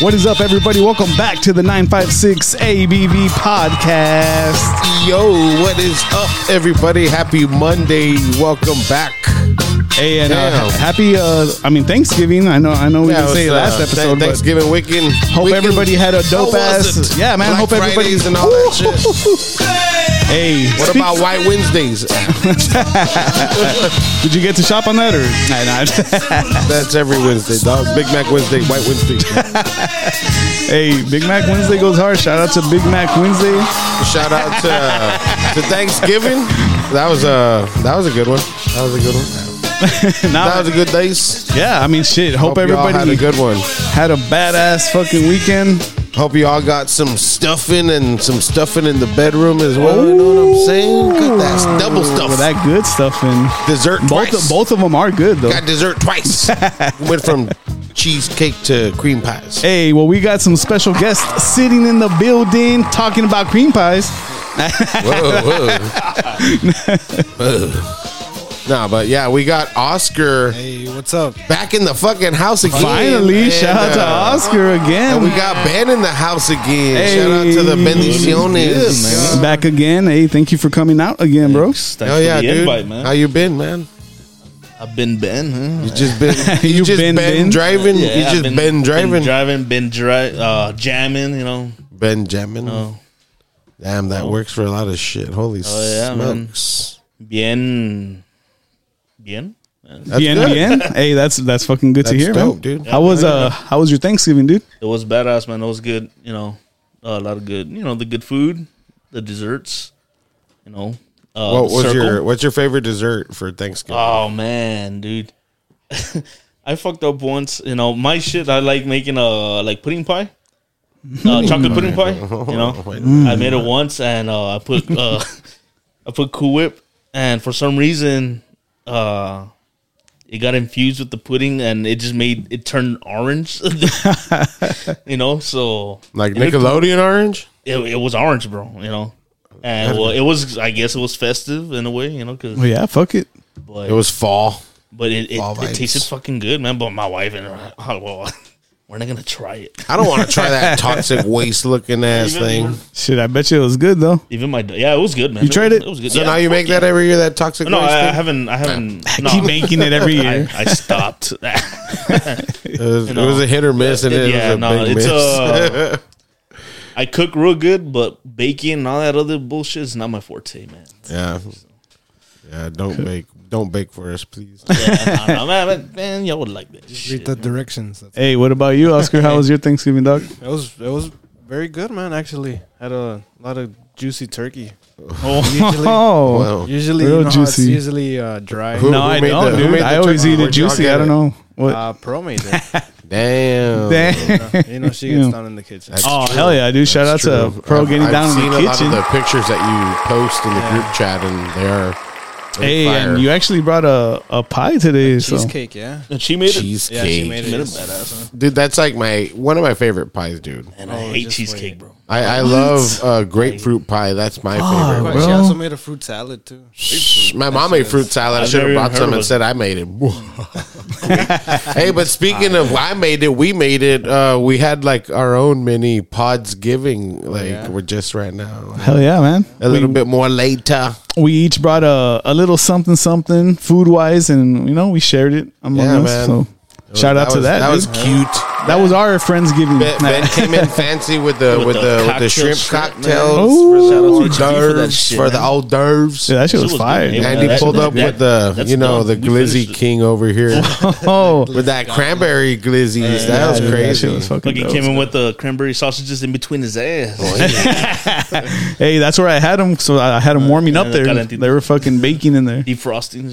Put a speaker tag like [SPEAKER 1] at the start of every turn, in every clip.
[SPEAKER 1] What is up, everybody? Welcome back to the 956 ABV podcast.
[SPEAKER 2] Yo, what is up, everybody? Happy Monday. Welcome back.
[SPEAKER 1] Hey, and uh,
[SPEAKER 2] Damn.
[SPEAKER 1] ha- happy, uh, I mean, Thanksgiving. I know I know we didn't
[SPEAKER 2] Yeah, it was,
[SPEAKER 1] say it last
[SPEAKER 2] uh,
[SPEAKER 1] episode, but
[SPEAKER 2] Thank- Thanksgiving weekend.
[SPEAKER 1] hope
[SPEAKER 2] weekend.
[SPEAKER 1] everybody had a
[SPEAKER 2] How
[SPEAKER 1] dope ass.
[SPEAKER 2] was it?
[SPEAKER 1] Yeah, man,
[SPEAKER 2] Black
[SPEAKER 1] hope everybody.
[SPEAKER 2] Fridays and all that shit.
[SPEAKER 1] Hey,
[SPEAKER 2] What
[SPEAKER 1] speak-
[SPEAKER 2] about White Wednesdays?
[SPEAKER 1] Did you get to shop on that or? Nah, nah.
[SPEAKER 2] That's every Wednesday, dog. Big Mac Wednesday, White Wednesday.
[SPEAKER 1] hey, Big Mac Wednesday goes hard. Shout out to Big Mac Wednesday.
[SPEAKER 2] Shout out to, uh, to Thanksgiving. That was a that was a good one. That was a good one. That
[SPEAKER 1] Nah,
[SPEAKER 2] was a good days.
[SPEAKER 1] yeah, I mean, shit. Hope,
[SPEAKER 2] Hope y'all
[SPEAKER 1] everybody
[SPEAKER 2] had a good one.
[SPEAKER 1] had a badass fucking weekend.
[SPEAKER 2] Hope you all got some stuffing and some stuffing in the bedroom as well. You know what I'm saying? Got that double stuff.
[SPEAKER 1] With that good stuff in.
[SPEAKER 2] dessert
[SPEAKER 1] Both
[SPEAKER 2] twice.
[SPEAKER 1] of, both of them are good though.
[SPEAKER 2] got dessert twice. Went from cheesecake to cream pies.
[SPEAKER 1] Hey, well, we got some special guests sitting in the building talking about cream pies.
[SPEAKER 2] Whoa, whoa. Nah, but yeah, we got Oscar
[SPEAKER 3] Hey, what's up?
[SPEAKER 2] back in the fucking house again.
[SPEAKER 1] Finally,
[SPEAKER 2] And,
[SPEAKER 1] shout out to
[SPEAKER 2] uh,
[SPEAKER 1] Oscar again.
[SPEAKER 2] And we got Ben in the house again.
[SPEAKER 1] Hey.
[SPEAKER 2] Shout out to the Bendiciones.
[SPEAKER 3] Yes,
[SPEAKER 1] back again. Hey, thank you for coming out again, bro.
[SPEAKER 3] Thanks
[SPEAKER 2] Oh
[SPEAKER 3] for
[SPEAKER 2] yeah,
[SPEAKER 3] the
[SPEAKER 2] dude.
[SPEAKER 3] invite,
[SPEAKER 2] How
[SPEAKER 3] man.
[SPEAKER 2] you been, man?
[SPEAKER 3] I've been Ben. Huh?
[SPEAKER 2] You just been you
[SPEAKER 1] You've
[SPEAKER 2] just
[SPEAKER 1] been
[SPEAKER 2] been,
[SPEAKER 1] Ben?
[SPEAKER 2] driving.
[SPEAKER 3] Yeah,
[SPEAKER 2] you
[SPEAKER 3] I've
[SPEAKER 2] just been, driving.
[SPEAKER 3] been driving, been dri- uh, jamming. You know,
[SPEAKER 2] Benjamin.
[SPEAKER 3] Oh.
[SPEAKER 2] Damn, that works for a lot of shit. Holy
[SPEAKER 3] yeah, man.
[SPEAKER 2] smokes.
[SPEAKER 3] bien, bien.
[SPEAKER 2] That's
[SPEAKER 1] Bien,
[SPEAKER 2] good.
[SPEAKER 1] bien. Hey, that's that's fucking good to
[SPEAKER 2] That's
[SPEAKER 1] hear,
[SPEAKER 2] dope,
[SPEAKER 1] man.
[SPEAKER 2] dude.
[SPEAKER 1] How was uh how was your Thanksgiving, dude?
[SPEAKER 3] It was badass, man. It was good. You know, a lot of good. You know, the good food, the desserts. You know, uh,
[SPEAKER 2] What
[SPEAKER 3] the
[SPEAKER 2] was
[SPEAKER 3] circle.
[SPEAKER 2] your what's your favorite dessert for Thanksgiving?
[SPEAKER 3] Oh man, dude. I fucked up once, you know. My shit, I like making a like pudding pie, uh, chocolate pudding pie. You know, I made it once, and uh, I put uh, I put Cool Whip, and for some reason, uh, it got infused with the pudding, and it just made it turn orange. you know, so
[SPEAKER 2] like
[SPEAKER 3] it looked-
[SPEAKER 2] Nickelodeon orange?
[SPEAKER 3] it, it was orange, bro. You know, and well, it was. I guess it was festive in a way, you know, because
[SPEAKER 1] Well, yeah, fuck it.
[SPEAKER 2] It was fall.
[SPEAKER 3] but it, it,
[SPEAKER 2] All
[SPEAKER 3] it tasted
[SPEAKER 2] vibes.
[SPEAKER 3] fucking good, man. But my wife and her, oh, well, we're not gonna try it.
[SPEAKER 2] I don't want to try that toxic waste looking ass
[SPEAKER 3] Even-
[SPEAKER 2] thing.
[SPEAKER 1] Shit, I bet you it was good though.
[SPEAKER 3] Even my yeah, it was good, man.
[SPEAKER 1] You tried
[SPEAKER 3] was-
[SPEAKER 1] it?
[SPEAKER 3] It was good.
[SPEAKER 2] So
[SPEAKER 3] Yeah,
[SPEAKER 2] now you
[SPEAKER 3] fuck
[SPEAKER 2] make that every year that toxic
[SPEAKER 3] yeah. No,
[SPEAKER 2] waste
[SPEAKER 3] I, I
[SPEAKER 2] thing?
[SPEAKER 3] haven't. I haven't. No,
[SPEAKER 1] Keep making it every
[SPEAKER 3] I,
[SPEAKER 1] year.
[SPEAKER 3] I stopped.
[SPEAKER 2] it, was, it was a hit or miss and it,
[SPEAKER 3] yeah,
[SPEAKER 2] was a
[SPEAKER 3] no,
[SPEAKER 2] big
[SPEAKER 3] it's
[SPEAKER 2] miss.
[SPEAKER 3] uh, I cook real good, but baking and all that other bullshit is not my forte, man.
[SPEAKER 2] yeah. Yeah, don't bake don't bake for us, please.
[SPEAKER 3] Yeah, nah, nah, man, man, man, y'all would like that shit.
[SPEAKER 4] Read the directions. That's-
[SPEAKER 1] Hey, what about you, Oscar? How was your Thanksgiving, dog?
[SPEAKER 4] It was it was very good, man. Actually, had a lot of juicy turkey. Usually,
[SPEAKER 1] Oh,
[SPEAKER 2] Wow.
[SPEAKER 4] usually you
[SPEAKER 1] Real
[SPEAKER 4] know how it's
[SPEAKER 1] juicy.
[SPEAKER 4] usually uh, dry.
[SPEAKER 2] Who-
[SPEAKER 1] no, I
[SPEAKER 2] made
[SPEAKER 1] don't,
[SPEAKER 2] the- who
[SPEAKER 1] dude.
[SPEAKER 2] made the
[SPEAKER 1] I always
[SPEAKER 2] turkey?
[SPEAKER 1] eat it
[SPEAKER 2] Where'd y'all
[SPEAKER 1] juicy. I
[SPEAKER 2] get
[SPEAKER 1] don't
[SPEAKER 2] it?
[SPEAKER 1] know what.
[SPEAKER 4] Uh, pro made it.
[SPEAKER 2] Damn.
[SPEAKER 4] you know she gets
[SPEAKER 1] Yeah.
[SPEAKER 4] down in the kitchen.
[SPEAKER 2] That's
[SPEAKER 1] Oh
[SPEAKER 2] true.
[SPEAKER 1] hell yeah, dude! Shout out to
[SPEAKER 2] That's true.
[SPEAKER 1] Pro
[SPEAKER 2] I've-
[SPEAKER 1] getting
[SPEAKER 2] I've
[SPEAKER 1] down in
[SPEAKER 2] seen
[SPEAKER 1] the
[SPEAKER 2] a lot of
[SPEAKER 1] kitchen.
[SPEAKER 2] the pictures that you post in the group chat, and they're they're
[SPEAKER 1] Hey,
[SPEAKER 2] fire.
[SPEAKER 1] and you actually brought a, a pie today. so
[SPEAKER 4] Cheesecake, yeah.
[SPEAKER 3] And she made it.
[SPEAKER 2] cheesecake,
[SPEAKER 4] Yeah, she made it.
[SPEAKER 3] Made it
[SPEAKER 4] yes.
[SPEAKER 3] badass, man.
[SPEAKER 2] dude. That's like my one of my favorite pies, dude.
[SPEAKER 3] And I
[SPEAKER 4] Oh,
[SPEAKER 3] hate
[SPEAKER 4] just
[SPEAKER 3] cheesecake,
[SPEAKER 4] wait.
[SPEAKER 3] bro.
[SPEAKER 2] I, I love uh, grapefruit pie. That's
[SPEAKER 1] Oh,
[SPEAKER 2] my favorite.
[SPEAKER 4] But
[SPEAKER 1] Bro.
[SPEAKER 4] she also made a fruit salad too.
[SPEAKER 2] My mom made fruit salad. I
[SPEAKER 3] I've
[SPEAKER 2] should
[SPEAKER 3] never
[SPEAKER 2] have brought some
[SPEAKER 3] even heard
[SPEAKER 2] and
[SPEAKER 3] of
[SPEAKER 2] said I made it. hey, but speaking of, I made it. We made it. Uh, we had like our own mini pods giving. Like we're just right now.
[SPEAKER 1] hell yeah, man!
[SPEAKER 2] A little bit more later.
[SPEAKER 1] We each brought a, a little something something food wise, and you know we shared it among
[SPEAKER 2] Yeah,
[SPEAKER 1] us.
[SPEAKER 2] man.
[SPEAKER 1] So shout out
[SPEAKER 2] was,
[SPEAKER 1] to that.
[SPEAKER 2] That was
[SPEAKER 1] dude.
[SPEAKER 2] cute.
[SPEAKER 1] that was our friendsgiving.
[SPEAKER 2] Ben, ben came in fancy with the with,
[SPEAKER 3] With
[SPEAKER 2] the,
[SPEAKER 3] the
[SPEAKER 2] with the
[SPEAKER 3] cocktail
[SPEAKER 2] shrimp
[SPEAKER 3] shrimp, man.
[SPEAKER 2] cocktails,
[SPEAKER 1] Oh,
[SPEAKER 3] Shout out to
[SPEAKER 2] hors
[SPEAKER 3] HB for that
[SPEAKER 2] d'oeuvres
[SPEAKER 3] shit,
[SPEAKER 2] for, the
[SPEAKER 3] man.
[SPEAKER 2] hors d'oeuvres.
[SPEAKER 1] yeah, that shit
[SPEAKER 3] She
[SPEAKER 1] was
[SPEAKER 3] was
[SPEAKER 1] fire.
[SPEAKER 3] good,
[SPEAKER 1] dude.
[SPEAKER 3] man.
[SPEAKER 2] and he
[SPEAKER 3] that-
[SPEAKER 2] pulled up
[SPEAKER 3] that-
[SPEAKER 2] with the
[SPEAKER 3] that's
[SPEAKER 2] you know
[SPEAKER 3] done.
[SPEAKER 2] the
[SPEAKER 3] We
[SPEAKER 2] glizzy
[SPEAKER 3] finished it.
[SPEAKER 2] king over here
[SPEAKER 1] Oh,
[SPEAKER 2] with that cranberry glizzies. that was
[SPEAKER 1] dude, That
[SPEAKER 2] crazy.
[SPEAKER 1] shit was fucking
[SPEAKER 3] Look, he
[SPEAKER 1] dope.
[SPEAKER 3] came in with the cranberry sausages in between his ass.
[SPEAKER 1] Hey, that's where I had them. So I I had them warming up
[SPEAKER 3] Uh, yeah,
[SPEAKER 1] there.
[SPEAKER 3] calentito.
[SPEAKER 1] They were fucking baking in there.
[SPEAKER 3] Defrosting.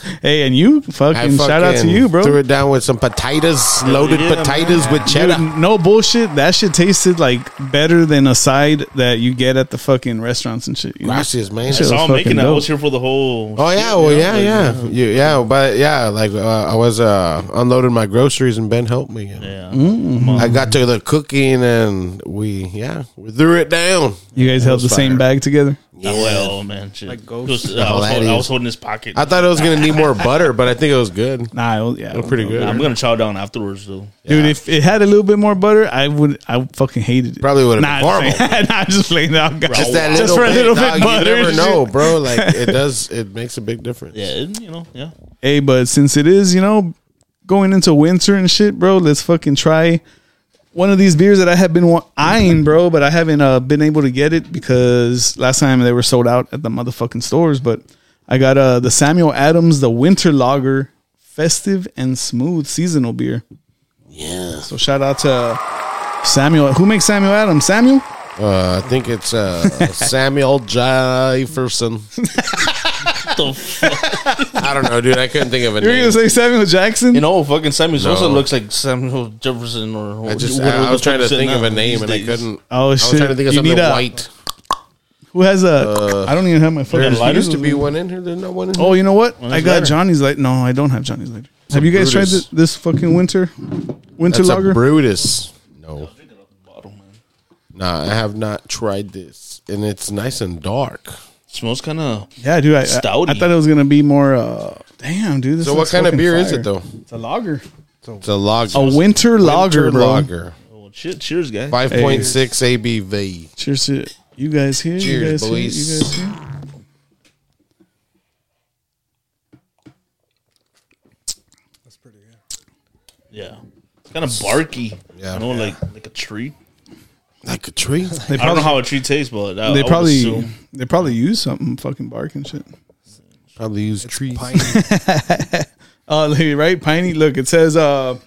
[SPEAKER 1] Hey, and you
[SPEAKER 2] I
[SPEAKER 1] fucking shout out to
[SPEAKER 2] fucking
[SPEAKER 1] you,
[SPEAKER 2] Threw
[SPEAKER 1] bro.
[SPEAKER 2] it down with some potatoes. It's loaded
[SPEAKER 3] Yeah,
[SPEAKER 2] potatoes with cheddar.
[SPEAKER 1] Dude, no bullshit. That shit tasted like better than a side that you get at the fucking restaurants and shit. You know?
[SPEAKER 2] Gracias, man.
[SPEAKER 1] Shit. was
[SPEAKER 3] So I'm making
[SPEAKER 1] fucking
[SPEAKER 3] that. I
[SPEAKER 1] dope.
[SPEAKER 3] was here for the whole.
[SPEAKER 2] Oh yeah, well yeah, yeah, You- yeah, But yeah, like uh, I was uh, unloading my groceries and Ben helped me.
[SPEAKER 3] Yeah.
[SPEAKER 2] I got to the cooking and we yeah we threw it down.
[SPEAKER 1] You guys held the same bag together.
[SPEAKER 3] Yeah. Well, man, shit.
[SPEAKER 4] Like ghosts.
[SPEAKER 3] It was- I, was
[SPEAKER 2] that
[SPEAKER 3] holding, I
[SPEAKER 2] is-
[SPEAKER 3] was holding his pocket.
[SPEAKER 2] I thought it was gonna need more butter, but I think it was good.
[SPEAKER 1] Nah, it was, yeah, it was
[SPEAKER 2] Pretty
[SPEAKER 3] I'm
[SPEAKER 2] good.
[SPEAKER 3] gonna chow down afterwards though.
[SPEAKER 1] Dude, if it had a little bit more butter, I would. I fucking hated it.
[SPEAKER 2] Probably would've
[SPEAKER 1] nah,
[SPEAKER 2] been
[SPEAKER 1] I'm just playing- nah, I'm just playing out, guys.
[SPEAKER 2] Just that little
[SPEAKER 1] Just for a
[SPEAKER 2] bit,
[SPEAKER 1] little
[SPEAKER 2] dog,
[SPEAKER 1] bit butter.
[SPEAKER 2] You never
[SPEAKER 1] and
[SPEAKER 2] know,
[SPEAKER 1] shit.
[SPEAKER 2] bro. Like it does, it makes a big difference.
[SPEAKER 3] Yeah, it- you know, yeah.
[SPEAKER 1] Hey, but since it is, you know, going into winter and shit, bro, let's fucking try one of these beers that I have been wa- eyeing, bro, but I haven't uh, been able to get it because last time they were sold out at the motherfucking stores. But I got uh, the Samuel Adams, the Winter Lager, festive and smooth seasonal beer. Yeah. So shout out to Samuel. Who makes Samuel Adams? Samuel?
[SPEAKER 2] Uh, I think it's uh, Samuel Jefferson.
[SPEAKER 3] The fuck?
[SPEAKER 2] I don't know, dude. I couldn't think of a
[SPEAKER 1] You're
[SPEAKER 2] name.
[SPEAKER 1] gonna say Samuel Jackson?
[SPEAKER 3] You know, fucking Samuel Sosa
[SPEAKER 2] No.
[SPEAKER 3] looks like Samuel Jefferson or.
[SPEAKER 2] I just
[SPEAKER 3] or- or
[SPEAKER 2] I, I was
[SPEAKER 3] the
[SPEAKER 2] trying to
[SPEAKER 3] person
[SPEAKER 2] think of a
[SPEAKER 3] now
[SPEAKER 2] name
[SPEAKER 3] these
[SPEAKER 2] and I
[SPEAKER 3] days.
[SPEAKER 2] couldn't.
[SPEAKER 1] Oh,
[SPEAKER 2] I was
[SPEAKER 1] shit.
[SPEAKER 2] trying to think of
[SPEAKER 1] You
[SPEAKER 2] something
[SPEAKER 1] need a-
[SPEAKER 2] white.
[SPEAKER 1] Who has a?
[SPEAKER 3] Uh,
[SPEAKER 1] I don't even have my fucking
[SPEAKER 2] There
[SPEAKER 1] lighter.
[SPEAKER 2] used to be one in here. There's no one in here.
[SPEAKER 1] Oh, you know what?
[SPEAKER 3] Well,
[SPEAKER 1] I
[SPEAKER 3] that's
[SPEAKER 1] got
[SPEAKER 3] better.
[SPEAKER 1] Johnny's light. No, I don't have Johnny's lighter. Have you guys tried
[SPEAKER 2] Brutus.
[SPEAKER 1] this, this fucking winter winter
[SPEAKER 2] That's
[SPEAKER 1] lager?
[SPEAKER 2] a Brutus. No,
[SPEAKER 3] Bottle, man.
[SPEAKER 2] nah, I have not tried this, and it's nice and dark.
[SPEAKER 3] Smells kind of.
[SPEAKER 1] yeah, dude. I, I,
[SPEAKER 3] Stouty.
[SPEAKER 1] I thought it was gonna be more. Uh, damn, dude. This
[SPEAKER 2] So, what
[SPEAKER 1] looks
[SPEAKER 2] kind of
[SPEAKER 1] fucking
[SPEAKER 2] beer is
[SPEAKER 1] fire.
[SPEAKER 2] it though?
[SPEAKER 1] It's a lager.
[SPEAKER 2] It's a lager.
[SPEAKER 1] A winter, lager, bro.
[SPEAKER 2] lager.
[SPEAKER 3] Well, oh, shit. Cheers, guys.
[SPEAKER 2] Five point six ABV.
[SPEAKER 1] Cheers to you guys here. you
[SPEAKER 2] Cheers,
[SPEAKER 1] guys here,
[SPEAKER 2] boys.
[SPEAKER 1] you guys here.
[SPEAKER 3] Yeah. It's kind of barky.
[SPEAKER 2] Yeah.
[SPEAKER 3] You know, like like a tree.
[SPEAKER 2] Like a tree.
[SPEAKER 1] They
[SPEAKER 3] I don't know
[SPEAKER 1] probably
[SPEAKER 3] how a tree tastes, but I,
[SPEAKER 1] they
[SPEAKER 3] I
[SPEAKER 1] probably
[SPEAKER 3] Would assume.
[SPEAKER 1] they probably use something fucking bark and shit.
[SPEAKER 2] Probably use trees.
[SPEAKER 1] Oh, look, right, piney. Look, it says uh,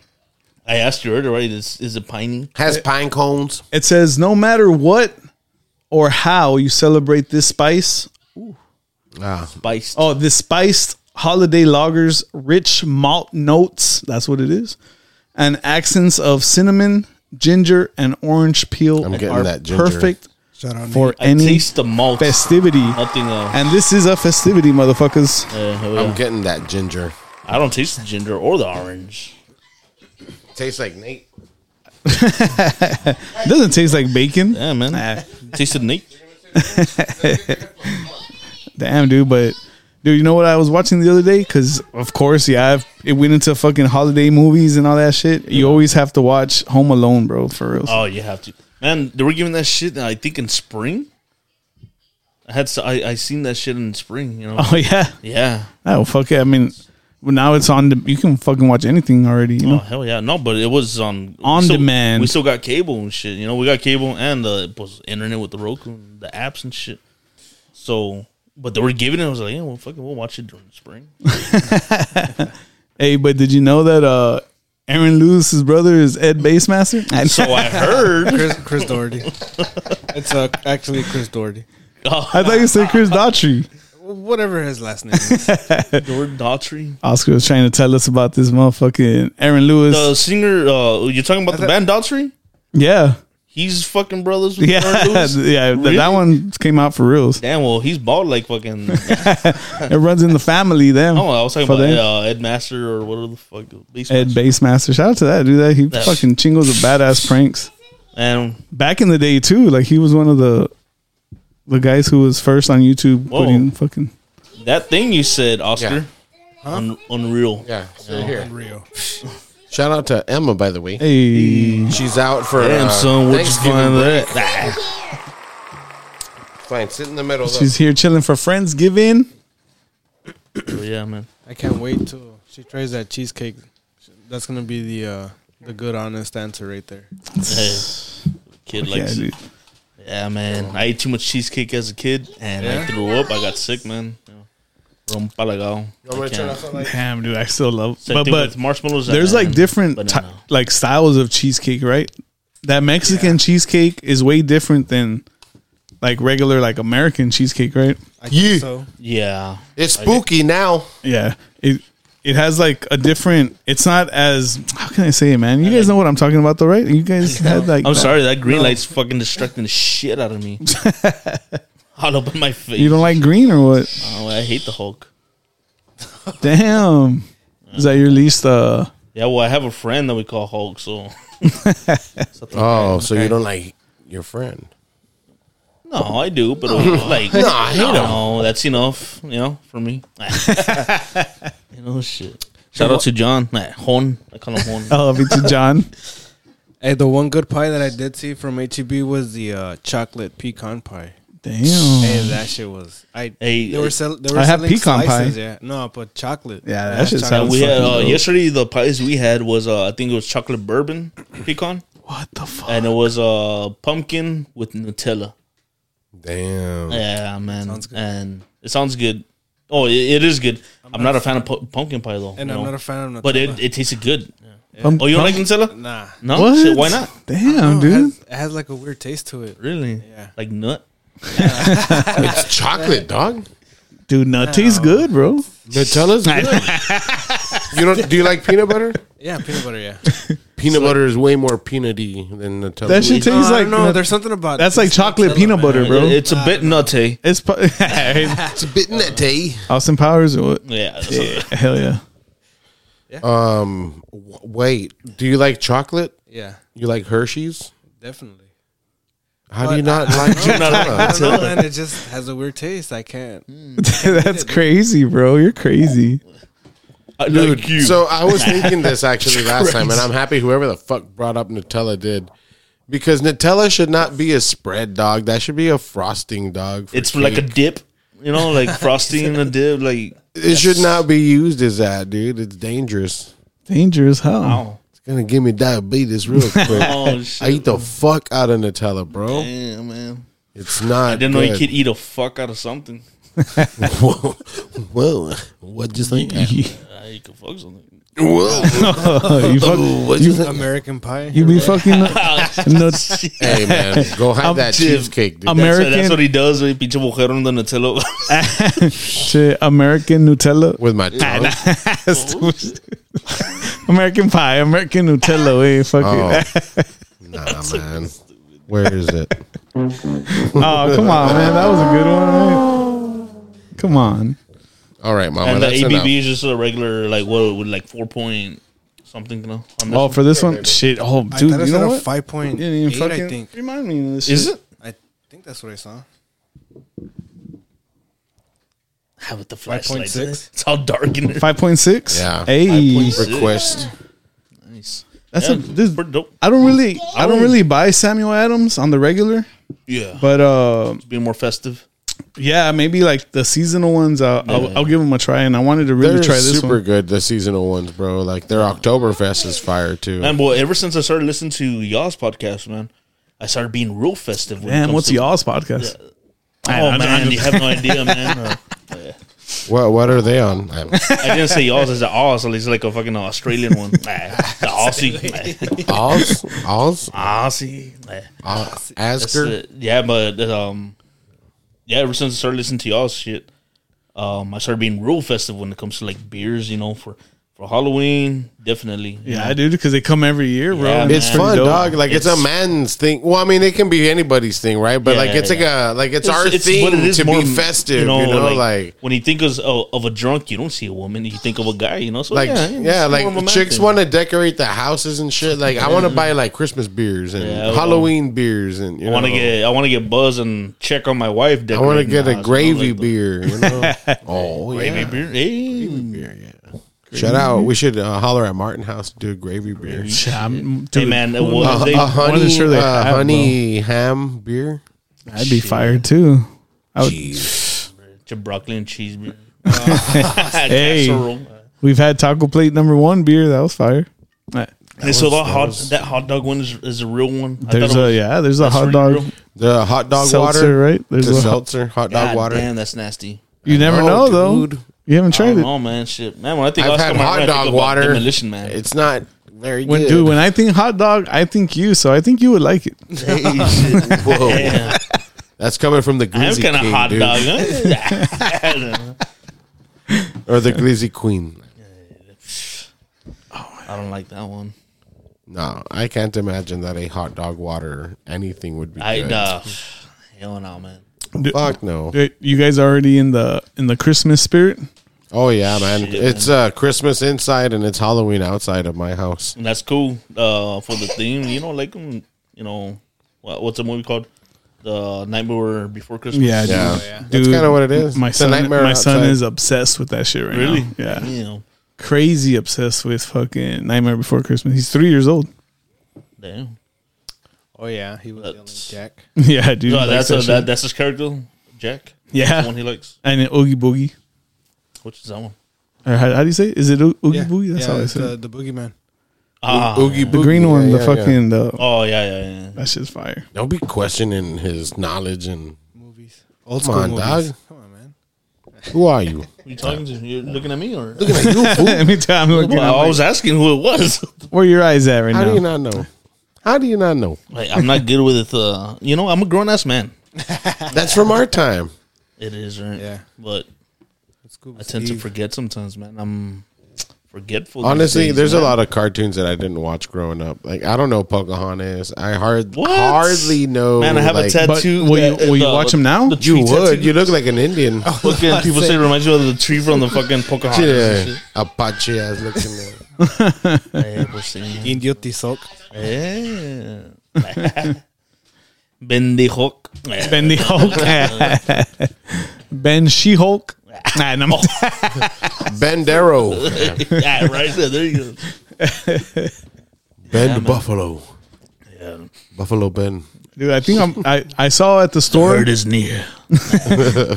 [SPEAKER 3] I asked you earlier, right? Is is it piney?
[SPEAKER 2] Has pine cones.
[SPEAKER 1] It says, no matter what or how you celebrate this spice,
[SPEAKER 2] Ah,
[SPEAKER 3] Spiced.
[SPEAKER 1] oh, this spiced holiday lagers, rich malt notes, that's what it is, and accents of cinnamon, ginger, and orange peel
[SPEAKER 2] I'm getting
[SPEAKER 1] are
[SPEAKER 2] that ginger.
[SPEAKER 1] perfect
[SPEAKER 5] Shout out
[SPEAKER 1] for
[SPEAKER 3] I
[SPEAKER 1] any
[SPEAKER 3] taste the malt.
[SPEAKER 1] festivity.
[SPEAKER 3] Nothing uh, else.
[SPEAKER 1] And this is a festivity, motherfuckers.
[SPEAKER 2] I'm getting that ginger.
[SPEAKER 3] I don't taste the ginger or the orange.
[SPEAKER 2] Tastes like Nate.
[SPEAKER 1] It doesn't taste like bacon.
[SPEAKER 3] Yeah, man.
[SPEAKER 1] Nah.
[SPEAKER 3] Tasted neat.
[SPEAKER 1] Damn, dude. But dude, you know what I was watching the other day? Because of course, yeah, I've, it went into fucking holiday movies and all that shit. You always have to watch Home Alone, bro. For real.
[SPEAKER 3] Oh, you have to, man. They were giving that shit. I think in spring. I had s- I, I seen that shit in spring. You know.
[SPEAKER 1] Oh yeah.
[SPEAKER 3] Yeah.
[SPEAKER 1] Oh fuck it. I mean, well, now it's on. The, you can fucking watch anything already. You
[SPEAKER 3] Oh
[SPEAKER 1] know.
[SPEAKER 3] hell yeah! No, but it was on
[SPEAKER 1] On
[SPEAKER 3] we still-
[SPEAKER 1] demand.
[SPEAKER 3] We still got cable and shit. You know, we got cable and the it was internet with the Roku, and the apps and shit. So, but they were giving it. I was like, yeah, well, fucking, we'll watch it during the spring.
[SPEAKER 1] Hey, but did you know that uh Aaron Lewis's brother is Ed Bassmaster? I know.
[SPEAKER 3] So I heard.
[SPEAKER 4] Chris, Chris Doherty. it's uh, actually Chris Doherty.
[SPEAKER 1] I thought you said Chris Daughtry.
[SPEAKER 4] Whatever his last name is.
[SPEAKER 3] Jordan Daughtry,
[SPEAKER 1] Oscar was trying to tell us about this motherfucking Aaron Lewis.
[SPEAKER 3] the singer. Uh, you're talking about the band Daughtry?
[SPEAKER 1] yeah,
[SPEAKER 3] He's fucking brothers with
[SPEAKER 1] yeah,
[SPEAKER 3] Aaron Lewis.
[SPEAKER 1] yeah. th-
[SPEAKER 3] Really?
[SPEAKER 1] That one came out for reals.
[SPEAKER 3] Damn, well, he's bald like fucking.
[SPEAKER 1] It runs in the family. Then
[SPEAKER 3] Oh, I was talking
[SPEAKER 1] For
[SPEAKER 3] about
[SPEAKER 1] them.
[SPEAKER 3] uh, Ed Master or whatever the fuck. Bassmaster.
[SPEAKER 1] Ed Bassmaster. Shout out to that dude. That he
[SPEAKER 3] Yeah.
[SPEAKER 1] fucking chingles a badass pranks.
[SPEAKER 3] And
[SPEAKER 1] Back in the day too, like he was one of the the guys who was first on YouTube
[SPEAKER 3] Whoa.
[SPEAKER 1] putting fucking.
[SPEAKER 3] that thing you said, Oscar,
[SPEAKER 2] Yeah.
[SPEAKER 3] Un- unreal.
[SPEAKER 2] Yeah, sit here.
[SPEAKER 5] Rio.
[SPEAKER 2] Shout out to Emma, by the way.
[SPEAKER 1] Hey,
[SPEAKER 2] She's out for
[SPEAKER 3] Damn,
[SPEAKER 2] uh,
[SPEAKER 3] son, where'd you find
[SPEAKER 2] Thanksgiving break.
[SPEAKER 3] that? Ah.
[SPEAKER 2] Fine, sit in the middle. though.
[SPEAKER 1] she's here chilling for Friendsgiving.
[SPEAKER 3] So, Ah, yeah, man.
[SPEAKER 4] I can't wait till she tries that cheesecake. That's gonna be the uh, the good honest answer right there.
[SPEAKER 3] Hey, kid
[SPEAKER 1] Yeah,
[SPEAKER 3] likes. Yeah,
[SPEAKER 1] dude.
[SPEAKER 3] man. I ate too much cheesecake as a kid, and I threw up. I got sick, man. Yeah. Rum palagao.
[SPEAKER 2] I'm
[SPEAKER 3] I
[SPEAKER 2] gonna turn
[SPEAKER 3] can't.
[SPEAKER 2] off the light.
[SPEAKER 1] Damn, dude, I still love.
[SPEAKER 3] Same
[SPEAKER 1] but
[SPEAKER 3] thing
[SPEAKER 1] but
[SPEAKER 3] with marshmallows.
[SPEAKER 1] there's like
[SPEAKER 3] and
[SPEAKER 1] different ty-
[SPEAKER 3] banana.
[SPEAKER 1] like styles of cheesecake, right? That Mexican cheesecake is way different than like regular like American cheesecake, right?
[SPEAKER 4] I
[SPEAKER 2] Yeah.
[SPEAKER 4] think so.
[SPEAKER 3] Yeah,
[SPEAKER 2] It's spooky now.
[SPEAKER 1] Yeah, it, it has like a different. It's not as how can I say it, man? You guys know what I'm talking about, though, right? You guys had like
[SPEAKER 3] I'm sorry, that green light's fucking distracting the shit out of me. All up in my face.
[SPEAKER 1] You don't like green or what?
[SPEAKER 3] Oh, I hate the Hulk.
[SPEAKER 1] Damn, is that your least? uh
[SPEAKER 3] Yeah, well, I have a friend that we call Hulk, so
[SPEAKER 2] Oh, so you don't like your friend?
[SPEAKER 3] no, I do, but uh, like, no,
[SPEAKER 2] I hate
[SPEAKER 3] that's enough, you know, for me. you know, shit. Shout out to John, nah, Hon. I call him Hon.
[SPEAKER 1] I love it to John.
[SPEAKER 4] Hey, the one good pie that I did see from HEB was the uh, chocolate pecan pie.
[SPEAKER 1] Damn.
[SPEAKER 4] Hey, that shit was. I
[SPEAKER 3] Hey,
[SPEAKER 4] they were,
[SPEAKER 3] hey.
[SPEAKER 4] sell, they were
[SPEAKER 1] Mm. I have
[SPEAKER 4] selling
[SPEAKER 1] pecan pie.
[SPEAKER 4] slices, Yeah, no, but chocolate.
[SPEAKER 1] Yeah, that
[SPEAKER 4] That's
[SPEAKER 1] shit
[SPEAKER 4] chocolate.
[SPEAKER 1] sounds-
[SPEAKER 3] And we had
[SPEAKER 1] fucking
[SPEAKER 3] uh,
[SPEAKER 1] dope.
[SPEAKER 3] yesterday the pies we had was uh, I think it was chocolate bourbon pecan,
[SPEAKER 1] What the fuck?
[SPEAKER 3] and it was uh, pumpkin with Nutella.
[SPEAKER 2] Damn.
[SPEAKER 3] Yeah, man,
[SPEAKER 4] Sounds good.
[SPEAKER 3] and it sounds good. Oh, it, it is good. I'm, not, a fan of pu- pumpkin pie though,
[SPEAKER 4] And
[SPEAKER 3] you
[SPEAKER 4] I'm
[SPEAKER 3] know.
[SPEAKER 4] not a fan of
[SPEAKER 3] but
[SPEAKER 4] Nutella.
[SPEAKER 3] it, it tasted good.
[SPEAKER 1] Pump-
[SPEAKER 3] Oh, you don't
[SPEAKER 1] pump-
[SPEAKER 3] like Nutella?
[SPEAKER 4] nah,
[SPEAKER 3] No,
[SPEAKER 1] What?
[SPEAKER 3] Shit, why not?
[SPEAKER 1] Damn,
[SPEAKER 4] it
[SPEAKER 1] dude.
[SPEAKER 4] has, it has like a weird taste to it.
[SPEAKER 3] Really?
[SPEAKER 4] Yeah.
[SPEAKER 3] Like nut.
[SPEAKER 2] It's chocolate, dog.
[SPEAKER 1] Dude, nut tastes good, bro.
[SPEAKER 2] Nutella's good. you don't? Do you like peanut butter?
[SPEAKER 4] Yeah, peanut butter. Yeah,
[SPEAKER 2] Peanut butter is way more peanutty than Nutella.
[SPEAKER 1] That shit
[SPEAKER 2] Wait,
[SPEAKER 1] tastes
[SPEAKER 4] no,
[SPEAKER 1] like
[SPEAKER 4] no. There's something about
[SPEAKER 1] that's like chocolate peanut butter, bro.
[SPEAKER 3] It's a bit nutty.
[SPEAKER 1] It's pu-
[SPEAKER 2] it's a bit nutty.
[SPEAKER 1] Austin Powers. Or what?
[SPEAKER 3] Yeah. that's
[SPEAKER 1] Yeah, hell yeah.
[SPEAKER 2] Um, w- wait. Do you like chocolate?
[SPEAKER 4] Yeah,
[SPEAKER 2] You like Hershey's?
[SPEAKER 4] definitely.
[SPEAKER 2] How do you not
[SPEAKER 3] uh,
[SPEAKER 2] like
[SPEAKER 4] I
[SPEAKER 2] Nutella?
[SPEAKER 4] don't know, man. It just has a weird taste. I can't.
[SPEAKER 1] Mm.
[SPEAKER 4] Mm.
[SPEAKER 1] That's crazy, bro. You're crazy.
[SPEAKER 3] I
[SPEAKER 2] Dude,
[SPEAKER 3] like you.
[SPEAKER 2] so I was thinking this actually last time, and I'm happy whoever the fuck brought up Nutella did. Because Nutella should not be a spread dog. That should be a frosting dog. for
[SPEAKER 3] it's like a
[SPEAKER 2] cake.
[SPEAKER 3] dip, you know, like frosting in a dip, like
[SPEAKER 2] It should not be used as that, dude. It's dangerous.
[SPEAKER 1] Dangerous how?
[SPEAKER 3] oh,
[SPEAKER 2] It's gonna give me diabetes real quick.
[SPEAKER 3] oh
[SPEAKER 2] I
[SPEAKER 3] shit.
[SPEAKER 2] eat the fuck out of Nutella, bro.
[SPEAKER 3] Damn, man.
[SPEAKER 2] It's not.
[SPEAKER 3] I didn't know you
[SPEAKER 2] good.
[SPEAKER 3] could eat a fuck out of something.
[SPEAKER 2] Whoa, whoa! What you think?
[SPEAKER 3] Uh, you could fuck something.
[SPEAKER 2] Whoa!
[SPEAKER 1] you fuck,
[SPEAKER 2] What you think?
[SPEAKER 4] American pie.
[SPEAKER 1] you be fucking
[SPEAKER 3] Ah,
[SPEAKER 1] nut,
[SPEAKER 2] Hey man, go have
[SPEAKER 1] I'm
[SPEAKER 2] that
[SPEAKER 3] Jim.
[SPEAKER 2] cheesecake, dude.
[SPEAKER 1] Amer-
[SPEAKER 3] That's,
[SPEAKER 1] American-
[SPEAKER 3] that's what he does. He pinche mojero en the Nutella.
[SPEAKER 1] shit, American Nutella.
[SPEAKER 2] with my tongue.
[SPEAKER 1] American pie, American Nutella. Wait, fuck
[SPEAKER 2] Oh,
[SPEAKER 1] it.
[SPEAKER 2] nah, man. Where is it?
[SPEAKER 1] Oh, come on, man. That was a good one. Right? Come on.
[SPEAKER 2] All right, mama.
[SPEAKER 3] and the
[SPEAKER 2] that's
[SPEAKER 3] ABV
[SPEAKER 2] enough.
[SPEAKER 3] is just a regular, like what, with like four point something. You know, on this
[SPEAKER 1] Oh,
[SPEAKER 3] one.
[SPEAKER 1] for this one, shit. Oh,
[SPEAKER 4] I
[SPEAKER 1] dude,
[SPEAKER 4] thought I
[SPEAKER 1] you
[SPEAKER 4] said
[SPEAKER 1] know
[SPEAKER 4] a
[SPEAKER 1] what?
[SPEAKER 4] five point
[SPEAKER 1] You didn't
[SPEAKER 4] eight.
[SPEAKER 1] even fucking
[SPEAKER 4] I think.
[SPEAKER 1] remind me of this.
[SPEAKER 3] is
[SPEAKER 1] shit.
[SPEAKER 3] it?
[SPEAKER 4] I think that's what I saw.
[SPEAKER 3] Have with the flashlight.
[SPEAKER 4] 5.6?
[SPEAKER 3] in it. It's all dark in there.
[SPEAKER 1] five point six?
[SPEAKER 2] Yeah.
[SPEAKER 1] Hey,
[SPEAKER 2] Request.
[SPEAKER 3] Nice.
[SPEAKER 1] that's
[SPEAKER 3] Yeah,
[SPEAKER 1] a this.
[SPEAKER 3] pretty dope.
[SPEAKER 1] I don't really, I don't really buy Samuel Adams on the regular,
[SPEAKER 3] Yeah,
[SPEAKER 1] but uh,
[SPEAKER 3] be more festive.
[SPEAKER 1] yeah, maybe like the seasonal ones. I'll, I'll, I'll give them a try, and I wanted to really
[SPEAKER 2] They're
[SPEAKER 1] try this
[SPEAKER 2] super
[SPEAKER 1] one.
[SPEAKER 2] good. The seasonal ones, bro. Like their Oktoberfest is fire too.
[SPEAKER 3] Man, boy, ever since I started listening to y'all's podcast, man, I started being real festive. When it
[SPEAKER 1] Damn,
[SPEAKER 3] comes
[SPEAKER 1] what's
[SPEAKER 3] to-
[SPEAKER 1] y'all's podcast?
[SPEAKER 3] Oh man, you have no idea, man. Uh,
[SPEAKER 2] What What are they on? I'm-
[SPEAKER 3] I didn't say y'all's as an Oz, it's like a fucking Australian one. Nah, the Aussie,
[SPEAKER 2] Oz, Oz,
[SPEAKER 3] Nah, Aussie. Nah.
[SPEAKER 2] Oz,
[SPEAKER 3] That's
[SPEAKER 2] Uh, Asger.
[SPEAKER 3] it. yeah, but um, yeah, ever since I started listening to y'all's shit, um, I started being real festive when it comes to like beers, you know, for for Halloween, definitely. you
[SPEAKER 1] Yeah,
[SPEAKER 3] know.
[SPEAKER 1] I do because they come every year, bro.
[SPEAKER 3] Yeah,
[SPEAKER 1] and
[SPEAKER 2] It's
[SPEAKER 3] man.
[SPEAKER 1] pretty
[SPEAKER 2] fun,
[SPEAKER 1] dope.
[SPEAKER 2] dog. Like it's, a
[SPEAKER 3] It's-
[SPEAKER 2] man's thing. Well, I mean, it can be anybody's thing, right? But like,
[SPEAKER 3] Yeah,
[SPEAKER 2] it's
[SPEAKER 3] yeah.
[SPEAKER 2] like a like it's, our thing
[SPEAKER 3] what it is
[SPEAKER 2] to
[SPEAKER 3] more,
[SPEAKER 2] be festive. You know, like like,
[SPEAKER 3] when you think of, of a drunk, you don't see a woman. You think of a guy, you know. So
[SPEAKER 2] yeah,
[SPEAKER 3] yeah, it's more of a
[SPEAKER 2] like
[SPEAKER 3] man
[SPEAKER 2] chicks
[SPEAKER 3] thing.
[SPEAKER 2] want to decorate the houses and shit. Like I want to buy like Christmas beers and
[SPEAKER 3] Yeah, I
[SPEAKER 2] Halloween beers and you
[SPEAKER 3] I
[SPEAKER 2] know.
[SPEAKER 3] want to get I want to get buzz and check on my wife.
[SPEAKER 2] I want to
[SPEAKER 3] decorating
[SPEAKER 2] get
[SPEAKER 3] the
[SPEAKER 2] a
[SPEAKER 3] house,
[SPEAKER 2] gravy
[SPEAKER 3] you know, like the
[SPEAKER 2] beer. You know. oh yeah.
[SPEAKER 3] Gravy beer. Hey.
[SPEAKER 2] Shout out! We should uh, holler at Martin House to do a gravy beer.
[SPEAKER 1] Yeah, I'm-
[SPEAKER 3] Hey
[SPEAKER 1] dude,
[SPEAKER 3] man, uh, well,
[SPEAKER 2] A,
[SPEAKER 3] they-
[SPEAKER 2] a honey,
[SPEAKER 1] sure they
[SPEAKER 2] uh,
[SPEAKER 1] have,
[SPEAKER 2] honey ham beer.
[SPEAKER 1] I'd be fired too. I would,
[SPEAKER 3] to broccoli and cheese beer.
[SPEAKER 1] Hey.
[SPEAKER 3] Casserole.
[SPEAKER 1] we've had taco plate number one beer. That was fire. Uh,
[SPEAKER 3] And so the hot that hot dog one is, is a real one. I
[SPEAKER 1] There's
[SPEAKER 3] thought it
[SPEAKER 1] a
[SPEAKER 3] was-
[SPEAKER 1] yeah. There's a
[SPEAKER 3] that's
[SPEAKER 1] hot
[SPEAKER 3] really
[SPEAKER 1] dog
[SPEAKER 3] real.
[SPEAKER 2] The hot dog
[SPEAKER 1] seltzer,
[SPEAKER 2] water,
[SPEAKER 1] right? There's
[SPEAKER 2] The
[SPEAKER 1] a hot,
[SPEAKER 2] seltzer, hot dog
[SPEAKER 3] God
[SPEAKER 2] water.
[SPEAKER 3] damn, that's nasty.
[SPEAKER 1] you never
[SPEAKER 2] Oh,
[SPEAKER 1] know though.
[SPEAKER 2] dude.
[SPEAKER 1] You haven't
[SPEAKER 3] I
[SPEAKER 1] tried
[SPEAKER 3] don't
[SPEAKER 1] it.
[SPEAKER 3] know, man. Shit, man. When I think
[SPEAKER 2] I've
[SPEAKER 3] last
[SPEAKER 2] had
[SPEAKER 3] time I
[SPEAKER 2] hot
[SPEAKER 3] ran, I think
[SPEAKER 2] dog
[SPEAKER 3] about
[SPEAKER 2] water.
[SPEAKER 3] demolition man.
[SPEAKER 2] It's not very
[SPEAKER 1] When
[SPEAKER 2] good.
[SPEAKER 1] dude, when I think hot dog, I think you. So I think you would like it.
[SPEAKER 3] Hey, shit.
[SPEAKER 2] Whoa.
[SPEAKER 3] Damn.
[SPEAKER 2] That's coming from the
[SPEAKER 3] I am
[SPEAKER 2] Glizzy
[SPEAKER 3] kind of
[SPEAKER 2] King,
[SPEAKER 3] hot
[SPEAKER 2] dude.
[SPEAKER 3] dog. huh?
[SPEAKER 2] or the Glizzy Queen.
[SPEAKER 3] I don't like that one.
[SPEAKER 2] No, I can't imagine that a hot dog water anything would be.
[SPEAKER 3] I
[SPEAKER 2] good.
[SPEAKER 3] nah, hell no, man.
[SPEAKER 2] Fuck no.
[SPEAKER 1] Hey, You guys already in the in the Christmas spirit?
[SPEAKER 2] Oh yeah, man. It's uh, Christmas inside and it's Halloween outside of my house.
[SPEAKER 3] And that's cool uh, for the theme. You know, like mm, you know, what, what's the movie called? The Nightmare Before Christmas.
[SPEAKER 1] Yeah, dude.
[SPEAKER 2] Yeah,
[SPEAKER 1] Dude,
[SPEAKER 2] that's kind of what it is.
[SPEAKER 1] My
[SPEAKER 2] It's a
[SPEAKER 1] son,
[SPEAKER 2] nightmare
[SPEAKER 1] my son
[SPEAKER 2] outside.
[SPEAKER 1] is obsessed with that shit right
[SPEAKER 3] Really?
[SPEAKER 1] now. Yeah,
[SPEAKER 3] You know,
[SPEAKER 1] crazy obsessed with fucking Nightmare Before Christmas. He's three years old.
[SPEAKER 3] damn.
[SPEAKER 4] Oh yeah, he was yelling
[SPEAKER 3] That's-
[SPEAKER 4] Jack.
[SPEAKER 1] yeah, dude.
[SPEAKER 3] No,
[SPEAKER 1] likes
[SPEAKER 3] that's
[SPEAKER 1] that
[SPEAKER 3] a,
[SPEAKER 1] shit.
[SPEAKER 3] that, that's his character, Jack. The one
[SPEAKER 1] yeah,
[SPEAKER 3] he likes.
[SPEAKER 1] and then Oogie Boogie.
[SPEAKER 3] Which is that one?
[SPEAKER 1] Or how, how do you say? It? Is it Oo- Oogie
[SPEAKER 4] Yeah,
[SPEAKER 1] Boogie? That's
[SPEAKER 4] yeah,
[SPEAKER 1] how I
[SPEAKER 4] it's,
[SPEAKER 1] say.
[SPEAKER 4] uh,
[SPEAKER 1] it.
[SPEAKER 4] the boogeyman.
[SPEAKER 3] Ah,
[SPEAKER 2] Oogie
[SPEAKER 1] The
[SPEAKER 2] Boogie.
[SPEAKER 1] green
[SPEAKER 2] Yeah,
[SPEAKER 1] one,
[SPEAKER 2] yeah,
[SPEAKER 1] the
[SPEAKER 2] yeah.
[SPEAKER 1] fucking the.
[SPEAKER 3] oh yeah, yeah, yeah.
[SPEAKER 1] That shit's fire.
[SPEAKER 2] Don't be questioning his knowledge and
[SPEAKER 4] movies. Old
[SPEAKER 2] Come
[SPEAKER 4] school
[SPEAKER 2] on,
[SPEAKER 4] movies.
[SPEAKER 2] dog.
[SPEAKER 4] Come on, man.
[SPEAKER 2] who are you?
[SPEAKER 3] Who you talking to? You're looking at me or?
[SPEAKER 1] Let me tell. I'm looking.
[SPEAKER 3] Well, I
[SPEAKER 1] I'm
[SPEAKER 3] was asking who it was.
[SPEAKER 1] like, where your eyes at right
[SPEAKER 2] How do you
[SPEAKER 1] now?
[SPEAKER 2] not know? How do you not know?
[SPEAKER 3] Like, I'm not good with it. Uh, you know, I'm a grown ass man.
[SPEAKER 2] That's from our time.
[SPEAKER 3] It is, right?
[SPEAKER 4] Yeah.
[SPEAKER 3] But
[SPEAKER 4] Let's go.
[SPEAKER 3] I tend to forget sometimes, man. I'm forgetful. these
[SPEAKER 2] Honestly,
[SPEAKER 3] days,
[SPEAKER 2] there's
[SPEAKER 3] man.
[SPEAKER 2] a lot of cartoons that I didn't watch growing up. Like I don't know Pocahontas. I hard,
[SPEAKER 3] What?
[SPEAKER 2] hardly know.
[SPEAKER 3] Man, I have
[SPEAKER 2] like,
[SPEAKER 3] a tattoo.
[SPEAKER 1] But will you-
[SPEAKER 3] that- uh,
[SPEAKER 1] will you
[SPEAKER 3] the-
[SPEAKER 1] watch 'em now?
[SPEAKER 3] the tree
[SPEAKER 2] You would.
[SPEAKER 3] tattoo.
[SPEAKER 2] You look like an Indian.
[SPEAKER 3] Fucking people say it reminds you of the tree from the fucking Pocahontas. and
[SPEAKER 2] Yeah,
[SPEAKER 3] shit.
[SPEAKER 2] Apache ass looking. Man.
[SPEAKER 3] Yeah, pues sí, man.
[SPEAKER 4] Indio Tizoc.
[SPEAKER 3] Yeah. Bendijo.
[SPEAKER 1] Ben the Hulk. ben She Hulk. Nah,
[SPEAKER 3] Oh.
[SPEAKER 1] no,
[SPEAKER 2] Bandero,
[SPEAKER 3] yeah, right there. There you go.
[SPEAKER 2] Bend Buffalo,
[SPEAKER 3] Yeah.
[SPEAKER 2] Buffalo Bend.
[SPEAKER 1] dude. I think I'm. I, I saw at the store.
[SPEAKER 3] Bird is near.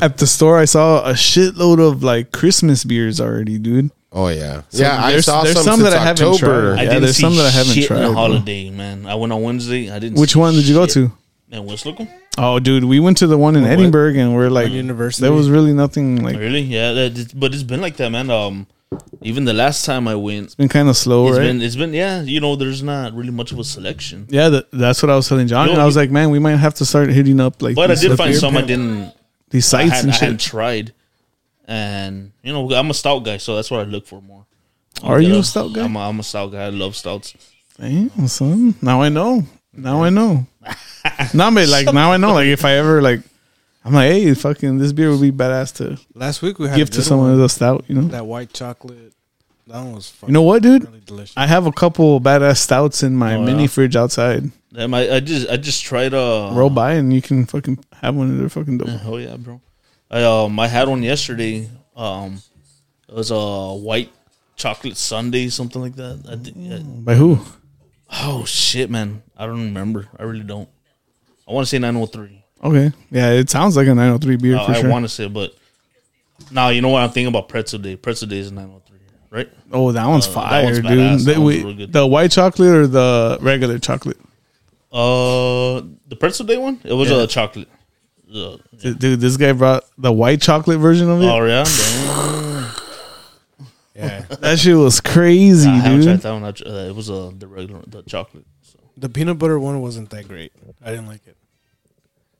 [SPEAKER 1] at the store, I saw a shitload of like Christmas beers already, dude.
[SPEAKER 2] Oh yeah, yeah. I
[SPEAKER 1] there's-
[SPEAKER 2] saw
[SPEAKER 1] there's
[SPEAKER 2] some,
[SPEAKER 1] some
[SPEAKER 2] since
[SPEAKER 1] that I haven't
[SPEAKER 2] October.
[SPEAKER 1] tried.
[SPEAKER 3] I
[SPEAKER 1] Yeah,
[SPEAKER 3] didn't
[SPEAKER 1] there's
[SPEAKER 3] see
[SPEAKER 1] some that I haven't
[SPEAKER 3] shit in
[SPEAKER 1] tried,
[SPEAKER 3] the
[SPEAKER 1] bro.
[SPEAKER 3] holiday, man. I went on Wednesday. I didn't.
[SPEAKER 1] Which
[SPEAKER 3] see
[SPEAKER 1] one did you go
[SPEAKER 3] shit.
[SPEAKER 1] to?
[SPEAKER 3] Man, Westlocal.
[SPEAKER 1] Oh, dude, we went to the one in Edinburgh, and we're like,
[SPEAKER 4] University.
[SPEAKER 1] there was really nothing. Like, it's
[SPEAKER 3] Really? Yeah. That, it's- but it's been like that, man. Um, even the last time I went,
[SPEAKER 1] been kind of slow,
[SPEAKER 3] it's
[SPEAKER 1] right?
[SPEAKER 3] been it's been yeah. You know, there's not really much of a selection.
[SPEAKER 1] yeah, th- that's what I was telling John.
[SPEAKER 3] Yo,
[SPEAKER 1] and I was
[SPEAKER 3] you-
[SPEAKER 1] like, man, we might have to start hitting up like.
[SPEAKER 3] But I
[SPEAKER 1] these
[SPEAKER 3] did find
[SPEAKER 1] beer
[SPEAKER 3] some I
[SPEAKER 1] pump-
[SPEAKER 3] didn't.
[SPEAKER 1] These
[SPEAKER 3] I,
[SPEAKER 1] sites
[SPEAKER 3] had,
[SPEAKER 1] and
[SPEAKER 3] I hadn't
[SPEAKER 1] shit.
[SPEAKER 3] tried, and you know, I'm a stout guy, so that's what I look for more.
[SPEAKER 1] Are
[SPEAKER 3] Yeah,
[SPEAKER 1] you a stout guy?
[SPEAKER 3] I'm a, I'm a stout guy. I love stouts.
[SPEAKER 1] Damn, son. Now I know. Now I know. Now but like now I know. Like if I ever like, I'm like, hey, fucking, this beer would be badass to
[SPEAKER 4] Last week we had
[SPEAKER 1] give
[SPEAKER 4] a
[SPEAKER 1] to
[SPEAKER 4] good
[SPEAKER 1] someone
[SPEAKER 4] one.
[SPEAKER 1] as a stout. You know.
[SPEAKER 4] that white chocolate. That one was fucking
[SPEAKER 1] You know what, dude?
[SPEAKER 4] really delicious.
[SPEAKER 1] I have a couple badass stouts in my
[SPEAKER 3] Oh,
[SPEAKER 1] mini
[SPEAKER 3] yeah?
[SPEAKER 1] fridge outside.
[SPEAKER 3] Damn, I, I just I just tried uh
[SPEAKER 1] Roll by and you can fucking have one of their fucking dope.
[SPEAKER 3] Hell yeah, bro. I um I had one yesterday. Um, it was a white chocolate sundae, something like that. I did,
[SPEAKER 1] By who?
[SPEAKER 3] oh shit, man, I don't remember. I really don't. I want to say 903.
[SPEAKER 1] Okay. Yeah, it sounds like a 903 beer
[SPEAKER 3] Uh,
[SPEAKER 1] for
[SPEAKER 3] I
[SPEAKER 1] sure.
[SPEAKER 3] want to say, but now you know what I'm thinking about pretzel day. Pretzel day is 903, right?
[SPEAKER 1] oh, that one's
[SPEAKER 3] uh, that
[SPEAKER 1] fire,
[SPEAKER 3] one's
[SPEAKER 1] dude.
[SPEAKER 3] badass. That
[SPEAKER 1] The-
[SPEAKER 3] one's
[SPEAKER 1] wait,
[SPEAKER 3] real good.
[SPEAKER 1] the white chocolate or the regular chocolate?
[SPEAKER 3] Uh, the pretzel day one. It was a
[SPEAKER 1] Yeah.
[SPEAKER 3] uh, chocolate. Uh,
[SPEAKER 1] D- Dude, this guy brought the white chocolate version of it.
[SPEAKER 3] oh yeah, damn.
[SPEAKER 4] Yeah,
[SPEAKER 1] That shit was crazy,
[SPEAKER 3] I haven't tried
[SPEAKER 1] dude.
[SPEAKER 3] that one. I tr- Uh, it was uh, the regular the chocolate. So.
[SPEAKER 4] the peanut butter one wasn't that great. I didn't like it.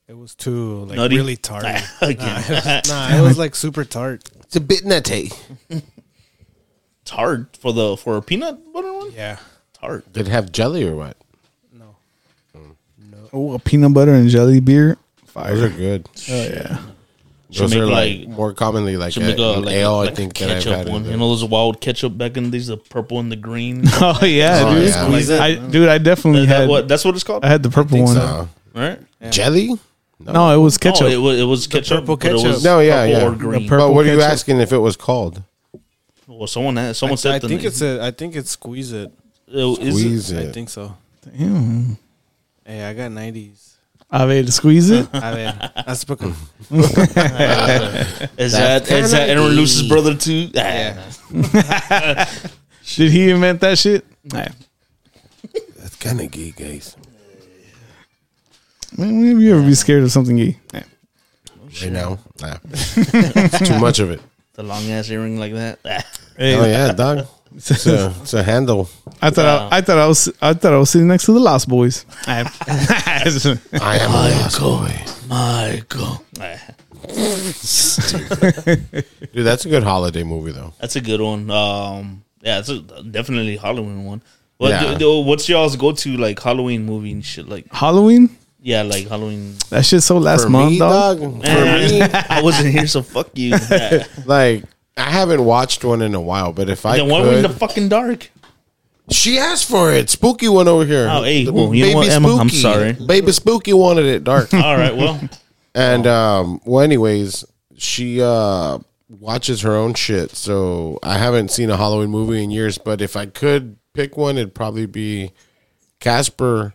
[SPEAKER 4] It was too like
[SPEAKER 3] Nutty?
[SPEAKER 4] really tart. nah,
[SPEAKER 3] Again,
[SPEAKER 4] it was like super tart.
[SPEAKER 2] It's a bit nutty.
[SPEAKER 3] it's hard for the for a peanut butter one.
[SPEAKER 4] Yeah,
[SPEAKER 3] It's hard.
[SPEAKER 2] Did it have jelly or what?
[SPEAKER 4] no.
[SPEAKER 1] Oh, a peanut butter and jelly beer.
[SPEAKER 2] Those are good.
[SPEAKER 1] Oh yeah.
[SPEAKER 2] Those
[SPEAKER 3] make
[SPEAKER 2] are like,
[SPEAKER 3] like-
[SPEAKER 2] more commonly like, a,
[SPEAKER 3] Should make a
[SPEAKER 2] an
[SPEAKER 3] like,
[SPEAKER 2] ale.
[SPEAKER 3] like
[SPEAKER 2] I think that I've
[SPEAKER 3] ketchup
[SPEAKER 2] had.
[SPEAKER 3] one.
[SPEAKER 2] in
[SPEAKER 3] You know, those wild ketchup back in these, the purple and the green.
[SPEAKER 1] Oh yeah,
[SPEAKER 2] Oh,
[SPEAKER 1] dude.
[SPEAKER 2] yeah.
[SPEAKER 1] Squeeze it. I, dude, I definitely
[SPEAKER 3] Is that
[SPEAKER 1] had.
[SPEAKER 3] what, that's what it's called,
[SPEAKER 1] I
[SPEAKER 3] right?
[SPEAKER 1] had the purple one.
[SPEAKER 2] there. No. jelly?
[SPEAKER 1] No, it was ketchup.
[SPEAKER 3] Oh, it was it was ketchup.
[SPEAKER 4] purple
[SPEAKER 3] but it
[SPEAKER 4] ketchup.
[SPEAKER 3] was
[SPEAKER 2] No, yeah,
[SPEAKER 3] purple
[SPEAKER 2] yeah.
[SPEAKER 3] Or green.
[SPEAKER 1] purple
[SPEAKER 2] but what are you
[SPEAKER 1] ketchup.
[SPEAKER 2] asking if it was called?
[SPEAKER 3] Well, someone had,
[SPEAKER 4] I,
[SPEAKER 3] someone said
[SPEAKER 4] I
[SPEAKER 3] the
[SPEAKER 4] think
[SPEAKER 3] name.
[SPEAKER 4] it's a, I think it's squeeze it.
[SPEAKER 3] It- is it-
[SPEAKER 2] Squeeze
[SPEAKER 4] I
[SPEAKER 2] it.
[SPEAKER 4] think so.
[SPEAKER 1] Damn.
[SPEAKER 4] Hey, I got nineties.
[SPEAKER 1] I made to squeeze it.
[SPEAKER 4] I mean, I spoke.
[SPEAKER 3] is that is that Aaron Luce's brother too? Ah,
[SPEAKER 4] Yeah.
[SPEAKER 1] Did he invent that shit? Nah.
[SPEAKER 2] That's kind of gay, guys.
[SPEAKER 1] Man, whenever you ever be scared of something gay. Nah.
[SPEAKER 2] Right now, nah. It's too much of it.
[SPEAKER 3] the long ass earring like that. Ah.
[SPEAKER 1] Hey,
[SPEAKER 2] Oh yeah, dog. It's a, it's a handle.
[SPEAKER 1] I thought I, I thought I was I thought I was sitting next to the Lost Boys. I-
[SPEAKER 2] I am a lost boy.
[SPEAKER 3] Michael. Ah.
[SPEAKER 2] Dude, that's a good holiday movie though.
[SPEAKER 3] That's a good one. Um, Yeah, it's a, definitely Halloween one. But
[SPEAKER 2] Yeah.
[SPEAKER 3] th- th- what's y'all's go to like Halloween movie and shit? Like
[SPEAKER 1] Halloween?
[SPEAKER 3] yeah, like Halloween.
[SPEAKER 1] That shit's so last
[SPEAKER 2] For
[SPEAKER 1] month,
[SPEAKER 2] me,
[SPEAKER 1] dog.
[SPEAKER 2] dog, for me,
[SPEAKER 3] Man, I wasn't here, so fuck you. Yeah.
[SPEAKER 2] like I haven't watched one in a while. But if I
[SPEAKER 3] Then
[SPEAKER 2] could,
[SPEAKER 3] why were we in the fucking dark?
[SPEAKER 2] she asked for it. Spooky one over here.
[SPEAKER 3] Oh, hey,
[SPEAKER 2] The
[SPEAKER 3] well, you know what, Emma? I'm sorry.
[SPEAKER 2] Baby Spooky wanted it dark.
[SPEAKER 3] All right, well,
[SPEAKER 2] And um, well, anyways, she uh watches her own shit. So I haven't seen a Halloween movie in years. But if I could pick one, it'd probably be Casper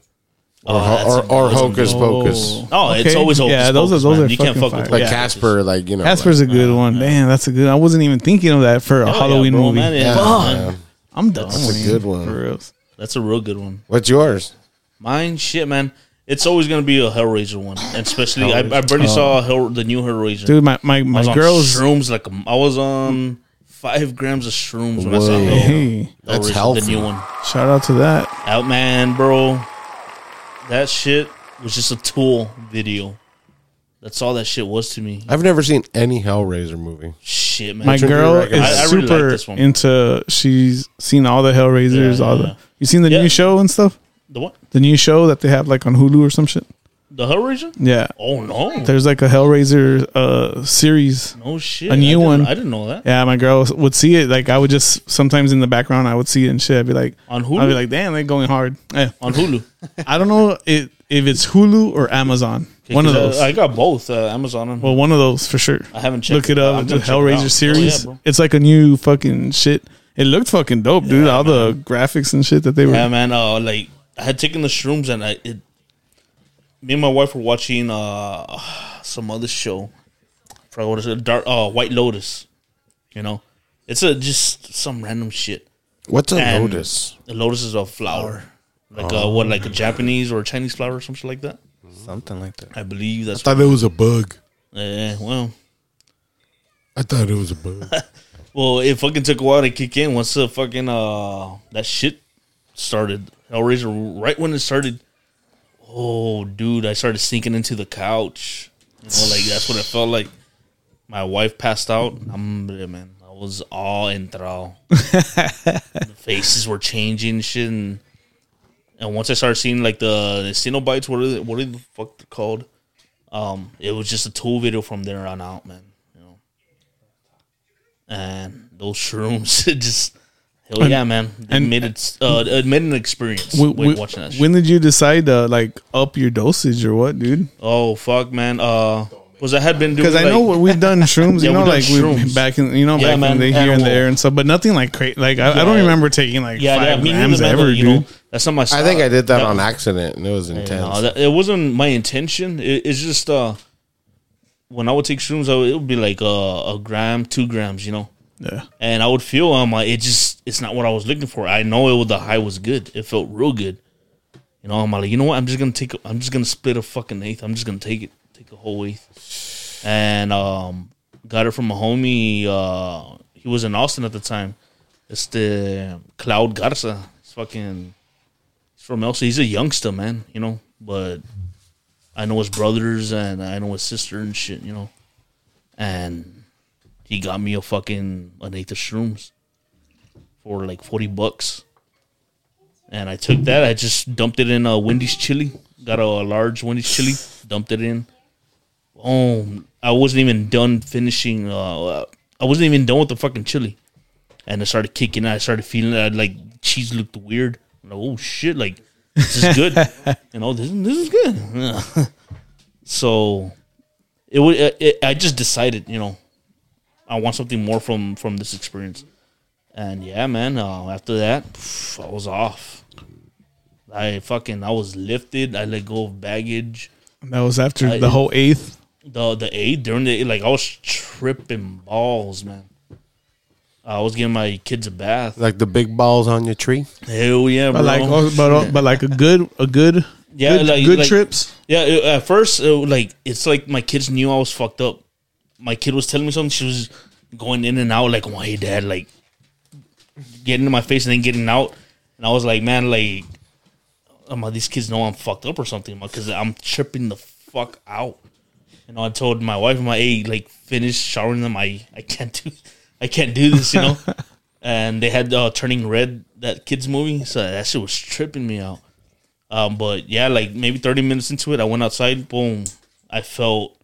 [SPEAKER 2] or
[SPEAKER 3] Oh, that's
[SPEAKER 2] or,
[SPEAKER 3] a-
[SPEAKER 2] or,
[SPEAKER 3] that's a-
[SPEAKER 2] Hocus Pocus.
[SPEAKER 3] oh, it's
[SPEAKER 1] Okay.
[SPEAKER 3] always Hocus
[SPEAKER 1] Yeah, those are-
[SPEAKER 3] Pocus,
[SPEAKER 1] those
[SPEAKER 3] man.
[SPEAKER 1] are
[SPEAKER 3] you can't
[SPEAKER 1] fucking
[SPEAKER 3] fuck
[SPEAKER 1] fire.
[SPEAKER 3] with
[SPEAKER 2] Like
[SPEAKER 1] Yeah.
[SPEAKER 2] Casper, like you know,
[SPEAKER 1] Casper's a good one. Man, that's a good. I wasn't even thinking of that for a
[SPEAKER 3] Oh, yeah,
[SPEAKER 1] Halloween
[SPEAKER 3] bro,
[SPEAKER 1] movie.
[SPEAKER 3] man, yeah,
[SPEAKER 2] like,
[SPEAKER 3] man.
[SPEAKER 2] yeah.
[SPEAKER 1] I'm done. That's
[SPEAKER 2] a good one.
[SPEAKER 1] For reals.
[SPEAKER 3] That's a real good one.
[SPEAKER 2] What's yours?
[SPEAKER 3] Mine, shit, man. It's always gonna be a Hellraiser one, and especially I, I barely saw Hell, the new Hellraiser.
[SPEAKER 1] Oh. Dude, my my,
[SPEAKER 3] I was
[SPEAKER 1] my
[SPEAKER 3] on
[SPEAKER 1] girls.
[SPEAKER 3] shrooms like a, I was on five grams of shrooms when I saw
[SPEAKER 2] Whoa.
[SPEAKER 3] Hell,
[SPEAKER 1] Hey,
[SPEAKER 2] That's
[SPEAKER 3] Hellraiser,
[SPEAKER 2] healthy.
[SPEAKER 3] the new one.
[SPEAKER 1] shout out to that.
[SPEAKER 3] Outman, bro. That shit was just a tool video. That's all that shit was to me.
[SPEAKER 2] I've never seen any Hellraiser movie.
[SPEAKER 3] Shit, man.
[SPEAKER 1] My
[SPEAKER 2] Which one do you
[SPEAKER 1] girl is
[SPEAKER 2] recommend?
[SPEAKER 3] I- I really like
[SPEAKER 1] super
[SPEAKER 3] this one.
[SPEAKER 1] into. She's seen all the Hellraisers.
[SPEAKER 3] Yeah,
[SPEAKER 1] all
[SPEAKER 3] yeah, yeah.
[SPEAKER 1] the. You seen the
[SPEAKER 3] Yeah.
[SPEAKER 1] new show and stuff?
[SPEAKER 3] the what?
[SPEAKER 1] The new show that they have like on Hulu or some shit.
[SPEAKER 3] The Hellraiser?
[SPEAKER 1] Yeah,
[SPEAKER 3] Oh no.
[SPEAKER 1] there's like a Hellraiser uh series.
[SPEAKER 3] no shit.
[SPEAKER 1] a new
[SPEAKER 3] I didn't-
[SPEAKER 1] one.
[SPEAKER 3] I didn't know that.
[SPEAKER 1] Yeah, my girl would see it. Like I would just sometimes in the background, I would see it and shit. I'd be like,
[SPEAKER 3] On Hulu?
[SPEAKER 1] I'd be like, damn, they're going hard. Yeah.
[SPEAKER 3] On Hulu.
[SPEAKER 1] I don't know it, if it's Hulu or Amazon. One of
[SPEAKER 3] 'Cause, uh,
[SPEAKER 1] those.
[SPEAKER 3] I got both uh, Amazon and
[SPEAKER 1] well, one of those for sure.
[SPEAKER 3] I haven't checked
[SPEAKER 1] Look it
[SPEAKER 3] I'm
[SPEAKER 1] up. The
[SPEAKER 3] gonna check it out.
[SPEAKER 1] Hellraiser series.
[SPEAKER 3] Oh, yeah, bro.
[SPEAKER 1] it's like a new fucking shit. It looked fucking dope, dude. All the graphics and shit that they were.
[SPEAKER 3] Yeah, man. Uh, like I had taken the shrooms, and I it, me and my wife were watching uh some other show. I forgot what it's a dark uh, White Lotus. You know, it's a just some random shit.
[SPEAKER 2] What's a
[SPEAKER 3] And-
[SPEAKER 2] lotus?
[SPEAKER 3] The lotus is a flower, like uh what, like a Japanese or a Chinese flower or something like that.
[SPEAKER 4] Something like that.
[SPEAKER 3] I believe that's.
[SPEAKER 2] thought it was a bug.
[SPEAKER 3] eh, well,
[SPEAKER 2] I thought it was a bug.
[SPEAKER 3] well, it fucking took a while to kick in once the fucking uh that shit started. Hellraiser, right when it started. Oh, dude, I started sinking into the couch. You know, like that's what it felt like. My wife passed out. I'm man. I was all in thrall. the faces were changing, and shit, and and once I started seeing like the, the Cenobites, what are they, what are the fuck they're called? Um, it was just a tool video from there on out, man. You know, and those shrooms, it just hell yeah, man. It
[SPEAKER 1] and-
[SPEAKER 3] made it uh, it made an experience
[SPEAKER 1] Wh-
[SPEAKER 3] when
[SPEAKER 1] wh-
[SPEAKER 3] watching that. shit.
[SPEAKER 1] when did you decide to like up your dosage or what, dude?
[SPEAKER 3] Oh fuck, man. Uh, was I had been doing
[SPEAKER 1] Because I
[SPEAKER 3] like-
[SPEAKER 1] know what we've done shrooms,
[SPEAKER 3] Yeah,
[SPEAKER 1] you know,
[SPEAKER 3] we've done
[SPEAKER 1] like we
[SPEAKER 3] shrooms.
[SPEAKER 1] back in, you know,
[SPEAKER 3] Yeah,
[SPEAKER 1] back
[SPEAKER 3] man,
[SPEAKER 1] in the here and
[SPEAKER 3] animal.
[SPEAKER 1] there and stuff, but nothing like cra Like I, I don't
[SPEAKER 3] Yeah.
[SPEAKER 1] remember taking like
[SPEAKER 3] Yeah, yeah,
[SPEAKER 1] five
[SPEAKER 3] me
[SPEAKER 1] grams
[SPEAKER 3] neither, man,
[SPEAKER 1] ever,
[SPEAKER 3] but, you
[SPEAKER 1] dude.
[SPEAKER 3] know, that's not my. Style.
[SPEAKER 2] I think I did that
[SPEAKER 3] Yeah.
[SPEAKER 2] on accident, and it was intense.
[SPEAKER 3] No, that, it wasn't my intention. It, it's just uh, when I would take shrooms, I would, it would be like uh, a gram, two grams, you know,
[SPEAKER 1] yeah.
[SPEAKER 3] and I would feel um, like, it just it's not what I was looking for. I know it was the high was good. It felt real good. You know, I'm like, you know what? I'm just gonna take. A, I'm just gonna split a fucking eighth. I'm just gonna take it, take a whole eighth, and um, got it from a homie. Uh, he was in Austin at the time. It's the Cloud Garza. He's fucking. He's from Elsa. He's a youngster, man. You know, but I know his brothers and I know his sister and shit. You know, and he got me a fucking an eighth of shrooms for like forty bucks. And I took that. I just dumped it in a Wendy's chili. Got a, large Wendy's chili. Dumped it in. Boom. I wasn't even done finishing. Uh, I wasn't even done with the fucking chili. And I started kicking. I started feeling that like cheese looked weird. I'm like, oh shit! Like this is good. you know this, this is good. so it, wa- it, it I just decided. You know, I want something more from from this experience. And yeah, man. Uh, after that, pff, I was off. I fucking I was lifted. I let go of baggage.
[SPEAKER 1] That was after
[SPEAKER 3] I-
[SPEAKER 1] the whole eighth.
[SPEAKER 3] The the aid during the like I was tripping balls, man. I was giving my kids a bath.
[SPEAKER 2] like the big balls on your tree.
[SPEAKER 3] Hell yeah, bro.
[SPEAKER 1] But like, oh, but oh, but like a good, a good,
[SPEAKER 3] Yeah,
[SPEAKER 1] good,
[SPEAKER 3] like-
[SPEAKER 1] good
[SPEAKER 3] like-
[SPEAKER 1] trips.
[SPEAKER 3] yeah, it- at first, it, was like it's like my kids knew I was fucked up. My kid was telling me something. She was going in and out, like, "Oh, hey, dad," like getting in my face and then getting out. And I was like, "Man, like, um, these kids know I'm fucked up or something, because I'm tripping the fuck out." You know, I told my wife, "My hey, like, finish showering them. I I can't do, I can't do this, you know." and they had uh, turning red that kids movie. So that shit was tripping me out. Um, but yeah, like maybe thirty minutes into it, I went outside. Boom, I felt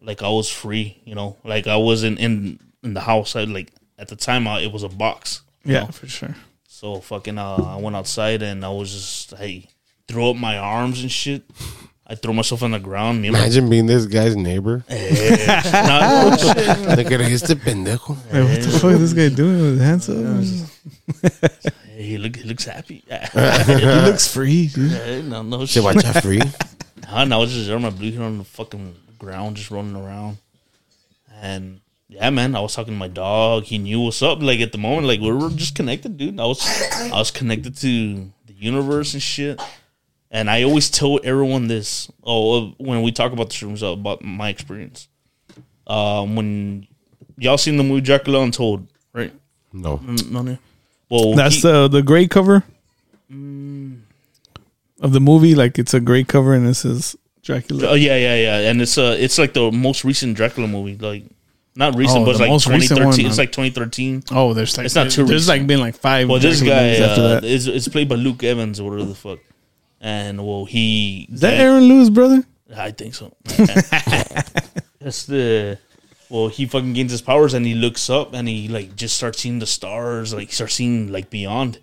[SPEAKER 3] like I was free. You know, like I wasn't in in the house. I like at the time I, it was a box.
[SPEAKER 1] Yeah, for sure.
[SPEAKER 3] So fucking, uh, I went outside and I was just I threw up my arms and shit. I threw myself on the ground. Me and my
[SPEAKER 2] Imagine being this guy's neighbor.
[SPEAKER 3] Nah,
[SPEAKER 2] Look at este pendejo.
[SPEAKER 1] Wait, what the fuck is this guy doing with his hands up?
[SPEAKER 3] he, look, he looks happy.
[SPEAKER 1] He looks free, dude.
[SPEAKER 3] no, no
[SPEAKER 2] Say,
[SPEAKER 3] shit.
[SPEAKER 2] watch out, free.
[SPEAKER 3] Huh, and I was just there, my blue here on the fucking ground, just running around. And yeah, man, I was talking to my dog. He knew what's up. Like at the moment, like we were just connected, dude. I was, I was connected to the universe and shit. And I always tell everyone this. Oh, when we talk about the shrooms, uh, about my experience. Um, when y'all seen the movie Dracula Untold, right?
[SPEAKER 2] No.
[SPEAKER 3] Mm, No, no. Well,
[SPEAKER 1] That's
[SPEAKER 3] he- Mm.
[SPEAKER 1] the the gray cover of the movie. Like it's a gray cover, and this is Dracula.
[SPEAKER 3] Oh yeah, yeah, yeah. And it's uh it's like the most recent Dracula movie, like not recent,
[SPEAKER 1] Oh,
[SPEAKER 3] but it's
[SPEAKER 1] the
[SPEAKER 3] like
[SPEAKER 1] most recent
[SPEAKER 3] 2013.
[SPEAKER 1] one,
[SPEAKER 3] it's
[SPEAKER 1] huh?
[SPEAKER 3] like 2013.
[SPEAKER 1] Oh, there's like
[SPEAKER 3] It's not too
[SPEAKER 1] there's
[SPEAKER 3] recent.
[SPEAKER 1] like been like five.
[SPEAKER 3] Well, this
[SPEAKER 1] Dracula
[SPEAKER 3] guy
[SPEAKER 1] movies
[SPEAKER 3] uh,
[SPEAKER 1] that.
[SPEAKER 3] is is played by Luke Evans or whatever the fuck. And well, he
[SPEAKER 1] Is that Aaron Lewis, brother?
[SPEAKER 3] I think so. That's the well, he fucking gains his powers and he looks up and he like just starts seeing the stars, like starts seeing like beyond.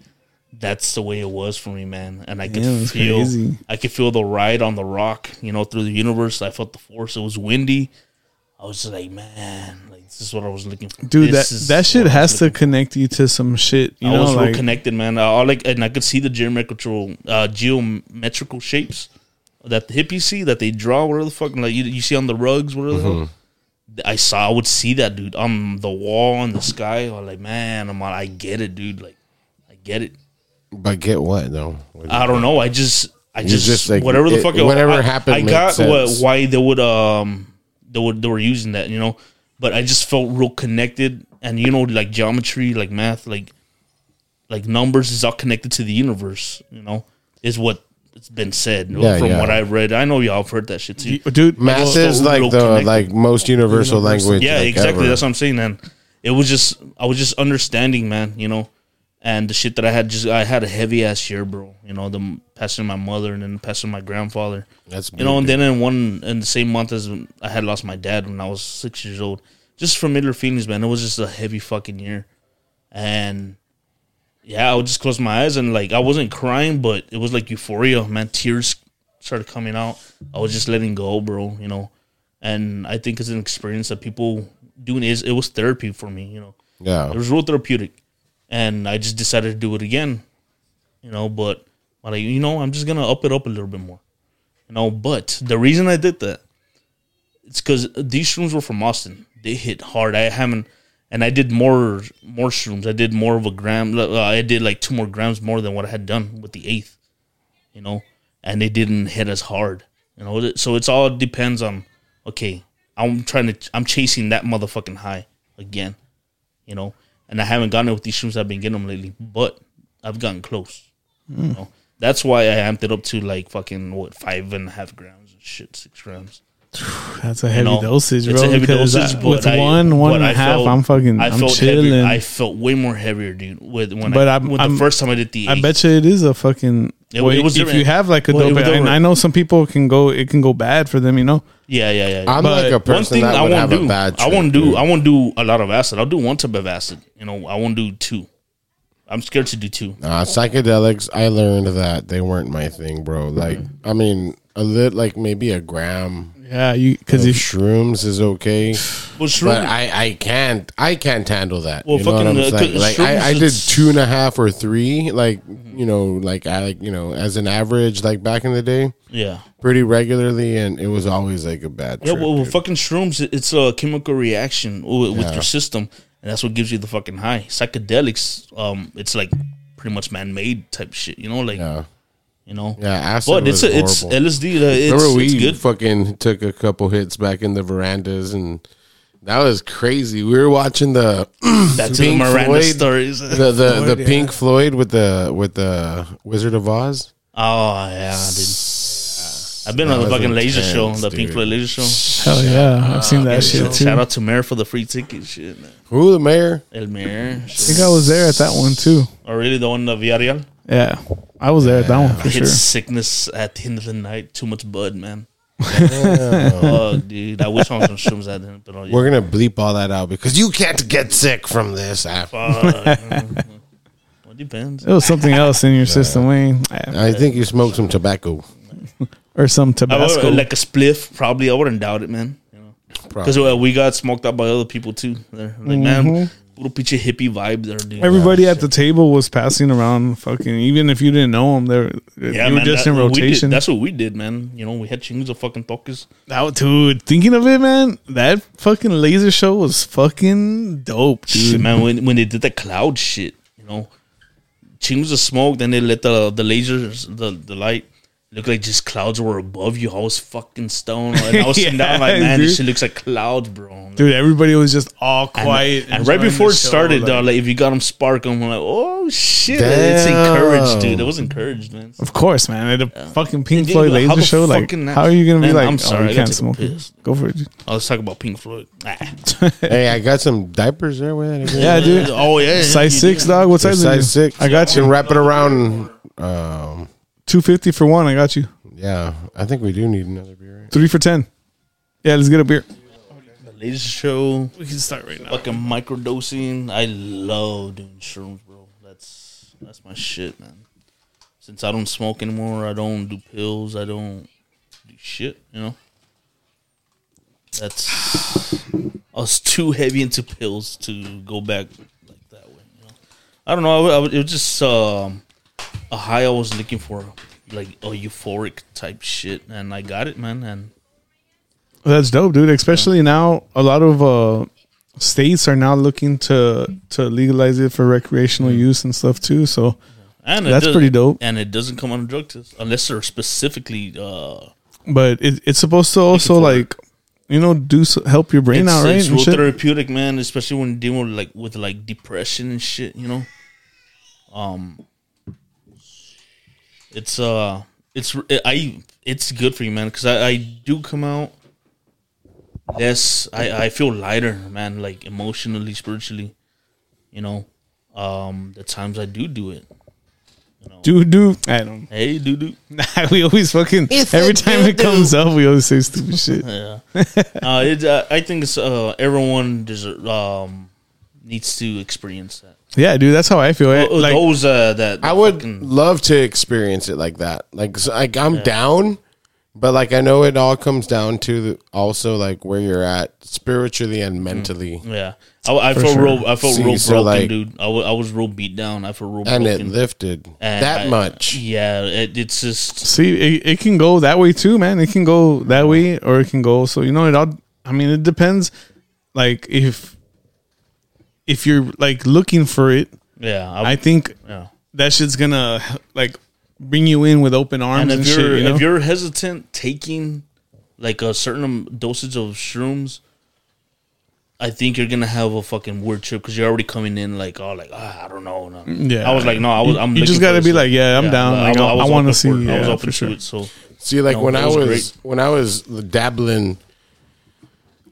[SPEAKER 3] That's the way it was for me, man. And I could
[SPEAKER 1] Damn, that's
[SPEAKER 3] feel
[SPEAKER 1] crazy.
[SPEAKER 3] I could feel the ride on the rock, you know, through the universe. I felt the force. It was windy. I was just like, man, like this is what I was looking for.
[SPEAKER 1] Dude,
[SPEAKER 3] This
[SPEAKER 1] that
[SPEAKER 3] is
[SPEAKER 1] that shit
[SPEAKER 3] what I was
[SPEAKER 1] has to
[SPEAKER 3] looking
[SPEAKER 1] connect you to some shit. You
[SPEAKER 3] I
[SPEAKER 1] know,
[SPEAKER 3] was real
[SPEAKER 1] like
[SPEAKER 3] connected, man. I, I like, and I could see the geometrical, uh, geometrical shapes that the hippies see, that they draw, whatever the fuck, like you, you see on the rugs, whatever.
[SPEAKER 1] Mm-hmm.
[SPEAKER 3] the hell. I saw, I would see that dude on the wall in the sky. I'm like, man, I'm on. I get it, dude. Like, I get it.
[SPEAKER 2] But get what, though? What do you-
[SPEAKER 3] I don't know. I just, I just,
[SPEAKER 2] just like,
[SPEAKER 3] whatever the
[SPEAKER 2] it-
[SPEAKER 3] fuck,
[SPEAKER 2] whatever
[SPEAKER 3] I,
[SPEAKER 2] happened
[SPEAKER 3] I
[SPEAKER 2] made
[SPEAKER 3] got what,
[SPEAKER 2] sense.
[SPEAKER 3] why they would, um, they would, they were using that, you know. But I just felt real connected, and you know, like geometry, like math, like, like numbers is all connected to the universe. You know, is what it's been said you know,
[SPEAKER 2] Yeah,
[SPEAKER 3] from
[SPEAKER 2] yeah.
[SPEAKER 3] what I reade I know y'all have heard that shit too.
[SPEAKER 1] dude.
[SPEAKER 2] Mass
[SPEAKER 3] Well,
[SPEAKER 2] is
[SPEAKER 3] so
[SPEAKER 2] like
[SPEAKER 3] real
[SPEAKER 2] the
[SPEAKER 3] connected.
[SPEAKER 2] like most universal, language.
[SPEAKER 3] Yeah,
[SPEAKER 2] like,
[SPEAKER 3] exactly.
[SPEAKER 2] ever.
[SPEAKER 3] That's what I'm saying. And it was just I was just understanding, man. You know, and the shit that I had just I had a heavy ass year, bro. You know, the passing of my mother and then passing of my grandfather.
[SPEAKER 2] That's
[SPEAKER 3] you know,
[SPEAKER 2] weird,
[SPEAKER 3] and then in one in the same month as I had lost my dad when I was six years old. Just familiar feelings, man. It was just a heavy fucking year, and yeah, I would just close my eyes and like I wasn't crying, but it was like euphoria, man. Tears started coming out. I was just letting go, bro. You know, and I think it's an experience that people doing is it was therapy for me. You know,
[SPEAKER 2] Yeah.
[SPEAKER 3] it was real therapeutic, and I just decided to do it again. You know, but I'm like you know, I'm just gonna up it up a little bit more. You know, but the reason I did that it's because these shrooms were from Austin. They hit hard. I haven't, and I did more more shrooms. I did more of a gram. uh, I did like two more grams more than what I had done with the eighth, you know. And they didn't hit as hard, you know. So it's all depends on. Okay, I'm trying to. I'm chasing that motherfucking high again, you know. And I haven't gotten it with these shrooms. I've been getting them lately, but I've gotten close. You know? That's why I amped it up to like fucking what five and a half grams and shit, six grams.
[SPEAKER 1] That's a heavy
[SPEAKER 3] know,
[SPEAKER 1] dosage, bro.
[SPEAKER 3] It's a heavy
[SPEAKER 1] because
[SPEAKER 3] dosage,
[SPEAKER 1] I-
[SPEAKER 3] but
[SPEAKER 1] with
[SPEAKER 3] I-
[SPEAKER 1] one, one
[SPEAKER 3] but
[SPEAKER 1] and a
[SPEAKER 3] I
[SPEAKER 1] half,
[SPEAKER 3] felt-
[SPEAKER 1] I'm fucking, I
[SPEAKER 3] I
[SPEAKER 1] am
[SPEAKER 3] felt
[SPEAKER 1] chilling.
[SPEAKER 3] Heavier. I felt way more heavier, dude. With when
[SPEAKER 1] But
[SPEAKER 3] I,
[SPEAKER 1] I'm-
[SPEAKER 3] when
[SPEAKER 1] I'm-
[SPEAKER 3] the first time I did the,
[SPEAKER 1] I
[SPEAKER 3] eight.
[SPEAKER 1] bet you it is a fucking.
[SPEAKER 3] It-
[SPEAKER 1] well,
[SPEAKER 3] it was
[SPEAKER 1] if you
[SPEAKER 3] different.
[SPEAKER 1] have like a
[SPEAKER 3] Well, it
[SPEAKER 1] dope,
[SPEAKER 3] was
[SPEAKER 1] and
[SPEAKER 3] different.
[SPEAKER 1] I know some people can go, it can go bad for them, you know.
[SPEAKER 3] yeah, yeah, yeah.
[SPEAKER 2] I'm
[SPEAKER 1] But
[SPEAKER 2] like a person
[SPEAKER 3] one thing
[SPEAKER 2] that
[SPEAKER 3] I
[SPEAKER 2] would
[SPEAKER 3] won't
[SPEAKER 2] have
[SPEAKER 3] do,
[SPEAKER 2] a bad.
[SPEAKER 3] I
[SPEAKER 2] trip,
[SPEAKER 3] won't do,
[SPEAKER 2] dude.
[SPEAKER 3] I won't do a lot of acid. I'll do one type of acid. You know, I won't do two. I'm scared to do two.
[SPEAKER 2] Uh, psychedelics, I learned that they weren't my thing, bro. Like, I mean, a lit, like maybe a gram
[SPEAKER 1] Yeah, you oh, because
[SPEAKER 2] of
[SPEAKER 1] if
[SPEAKER 2] shrooms is okay,
[SPEAKER 3] But shroom,
[SPEAKER 2] but I, I can't, I can't handle that.
[SPEAKER 3] Well,
[SPEAKER 2] you know what
[SPEAKER 3] fucking,
[SPEAKER 2] I'm
[SPEAKER 3] uh,
[SPEAKER 2] saying?
[SPEAKER 3] 'cause
[SPEAKER 2] Like, I, I
[SPEAKER 3] shrooms,
[SPEAKER 2] did
[SPEAKER 3] it's-
[SPEAKER 2] two and a half or three, like you know, like I, like you know, as an average, like back in the day,
[SPEAKER 3] yeah,
[SPEAKER 2] pretty regularly, and it was always like a bad
[SPEAKER 3] yeah.
[SPEAKER 2] trip.
[SPEAKER 3] Well,
[SPEAKER 2] dude.
[SPEAKER 3] well, fucking shrooms, it- it's a chemical reaction with, with your system, and that's what gives you the fucking high. Psychedelics, um, it's like pretty much man-made type shit. You know, like
[SPEAKER 2] yeah,
[SPEAKER 3] you know,
[SPEAKER 2] yeah, acid
[SPEAKER 3] But
[SPEAKER 2] was
[SPEAKER 3] it's a, it's
[SPEAKER 2] horrible.
[SPEAKER 3] LSD. uh, It's,
[SPEAKER 2] Remember,
[SPEAKER 3] it's
[SPEAKER 2] we
[SPEAKER 3] good.
[SPEAKER 2] fucking took a couple hits back in the verandas, and that was crazy. We were watching the
[SPEAKER 3] Back to the
[SPEAKER 2] Pink
[SPEAKER 3] Miranda
[SPEAKER 2] Floyd.
[SPEAKER 3] stories. Oh,
[SPEAKER 2] the the, the Pink Floyd with the with the Wizard of Oz.
[SPEAKER 3] Oh yeah, dude. I I've been on the
[SPEAKER 2] That was
[SPEAKER 3] fucking laser
[SPEAKER 2] intense,
[SPEAKER 3] show, the Pink
[SPEAKER 2] dude.
[SPEAKER 3] Floyd laser show.
[SPEAKER 1] Hell yeah, I've seen that shit too.
[SPEAKER 3] Shout
[SPEAKER 1] I
[SPEAKER 3] out to Mayor for the free ticket, shit. man.
[SPEAKER 2] Who the mayor?
[SPEAKER 3] El Mayor.
[SPEAKER 1] think I was there at that one too.
[SPEAKER 3] Or really the one of Villarreal.
[SPEAKER 1] Yeah, I was there at that one for
[SPEAKER 3] Hit
[SPEAKER 1] sure.
[SPEAKER 3] sickness at the end of the night. Too much bud, man. Fuck, dude. I wish I was on shrooms. I didn't, but oh, yeah.
[SPEAKER 2] We're gonna bleep all that out because you can't get sick from this. I,
[SPEAKER 3] Fuck. well, depends.
[SPEAKER 1] It was something else in your system, Wayne,
[SPEAKER 2] I think you smoked some tobacco.
[SPEAKER 1] or some
[SPEAKER 3] I would,
[SPEAKER 1] Tabasco.
[SPEAKER 3] like a spliff, probably. I wouldn't doubt it, man. Because
[SPEAKER 2] Probably.
[SPEAKER 3] we got smoked out by other people too. They're like, man, little pinch of hippie vibe there, dude.
[SPEAKER 1] Mm-hmm. Everybody at the table was passing around fucking. Even if you didn't know them, they're you were just
[SPEAKER 3] that-
[SPEAKER 1] in
[SPEAKER 3] we did-
[SPEAKER 1] rotation.
[SPEAKER 3] that's what we did, man. You know, we had chingos of fucking tokes.
[SPEAKER 1] That dude, thinking of it, man, that fucking laser show was fucking dope, dude.
[SPEAKER 3] Shit, man, when when they did the cloud shit, you know, chingos of smoke, then they let the the lasers, the the light. Look like just clouds were above you. I was fucking stoned. And I was sitting down like,
[SPEAKER 1] Yeah,
[SPEAKER 3] man,
[SPEAKER 1] dude.
[SPEAKER 3] this shit looks like clouds, bro.
[SPEAKER 1] Dude, everybody was just all quiet.
[SPEAKER 3] And right
[SPEAKER 1] enjoying
[SPEAKER 3] before
[SPEAKER 1] the
[SPEAKER 3] it
[SPEAKER 1] show,
[SPEAKER 3] started,
[SPEAKER 1] like-
[SPEAKER 3] dog, like if you got them spark, I'm like, oh shit, it's encouraged, dude. It was encouraged, man.
[SPEAKER 1] of course, man, at a fucking Pink
[SPEAKER 3] Dude,
[SPEAKER 1] Floyd
[SPEAKER 3] how
[SPEAKER 1] laser
[SPEAKER 3] the
[SPEAKER 1] show, like,
[SPEAKER 3] fucking-
[SPEAKER 1] how are you gonna be
[SPEAKER 3] Man,
[SPEAKER 1] like?
[SPEAKER 3] I'm sorry,
[SPEAKER 1] oh,
[SPEAKER 3] I
[SPEAKER 1] you
[SPEAKER 3] gotta
[SPEAKER 1] can't
[SPEAKER 3] take a
[SPEAKER 1] smoke.
[SPEAKER 3] piss.
[SPEAKER 1] Go for it. dude.
[SPEAKER 3] Oh, let's talk about Pink Floyd. Ah.
[SPEAKER 2] Hey, I got some diapers there. Where that
[SPEAKER 1] Yeah, dude.
[SPEAKER 3] Oh yeah,
[SPEAKER 1] Size
[SPEAKER 3] you
[SPEAKER 1] six,
[SPEAKER 3] did.
[SPEAKER 1] dog. What size? are you?
[SPEAKER 2] size six.
[SPEAKER 1] I got
[SPEAKER 2] Can
[SPEAKER 1] you.
[SPEAKER 2] wrap it around. Um,
[SPEAKER 1] Two fifty for one. I got you.
[SPEAKER 2] yeah, I think we do need another beer.
[SPEAKER 1] Three for ten. Yeah, let's get a beer.
[SPEAKER 3] The laser show,
[SPEAKER 1] We can start right now.
[SPEAKER 3] fucking microdosing. I love doing shrooms, bro. That's that's my shit, man. Since I don't smoke anymore, I don't do pills. I don't do shit. You know. That's I was too heavy into pills to go back like that way. You know? I don't know. I w- I w- it was just um, a high I was looking for, like a euphoric type shit, and I got it, man. And
[SPEAKER 1] That's dope, dude. Especially now, a lot of uh, states are now looking to to legalize it for recreational
[SPEAKER 3] Mm.
[SPEAKER 1] use and stuff too. So
[SPEAKER 3] And
[SPEAKER 1] That's
[SPEAKER 3] does-
[SPEAKER 1] pretty dope.
[SPEAKER 3] And it doesn't come on a drug test unless they're specifically. Uh,
[SPEAKER 1] but it, it's supposed to also
[SPEAKER 3] forward.
[SPEAKER 1] like you know do s help your brain
[SPEAKER 3] it's,
[SPEAKER 1] out right
[SPEAKER 3] it's
[SPEAKER 1] and
[SPEAKER 3] real
[SPEAKER 1] shit.
[SPEAKER 3] therapeutic, man. Especially when dealing with like with like depression and shit. You know, um, it's uh, it's I it's good for you, man. Because I, I do come out less. I I feel lighter, man. Like emotionally, spiritually. You know, um, the times I do do it.
[SPEAKER 1] do do I don't
[SPEAKER 3] Hey, doo doo.
[SPEAKER 1] nah, we always fucking every time it comes up we always say stupid shit.
[SPEAKER 3] Yeah, uh, it, uh, I think it's, uh, everyone deserve, um, needs to experience that.
[SPEAKER 1] Yeah, dude, that's how I feel. I-
[SPEAKER 3] Uh,
[SPEAKER 1] like
[SPEAKER 3] Those uh, that
[SPEAKER 2] Eh, I would
[SPEAKER 3] fucking-
[SPEAKER 2] love to experience it like that. Like, so, like I'm down, but like I know it all comes down to the, also like where you're at spiritually and mentally,
[SPEAKER 1] Mm-hmm.
[SPEAKER 3] yeah. I, I
[SPEAKER 1] For
[SPEAKER 3] felt
[SPEAKER 1] sure.
[SPEAKER 3] real. I felt
[SPEAKER 2] See,
[SPEAKER 3] real
[SPEAKER 2] so,
[SPEAKER 3] broken,
[SPEAKER 2] like-
[SPEAKER 3] dude. I wa- I was real beat down. I felt real
[SPEAKER 2] and it
[SPEAKER 3] broken.
[SPEAKER 2] lifted
[SPEAKER 3] And
[SPEAKER 2] that
[SPEAKER 3] I-
[SPEAKER 2] much.
[SPEAKER 3] Yeah, it, it's just
[SPEAKER 1] see it, it can go that way too, man. It can go that way or it can go so you know it all I mean it depends like if if you're like looking for it,
[SPEAKER 3] yeah.
[SPEAKER 1] I think
[SPEAKER 3] yeah.
[SPEAKER 1] that shit's gonna like bring you in with open arms
[SPEAKER 3] And
[SPEAKER 1] and,
[SPEAKER 3] if
[SPEAKER 1] shit.
[SPEAKER 3] you're
[SPEAKER 1] you know?
[SPEAKER 3] if you're hesitant taking like a certain am- dosage of shrooms, I think you're gonna have a fucking weird trip because you're already coming in like oh like ah, I don't know. no.
[SPEAKER 1] Yeah.
[SPEAKER 3] I was like no, I was. I'm
[SPEAKER 1] You just
[SPEAKER 3] looking
[SPEAKER 1] gotta
[SPEAKER 3] for this
[SPEAKER 1] be
[SPEAKER 3] shit.
[SPEAKER 1] like, yeah, I'm down. Like, I- I
[SPEAKER 3] was
[SPEAKER 1] wanna
[SPEAKER 3] open
[SPEAKER 1] see,
[SPEAKER 3] for it. I was
[SPEAKER 1] yeah,
[SPEAKER 3] open
[SPEAKER 1] for sure.
[SPEAKER 3] to it. So uh,
[SPEAKER 2] See, like
[SPEAKER 3] No,
[SPEAKER 2] when
[SPEAKER 3] that
[SPEAKER 2] I
[SPEAKER 3] was
[SPEAKER 2] was
[SPEAKER 3] great.
[SPEAKER 2] when I was dabbling,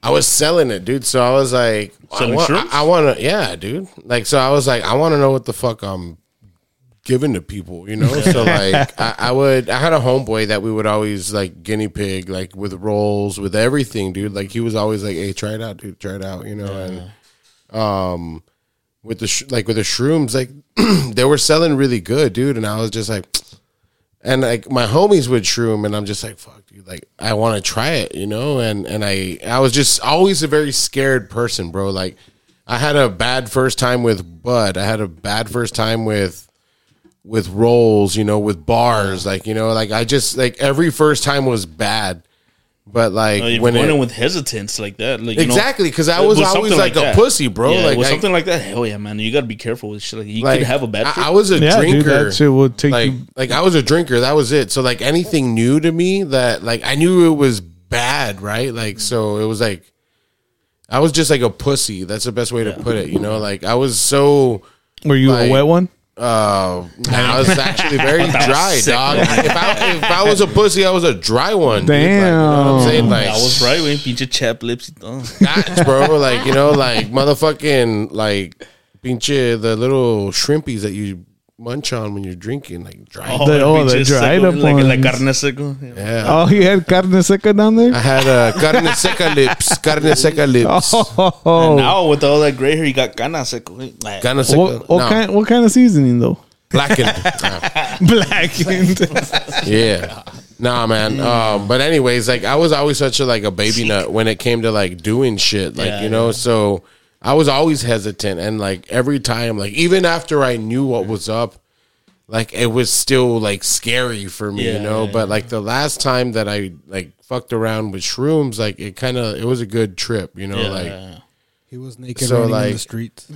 [SPEAKER 2] I was selling it, dude. So I was like,
[SPEAKER 3] Selling
[SPEAKER 2] I want,
[SPEAKER 3] shrooms?
[SPEAKER 2] I, want to, yeah, dude. Like, so I was like, I want to know what the fuck I'm giving to people, you know. so like, I, I would, I had a homeboy that we would always like guinea pig, like with rolls, with everything, dude. Like he was always like, hey, try it out, dude, try it out, you know, and um, with the sh- like with the shrooms, like they were selling really good, dude. And I was just like, and like my homies would shroom, and I'm just like, fuck, dude. Like I want to try it, you know. And and I I was just always a very scared person, bro. Like I had a bad first time with bud. I had a bad first time with with rolls, you know, with bars, like you know, like I just like every first time was bad. But like
[SPEAKER 3] uh, if
[SPEAKER 2] when
[SPEAKER 3] you're going
[SPEAKER 2] it,
[SPEAKER 3] in with hesitance like that, like you know,
[SPEAKER 2] exactly because I
[SPEAKER 3] with-
[SPEAKER 2] was
[SPEAKER 3] with
[SPEAKER 2] always
[SPEAKER 3] something
[SPEAKER 2] like, a
[SPEAKER 3] that.
[SPEAKER 2] pussy, bro.
[SPEAKER 3] Yeah,
[SPEAKER 2] like
[SPEAKER 3] with
[SPEAKER 2] I-
[SPEAKER 3] something like that, hell yeah, man, you gotta be careful with shit. Like you
[SPEAKER 2] like,
[SPEAKER 3] could have a bad.
[SPEAKER 2] I,
[SPEAKER 3] trip.
[SPEAKER 2] I was a
[SPEAKER 1] Yeah,
[SPEAKER 2] drinker.
[SPEAKER 1] dude, that shit will take
[SPEAKER 2] like,
[SPEAKER 1] you-
[SPEAKER 2] like I was a drinker. That was it. So like anything new to me that like I knew it was bad, right? Like so it was like I was just like a pussy. That's the best way to put it. You know, like I was so
[SPEAKER 1] Were you
[SPEAKER 2] Like-
[SPEAKER 1] a wet one?
[SPEAKER 2] Uh, now it's actually very dry,
[SPEAKER 5] sick,
[SPEAKER 2] dog. If I, if I was a pussy, I was a dry one. dude. Like, you know what I'm saying? Like,
[SPEAKER 3] I was right, güey. Pinche chap lips y todo.
[SPEAKER 2] scotch, bro. Like, you know, like motherfucking like pinche the little shrimpies that you munch on when you're drinking, like dry.
[SPEAKER 1] The- oh, the
[SPEAKER 3] pinche
[SPEAKER 1] dried
[SPEAKER 3] seco,
[SPEAKER 1] up
[SPEAKER 3] like,
[SPEAKER 1] ones.
[SPEAKER 3] Like carne seco. Yeah.
[SPEAKER 2] Yeah.
[SPEAKER 1] Oh, he had carne seca down
[SPEAKER 2] I
[SPEAKER 1] there.
[SPEAKER 2] had uh, carne seca lips, carne seca lips,
[SPEAKER 1] Oh,
[SPEAKER 3] Now with all that gray hair, he got cana seco. güey. Like,
[SPEAKER 2] carne seca.
[SPEAKER 1] what, what
[SPEAKER 2] no,
[SPEAKER 1] kind? What kind of seasoning though?
[SPEAKER 2] blackened. Uh,
[SPEAKER 1] Blackened.
[SPEAKER 2] yeah. Nah, man. Um, but anyways, like I was always such a like a baby nut when it came to like doing shit, like
[SPEAKER 3] Yeah,
[SPEAKER 2] you know. So I was always hesitant, and like every time, like even after I knew what was up, like it was still like scary for me, you
[SPEAKER 3] Yeah,
[SPEAKER 2] know.
[SPEAKER 3] yeah,
[SPEAKER 2] but like the last time that I like fucked around with shrooms, like it kind of it was a good trip, you know.
[SPEAKER 3] yeah.
[SPEAKER 2] Like
[SPEAKER 6] He was naked
[SPEAKER 2] So,
[SPEAKER 6] running on
[SPEAKER 2] like-
[SPEAKER 6] the streets.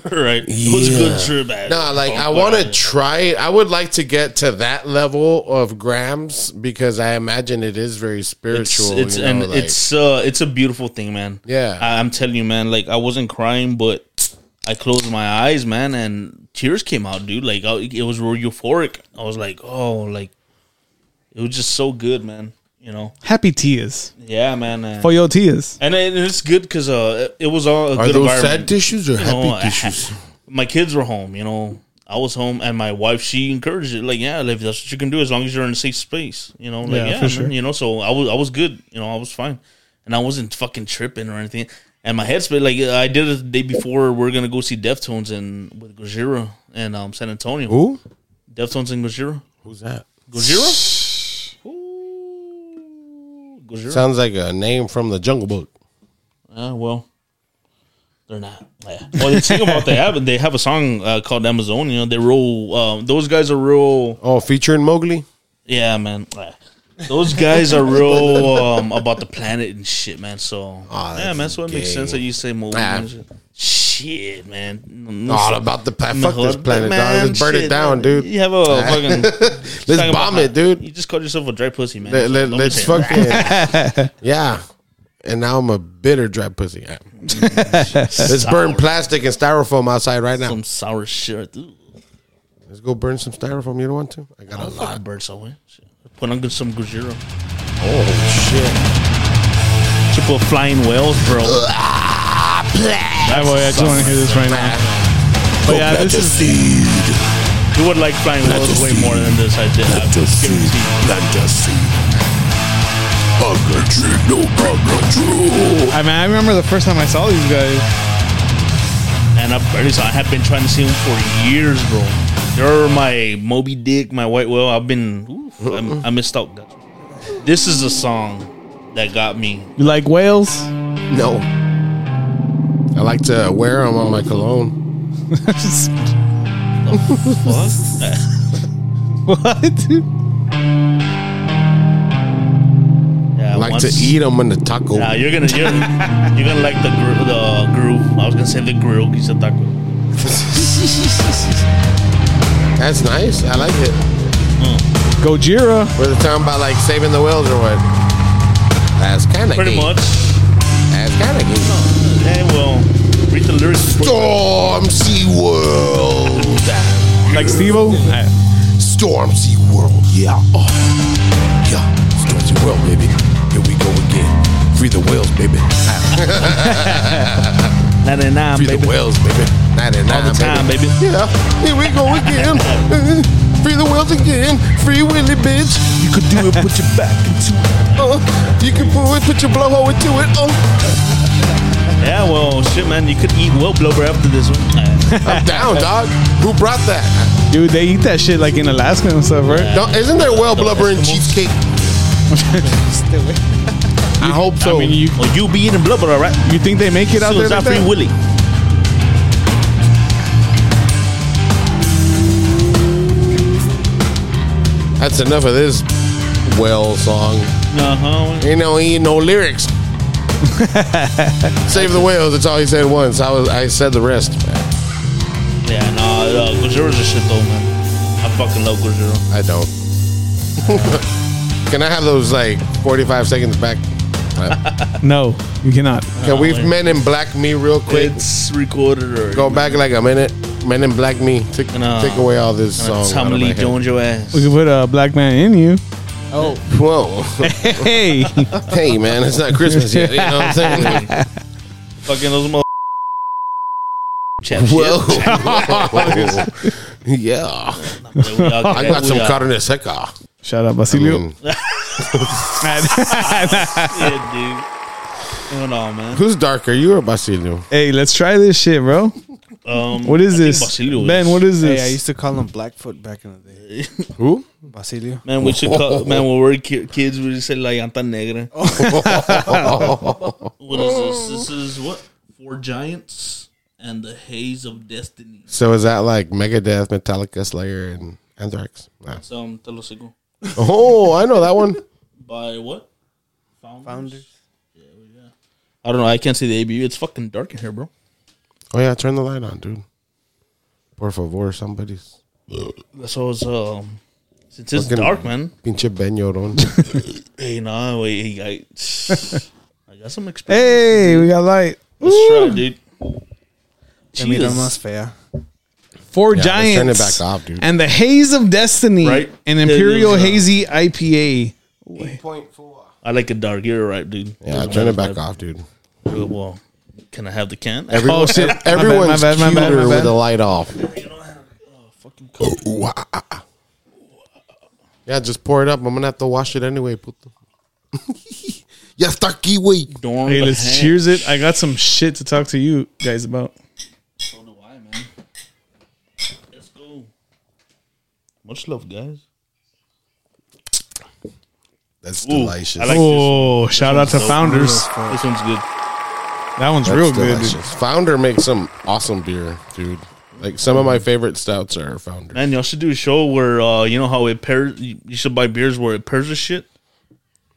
[SPEAKER 3] right. It was a good trip, man.
[SPEAKER 2] no, like I
[SPEAKER 3] Oh,
[SPEAKER 2] want to
[SPEAKER 3] man.
[SPEAKER 2] try. it. I would like to get to that level of grams because I imagine it is very
[SPEAKER 3] It's,
[SPEAKER 2] spiritual.
[SPEAKER 3] it's
[SPEAKER 2] you know,
[SPEAKER 3] and
[SPEAKER 2] like-
[SPEAKER 3] it's uh it's a beautiful thing, man.
[SPEAKER 2] Yeah.
[SPEAKER 3] I, I'm telling you, man. Like I wasn't crying, but I closed my eyes, man, and tears came out, dude. Like I, it was real euphoric. I was like, oh, like it was just so good, man. You know,
[SPEAKER 1] Happy tears
[SPEAKER 3] yeah, man. and-
[SPEAKER 1] for your tears.
[SPEAKER 3] and it, it's good because uh, it it was all a
[SPEAKER 2] Are
[SPEAKER 3] good
[SPEAKER 2] those sad
[SPEAKER 3] environment.
[SPEAKER 2] tissues or happy
[SPEAKER 3] know, I-
[SPEAKER 2] tissues?
[SPEAKER 3] Oh, my kids were home, you know. I was home, and my wife she encouraged it, like, yeah, if that's what you can do, as long as you're in a safe space, you know, like,
[SPEAKER 1] Yeah,
[SPEAKER 3] yeah,
[SPEAKER 1] for
[SPEAKER 3] man,
[SPEAKER 1] sure.
[SPEAKER 3] you know. So I was, I was good, you know, I was fine, and I wasn't fucking tripping or anything. And my headspace, like, I did it the day before. We are gonna go see Deftones and with Gojira and um San Antonio.
[SPEAKER 2] Who?
[SPEAKER 3] Deftones and Gojira,
[SPEAKER 2] Who's that?
[SPEAKER 3] Gojira, Ooh, Gojira.
[SPEAKER 2] Sounds like a name from the Jungle Book.
[SPEAKER 3] Uh, well, they're not. Yeah. Well, the thing about they have they have a song uh, called Amazonia. They roll. Um, those guys are real.
[SPEAKER 2] Oh, featuring Mowgli.
[SPEAKER 3] Yeah, man. Yeah. Those guys are real um, about the planet and shit, man. So
[SPEAKER 2] Ah,
[SPEAKER 3] yeah, man. So it makes
[SPEAKER 2] gay.
[SPEAKER 3] sense that you say more.
[SPEAKER 2] Ah.
[SPEAKER 3] Shit, man. No, no,
[SPEAKER 2] All
[SPEAKER 3] so-
[SPEAKER 2] about the planet.
[SPEAKER 3] no,
[SPEAKER 2] Fuck this
[SPEAKER 3] but
[SPEAKER 2] planet,
[SPEAKER 3] man,
[SPEAKER 2] dog. Let's burn
[SPEAKER 3] shit,
[SPEAKER 2] it down,
[SPEAKER 3] man.
[SPEAKER 2] dude.
[SPEAKER 3] You have a fucking.
[SPEAKER 2] Let's bomb it, dude.
[SPEAKER 3] You just called yourself a dry pussy, man.
[SPEAKER 2] Let, let,
[SPEAKER 3] Don't be
[SPEAKER 2] let's
[SPEAKER 3] saying
[SPEAKER 2] fucking yeah. And now I'm a bitter dry pussy. Yeah. Let's burn plastic and styrofoam outside right now.
[SPEAKER 3] some sour shit. Ooh,
[SPEAKER 2] Let's go burn some styrofoam. You don't want to? I got a lot.
[SPEAKER 3] I burn somewhere. Shit. Put on some Gojira.
[SPEAKER 2] Oh
[SPEAKER 3] Triple flying whales, bro.
[SPEAKER 1] That boy, I just want to hear this right now. But yeah, this is
[SPEAKER 3] You would like flying whales way more than this, I did. I guarantee.
[SPEAKER 1] I mean, I remember the first time I saw these guys.
[SPEAKER 3] And I've already saw, I have been trying to see them for years, bro. They're my Moby Dick, my white whale. I've been. Oof,
[SPEAKER 2] Uh-uh.
[SPEAKER 3] I'm- I missed out. This is a song that got me.
[SPEAKER 1] You like whales?
[SPEAKER 2] shit! No. I like to wear them on my cologne.
[SPEAKER 1] what?
[SPEAKER 3] Yeah,
[SPEAKER 2] I like to
[SPEAKER 3] once-
[SPEAKER 2] eat them in the taco.
[SPEAKER 3] Nah, you're gonna you're, you're gonna like the gr- the groove. I was gonna say the grill. He's a taco.
[SPEAKER 2] That's nice. I like it.
[SPEAKER 1] Gojira.
[SPEAKER 2] We're talking about like saving the whales or what? That's kind of
[SPEAKER 3] Pretty much.
[SPEAKER 2] That's kind of gay.
[SPEAKER 3] Hey, well, read the lyrics.
[SPEAKER 2] Storm Sea World.
[SPEAKER 1] Like Steve I,
[SPEAKER 2] Storm Sea World. Yeah. Oh. Yeah. Storm Sea World, baby. Here we go again. Free the whales, baby.
[SPEAKER 3] Ninety nine,
[SPEAKER 2] Free
[SPEAKER 3] baby.
[SPEAKER 2] the whales, baby. 99,
[SPEAKER 3] All the time, baby.
[SPEAKER 2] Yeah. Here we go again. Uh, Free the whales again. Free Willy, bitch. You could do it. Put your back into it. Uh, you can put it. Put your blowhole into it. Uh,
[SPEAKER 3] Yeah, well, shit, man. You could eat well blubber after this one.
[SPEAKER 2] I'm down, dog. Who brought that?
[SPEAKER 1] dude, they eat that shit like in Alaska and stuff, right?
[SPEAKER 2] No, isn't there well blubber and cheesecake? I hope so.
[SPEAKER 1] I mean, you
[SPEAKER 3] Well, Oh, you be eating blubber, all right?
[SPEAKER 1] you think they make it out
[SPEAKER 3] So
[SPEAKER 1] there?
[SPEAKER 3] is
[SPEAKER 1] Like
[SPEAKER 3] that Free
[SPEAKER 1] that?
[SPEAKER 3] Willy?
[SPEAKER 2] That's enough of this well song.
[SPEAKER 3] Uh
[SPEAKER 1] Uh-huh.
[SPEAKER 3] huh.
[SPEAKER 2] Ain't no ain't no lyrics. Save the whales. That's all he said once. I was I said the rest.
[SPEAKER 3] Yeah, nah, uh, Gojira's a shit though, man. I fucking love Gojira.
[SPEAKER 2] I don't. Can I have those like forty five seconds back? Uh,
[SPEAKER 1] No, you cannot.
[SPEAKER 2] Can we men in black me real quick?
[SPEAKER 3] It's recorded or
[SPEAKER 2] Go back like a minute. Men in Black Me. Take,
[SPEAKER 3] No.
[SPEAKER 2] take away all this song. out
[SPEAKER 3] Tommy
[SPEAKER 2] of my
[SPEAKER 3] Lee
[SPEAKER 2] head.
[SPEAKER 3] Jones your ass.
[SPEAKER 1] We can put a black man in you.
[SPEAKER 2] Oh, whoa.
[SPEAKER 1] Hey,
[SPEAKER 2] hey, man, it's not Christmas yet. You know what I'm saying?
[SPEAKER 3] Fucking those mother.
[SPEAKER 2] Whoa. yeah. I got some carne seca. Mm.
[SPEAKER 1] shout out
[SPEAKER 2] I
[SPEAKER 1] Basilio.
[SPEAKER 2] mean,
[SPEAKER 3] Yeah, dude. Hold on, man.
[SPEAKER 2] who's darker, you or Basilio?
[SPEAKER 1] hey, let's try this shit, bro.
[SPEAKER 3] Um,
[SPEAKER 1] What is
[SPEAKER 3] I think
[SPEAKER 1] this,
[SPEAKER 3] Basilio
[SPEAKER 1] Ben?
[SPEAKER 3] is-
[SPEAKER 1] What is
[SPEAKER 4] Hey, I
[SPEAKER 1] this?
[SPEAKER 4] used to call him Blackfoot back in the day.
[SPEAKER 2] Who?
[SPEAKER 4] Basilio.
[SPEAKER 3] Man, we should call, man, when we we're ki- kids, we just say La Llanta Negra. what is this? This is what? Four Giants and the Haze of Destiny.
[SPEAKER 2] So is that like Megadeth, Metallica, Slayer, and Anthrax? Nah.
[SPEAKER 3] Some Telosico.
[SPEAKER 2] Oh, I know that one.
[SPEAKER 3] By what? Founders?
[SPEAKER 4] Founders.
[SPEAKER 3] I don't know. I can't see the ABU. It's fucking dark in here, bro.
[SPEAKER 2] Oh yeah, turn the light on, dude. Por favor, somebody's
[SPEAKER 3] So it's, um, since it's
[SPEAKER 2] Fucking-
[SPEAKER 3] dark, man.
[SPEAKER 2] pinche Ben Llorón.
[SPEAKER 3] Hey, nah, wait. I, I got some experience.
[SPEAKER 1] Hey, we got light.
[SPEAKER 3] Let's try, dude.
[SPEAKER 4] I mean, I'm
[SPEAKER 3] Jesus.
[SPEAKER 4] fea.
[SPEAKER 1] Four
[SPEAKER 2] Yeah, let's turn it
[SPEAKER 1] giants.
[SPEAKER 2] back off, dude.
[SPEAKER 1] And the haze of destiny.
[SPEAKER 3] Right.
[SPEAKER 1] An
[SPEAKER 3] It
[SPEAKER 1] imperial
[SPEAKER 3] is, uh,
[SPEAKER 1] hazy IPA.
[SPEAKER 2] Point four.
[SPEAKER 3] I like it dark. You're right, dude.
[SPEAKER 2] Yeah, turn it back off, dude.
[SPEAKER 3] Well, can I have the can?
[SPEAKER 2] Everyone,
[SPEAKER 1] Oh, shit. My bad,
[SPEAKER 2] Everyone's
[SPEAKER 1] my bad, my bad, my
[SPEAKER 2] cuter
[SPEAKER 1] bad.
[SPEAKER 2] with the light off.
[SPEAKER 3] fucking cold.
[SPEAKER 2] Ooh, ah, ah, ah. Yeah, just pour it up. I'm gonna have to wash it anyway. Puto. ya está aquí, güey.
[SPEAKER 3] Dorn
[SPEAKER 1] Hey,
[SPEAKER 3] the
[SPEAKER 1] let's
[SPEAKER 3] hand.
[SPEAKER 1] cheers it. I got some shit to talk to you guys about.
[SPEAKER 3] So do I, man. Let's go. Much love, guys.
[SPEAKER 2] That's
[SPEAKER 3] Ooh,
[SPEAKER 2] delicious.
[SPEAKER 3] I like-
[SPEAKER 1] oh, shout out to
[SPEAKER 3] one's dope.
[SPEAKER 1] Founders.
[SPEAKER 3] This one's good.
[SPEAKER 1] That one's
[SPEAKER 2] That's
[SPEAKER 1] real good. dude.
[SPEAKER 2] delicious. Founder makes some awesome beer, dude. Like some of my favorite stouts are Founder.
[SPEAKER 3] Man, y'all should do a show where uh, you know how it pairs. You you should buy beers where it pairs with shit.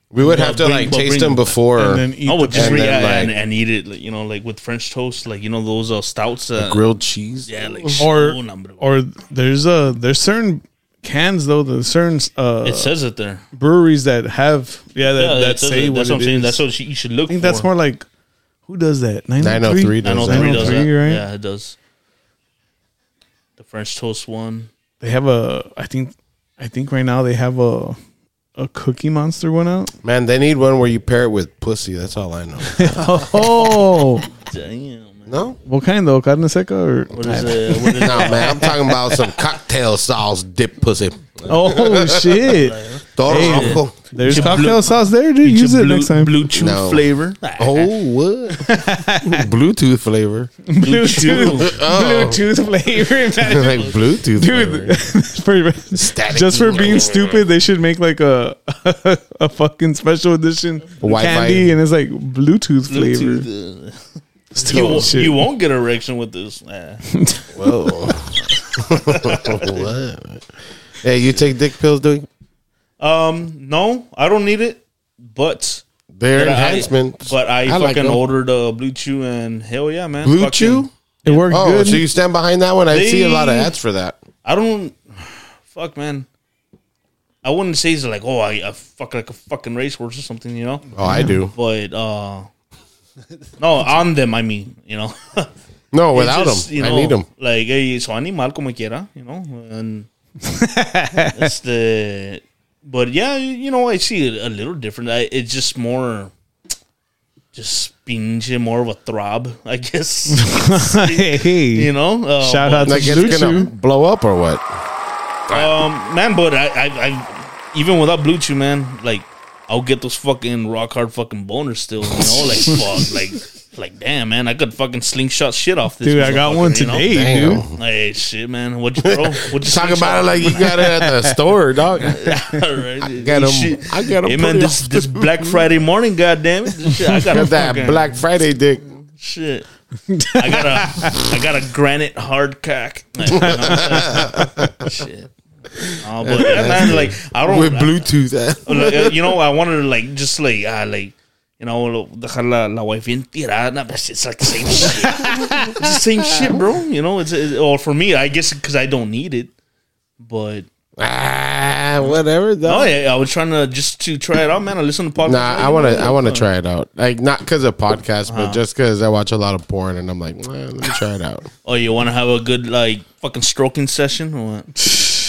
[SPEAKER 2] We would
[SPEAKER 3] Yeah,
[SPEAKER 2] have to
[SPEAKER 3] bring-
[SPEAKER 2] like
[SPEAKER 3] but
[SPEAKER 2] taste
[SPEAKER 3] bring-
[SPEAKER 2] them before.
[SPEAKER 1] And then eat
[SPEAKER 3] Oh, well,
[SPEAKER 1] the-
[SPEAKER 3] just
[SPEAKER 2] And
[SPEAKER 3] re-
[SPEAKER 2] then,
[SPEAKER 3] yeah, and,
[SPEAKER 2] like-
[SPEAKER 3] and eat it. Like, you know, like with French toast. Like you know those uh, stouts. Uh,
[SPEAKER 2] grilled cheese.
[SPEAKER 3] yeah, like
[SPEAKER 1] or
[SPEAKER 3] oh, number one.
[SPEAKER 1] or there's a there's certain cans though. There's certain uh,
[SPEAKER 3] it says it there.
[SPEAKER 1] breweries that have yeah that,
[SPEAKER 3] Yeah,
[SPEAKER 1] that
[SPEAKER 3] that says
[SPEAKER 1] say
[SPEAKER 3] it.
[SPEAKER 1] what
[SPEAKER 3] that's
[SPEAKER 1] it
[SPEAKER 3] what I'm saying.
[SPEAKER 1] is.
[SPEAKER 3] That's what you you should look.
[SPEAKER 1] I think that's more like who does that?
[SPEAKER 2] 903
[SPEAKER 3] I know
[SPEAKER 2] does
[SPEAKER 1] that.
[SPEAKER 3] oh three does that.
[SPEAKER 1] 903, right?
[SPEAKER 3] Yeah, it does. The French toast one.
[SPEAKER 1] They have a I think I think right now they have a a Cookie Monster one out.
[SPEAKER 2] Man, they need one where you pair it with pussy. That's all I know.
[SPEAKER 1] Oh,
[SPEAKER 3] Damn. Man.
[SPEAKER 2] No?
[SPEAKER 1] what kind though? Carne seca or
[SPEAKER 3] What is it? What is
[SPEAKER 2] Nah, man. I'm talking about some cocktail sauce dip pussy.
[SPEAKER 1] oh shit?
[SPEAKER 2] Toro
[SPEAKER 1] Hey.
[SPEAKER 2] Rojo.
[SPEAKER 1] There's
[SPEAKER 3] Blue-
[SPEAKER 1] cocktail sauce there, dude. Use it
[SPEAKER 3] blue,
[SPEAKER 1] next time.
[SPEAKER 3] Blue chew
[SPEAKER 2] No.
[SPEAKER 3] flavor.
[SPEAKER 2] Oh, what? Bluetooth flavor.
[SPEAKER 3] Blue chew.
[SPEAKER 1] Bluetooth flavor. imagine.
[SPEAKER 2] Oh. like Bluetooth
[SPEAKER 1] Dude,
[SPEAKER 2] flavor.
[SPEAKER 1] for,
[SPEAKER 2] Static
[SPEAKER 1] just for
[SPEAKER 2] email.
[SPEAKER 1] being stupid, they should make like a a fucking special edition
[SPEAKER 2] Wi-Fi.
[SPEAKER 1] candy, and it's like Bluetooth, flavor.
[SPEAKER 3] Bluetooth. You,
[SPEAKER 1] Still,
[SPEAKER 3] won't-
[SPEAKER 1] shit.
[SPEAKER 3] you won't get erection with this. Nah.
[SPEAKER 2] Whoa. Oh, What? Hey, you take dick pills, dude?
[SPEAKER 3] Um, no, I don't need it. But
[SPEAKER 2] They're
[SPEAKER 3] but I-
[SPEAKER 2] enhancements.
[SPEAKER 3] but I,
[SPEAKER 2] like
[SPEAKER 3] fucking
[SPEAKER 2] them.
[SPEAKER 3] ordered uh, blue chew and hell yeah, man.
[SPEAKER 2] Blue
[SPEAKER 3] Fucking-
[SPEAKER 2] Chew?
[SPEAKER 1] it worked
[SPEAKER 2] Oh,
[SPEAKER 1] good.
[SPEAKER 2] so you stand behind that one? I see a lot of
[SPEAKER 3] They-
[SPEAKER 2] ads for that.
[SPEAKER 3] I don't. Fuck, man. I wouldn't say it's like oh I, I fuck like a fucking racehorse or something, you know.
[SPEAKER 2] Oh, I do.
[SPEAKER 3] But uh, no, on them I mean, you know.
[SPEAKER 2] No, without
[SPEAKER 3] It's just,
[SPEAKER 2] them. I need them.
[SPEAKER 3] Like, hey, so animal como quiera, you know, and it's the. But yeah, you know, I see it a little different. I, it's just more, just pinche more of a throb, I guess.
[SPEAKER 1] hey, hey.
[SPEAKER 3] you know, uh,
[SPEAKER 1] Shout
[SPEAKER 3] but,
[SPEAKER 1] out to
[SPEAKER 2] Like it's gonna
[SPEAKER 1] Bluetooth.
[SPEAKER 2] blow up or what?
[SPEAKER 3] um, man. But I, I, I, even without Bluetooth, man, like I'll get those fucking rock hard fucking boners still. You know, like fuck, like like damn, man, I could fucking slingshot shit off this.
[SPEAKER 1] Dude, I got one
[SPEAKER 3] motherfucker, you know?
[SPEAKER 1] today,
[SPEAKER 2] Damn.
[SPEAKER 1] dude.
[SPEAKER 3] Hey, shit, man. What you throw? What you
[SPEAKER 2] Talk about it like you got it at the store, dog.
[SPEAKER 3] All right.
[SPEAKER 2] Get 'em.
[SPEAKER 3] Shit.
[SPEAKER 2] I got
[SPEAKER 3] Hey man, this this Black Friday morning, goddamn it! Shit, I got a
[SPEAKER 2] that
[SPEAKER 3] fucking-
[SPEAKER 2] Black Friday dick.
[SPEAKER 3] shit. I got a I got a granite hard cock. Like, you know what I'm saying? shit. Oh, but yeah, man, like I don't
[SPEAKER 2] with Bluetooth. eh?
[SPEAKER 3] like, uh, you know, I wanted to like just like uh, like you know, lo- dejar la, la wife bien tirada. Nah, but It's like the same shit. it's the same shit, bro. You know, it's, it's or for me, I guess because I don't need it, but
[SPEAKER 2] Ah, Ah, whatever. Though.
[SPEAKER 3] Oh yeah, I was trying to just to try it out, man. I listen to podcasts.
[SPEAKER 2] Nah, I want to. I want to try it out. Like not because of podcasts,
[SPEAKER 3] Uh-huh.
[SPEAKER 2] but just because I watch a lot of porn, and I'm like, "Nah, let me try it out.
[SPEAKER 3] Oh, you want to have a good like fucking stroking session or what?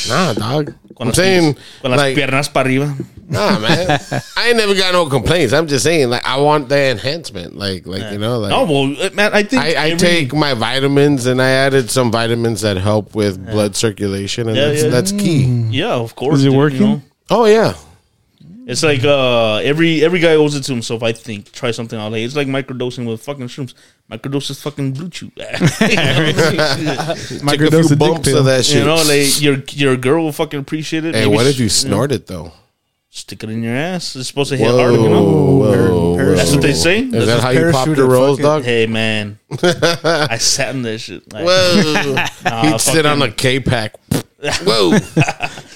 [SPEAKER 2] nah, dog. I'm
[SPEAKER 3] Con las
[SPEAKER 2] saying,
[SPEAKER 3] piernas- con las
[SPEAKER 2] like,
[SPEAKER 3] piernas para arriba.
[SPEAKER 2] nah, man. I ain't never got no complaints. I'm just saying, like, I want the enhancement. Like, like you know, like.
[SPEAKER 3] Oh well, uh, man. I think
[SPEAKER 2] I, I
[SPEAKER 3] every-
[SPEAKER 2] take my vitamins and I added some vitamins that help with blood circulation, and
[SPEAKER 3] Yeah,
[SPEAKER 2] that's,
[SPEAKER 3] yeah. Mm.
[SPEAKER 2] that's key.
[SPEAKER 3] Yeah, of course.
[SPEAKER 1] Is it
[SPEAKER 3] dude, you
[SPEAKER 1] working?
[SPEAKER 3] know?
[SPEAKER 2] Oh yeah,
[SPEAKER 3] It's like uh, every every guy owes it to himself. I think try something out. Like, it's like microdosing with fucking shrooms. Microdose is fucking blue chew. you, know?
[SPEAKER 2] Take a
[SPEAKER 1] Microdose
[SPEAKER 2] few
[SPEAKER 1] a dick
[SPEAKER 2] bumps
[SPEAKER 1] pill.
[SPEAKER 2] of that shit.
[SPEAKER 3] You know, like your your girl will fucking appreciate it.
[SPEAKER 2] hey,
[SPEAKER 3] Maybe
[SPEAKER 2] what if
[SPEAKER 3] sh-
[SPEAKER 2] you snort it though?
[SPEAKER 3] stick it in your ass? It's supposed to hit
[SPEAKER 2] Whoa,
[SPEAKER 3] hard. You know,
[SPEAKER 2] whoa,
[SPEAKER 4] Parachute.
[SPEAKER 3] that's what they say.
[SPEAKER 2] Is
[SPEAKER 3] That's
[SPEAKER 2] that how
[SPEAKER 3] what-
[SPEAKER 2] you pop
[SPEAKER 4] parachute
[SPEAKER 2] your
[SPEAKER 4] it,
[SPEAKER 2] rolls,
[SPEAKER 4] fuck
[SPEAKER 2] dog?
[SPEAKER 3] hey man, I sat in that shit. Like,
[SPEAKER 2] Whoa. He'd sit on a K pack. Whoa.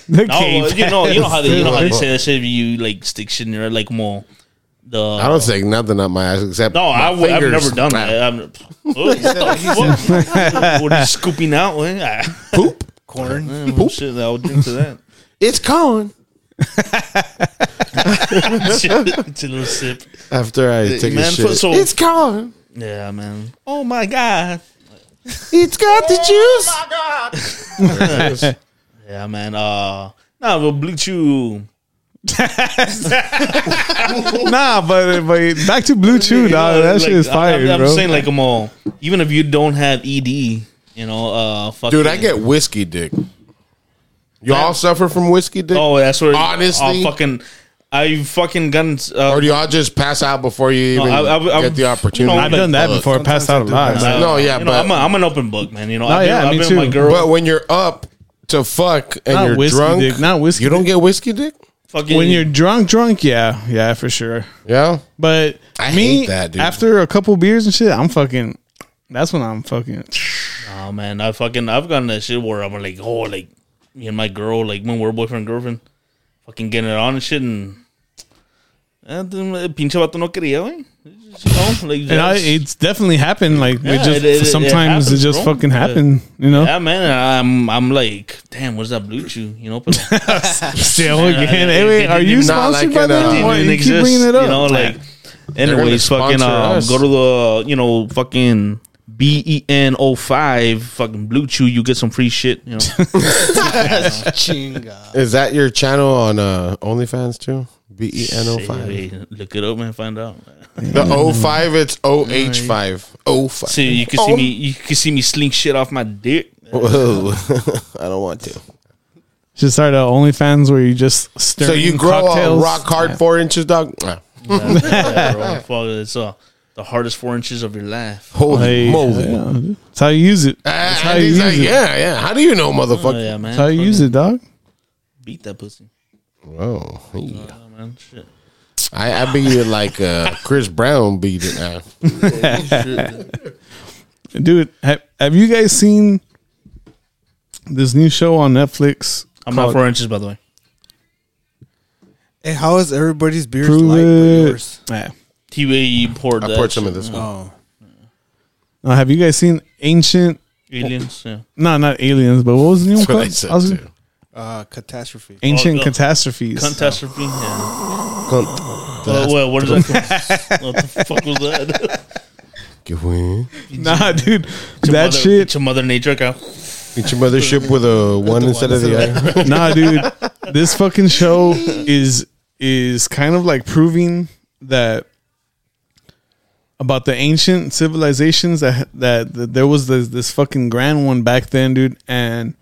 [SPEAKER 1] The
[SPEAKER 3] No,
[SPEAKER 1] cave.
[SPEAKER 3] well, you know, you know how they, you know how they say that shit. If you like stick shit in your like more the.
[SPEAKER 2] I don't think nothing up my ass except.
[SPEAKER 3] no,
[SPEAKER 2] my
[SPEAKER 3] I w- I've
[SPEAKER 2] fingers.
[SPEAKER 3] never done that. I'm, oh, what the fuck? What are you scooping out? man? I-
[SPEAKER 2] Poop.
[SPEAKER 4] Corn.
[SPEAKER 3] Oh, shit, I would drink to that.
[SPEAKER 2] It's corn.
[SPEAKER 3] it's a little sip.
[SPEAKER 2] After I take
[SPEAKER 3] man,
[SPEAKER 2] a shit.
[SPEAKER 3] so-
[SPEAKER 2] it's corn.
[SPEAKER 3] Yeah, man. Oh my god.
[SPEAKER 2] It's got the
[SPEAKER 1] Oh
[SPEAKER 2] juice.
[SPEAKER 3] Yeah, man. Uh, nah, but Blue Chew.
[SPEAKER 1] nah, but but back to Blue Chew,
[SPEAKER 3] you know,
[SPEAKER 1] dog. That shit
[SPEAKER 3] like,
[SPEAKER 1] is fire,
[SPEAKER 3] I'm, I'm
[SPEAKER 1] bro.
[SPEAKER 3] saying like I'm all. Even if you don't have ED, you know, uh, fucking,
[SPEAKER 2] Dude, I get whiskey dick. Y'all suffer from whiskey dick?
[SPEAKER 3] Oh, that's where
[SPEAKER 2] Honestly?
[SPEAKER 3] I'll fucking. I fucking gotten.
[SPEAKER 2] Or
[SPEAKER 3] Uh,
[SPEAKER 2] do y'all just pass out before you even
[SPEAKER 3] I- I- I-
[SPEAKER 2] get the opportunity?
[SPEAKER 3] you know,
[SPEAKER 1] I've done that
[SPEAKER 2] Look,
[SPEAKER 1] before. Passed out a lot.
[SPEAKER 3] uh,
[SPEAKER 2] no, yeah,
[SPEAKER 3] you know,
[SPEAKER 2] but-
[SPEAKER 3] I'm, a, I'm an open book, man. You know,
[SPEAKER 1] No,
[SPEAKER 3] I've been,
[SPEAKER 1] yeah,
[SPEAKER 3] I've
[SPEAKER 1] me
[SPEAKER 3] been
[SPEAKER 1] too.
[SPEAKER 3] my girl.
[SPEAKER 2] But when you're up to fuck and
[SPEAKER 1] Not
[SPEAKER 2] you're
[SPEAKER 1] whiskey
[SPEAKER 2] drunk,
[SPEAKER 1] dick, not whiskey
[SPEAKER 2] you don't get whiskey dick?
[SPEAKER 3] fucking,
[SPEAKER 1] When you're drunk, drunk, yeah, yeah, for sure.
[SPEAKER 2] Yeah.
[SPEAKER 1] But
[SPEAKER 2] I
[SPEAKER 1] me,
[SPEAKER 2] hate that, dude.
[SPEAKER 1] after a couple beers and shit, I'm fucking. That's when I'm fucking.
[SPEAKER 3] oh man, I fucking, I've gotten that shit where I'm like, oh, like me and my girl, like when we're boyfriend and girlfriend, fucking getting it on and shit, and eh, then, eh, pinche vato no quería, güey. You know, like
[SPEAKER 1] And I,
[SPEAKER 3] that's-
[SPEAKER 1] it's definitely happened. Like
[SPEAKER 3] Yeah,
[SPEAKER 1] it just
[SPEAKER 3] it- it- it
[SPEAKER 1] sometimes it,
[SPEAKER 3] happens,
[SPEAKER 1] just
[SPEAKER 3] bro.
[SPEAKER 1] fucking happened. You know.
[SPEAKER 3] yeah, man, I'm, I'm like, damn, what's that blue chew? You know, but
[SPEAKER 1] Still again.
[SPEAKER 3] they-
[SPEAKER 1] Hey, wait,
[SPEAKER 3] they
[SPEAKER 1] are you
[SPEAKER 3] didn't-
[SPEAKER 2] not
[SPEAKER 1] sponsored
[SPEAKER 2] like
[SPEAKER 1] by
[SPEAKER 2] it, uh,
[SPEAKER 1] them?
[SPEAKER 3] didn't
[SPEAKER 1] Why
[SPEAKER 3] even
[SPEAKER 1] you keep
[SPEAKER 3] exist,
[SPEAKER 1] bringing it up?
[SPEAKER 3] You know, like, anyways,
[SPEAKER 2] gonna
[SPEAKER 3] fucking,
[SPEAKER 2] sponsor
[SPEAKER 3] um,
[SPEAKER 2] us.
[SPEAKER 3] go to the, you know, fucking B E N O five, fucking Blue Chew. You get some free shit. You know,
[SPEAKER 4] Chinga.
[SPEAKER 2] Is that your channel on uh, OnlyFans too? B E N O five.
[SPEAKER 3] Hey, look it up and find out.
[SPEAKER 2] The O five, it's O H five. O five.
[SPEAKER 3] See, you can see me, you can see me sling shit off my dick.
[SPEAKER 2] Whoa. Oh. I don't want to.
[SPEAKER 1] Should start a OnlyFans where you just stir.
[SPEAKER 2] So you grow
[SPEAKER 1] cocktails.
[SPEAKER 2] a rock hard four inches, dog? Ah,
[SPEAKER 3] Yeah, bro. Fuck, it's uh, the hardest four inches of your life.
[SPEAKER 2] Holy
[SPEAKER 1] Hey,
[SPEAKER 2] moly!
[SPEAKER 1] yeah, that's how you use it. That's
[SPEAKER 2] Ah,
[SPEAKER 1] how
[SPEAKER 2] and
[SPEAKER 1] you
[SPEAKER 2] he's
[SPEAKER 1] use
[SPEAKER 2] like,
[SPEAKER 1] it.
[SPEAKER 2] yeah, yeah. How do you know,
[SPEAKER 3] Oh,
[SPEAKER 2] motherfucker?
[SPEAKER 3] yeah, man.
[SPEAKER 1] That's how you use it, dog.
[SPEAKER 3] Beat that pussy.
[SPEAKER 2] Whoa. Hey.
[SPEAKER 3] Oh, man, shit.
[SPEAKER 2] I, I be like uh, Chris Brown beat it. Ah.
[SPEAKER 1] Dude, have, have you guys seen this new show on Netflix?
[SPEAKER 3] I'm
[SPEAKER 1] called
[SPEAKER 3] not four inches, by the way.
[SPEAKER 4] Hey, how is everybody's beers
[SPEAKER 1] Prove
[SPEAKER 4] like
[SPEAKER 1] It.
[SPEAKER 4] yours?
[SPEAKER 1] Yeah.
[SPEAKER 3] T.V. poured uh,
[SPEAKER 2] I
[SPEAKER 3] that
[SPEAKER 2] poured some
[SPEAKER 3] shit.
[SPEAKER 2] of this one.
[SPEAKER 4] Oh,
[SPEAKER 1] Now, Uh, have you guys seen Ancient?
[SPEAKER 3] aliens. Yeah.
[SPEAKER 1] No, not Aliens, but what was the new one
[SPEAKER 2] That's what I
[SPEAKER 1] called?
[SPEAKER 2] said.
[SPEAKER 1] I was-
[SPEAKER 2] too.
[SPEAKER 4] uh, catastrophe.
[SPEAKER 1] Ancient
[SPEAKER 3] Oh, uh,
[SPEAKER 1] Catastrophes.
[SPEAKER 3] Catastrophe. Yeah.
[SPEAKER 2] Come-
[SPEAKER 3] Well, well, what is that? what the fuck was that?
[SPEAKER 2] Give in.
[SPEAKER 1] nah, dude, that
[SPEAKER 3] mother,
[SPEAKER 1] shit.
[SPEAKER 3] To Mother Nature. Go.
[SPEAKER 2] Eat your mothership with a one instead of the other.
[SPEAKER 1] Nah, dude, this fucking show is is kind of like proving that about the ancient civilizations that that, that there was this, this fucking grand one back then, dude, and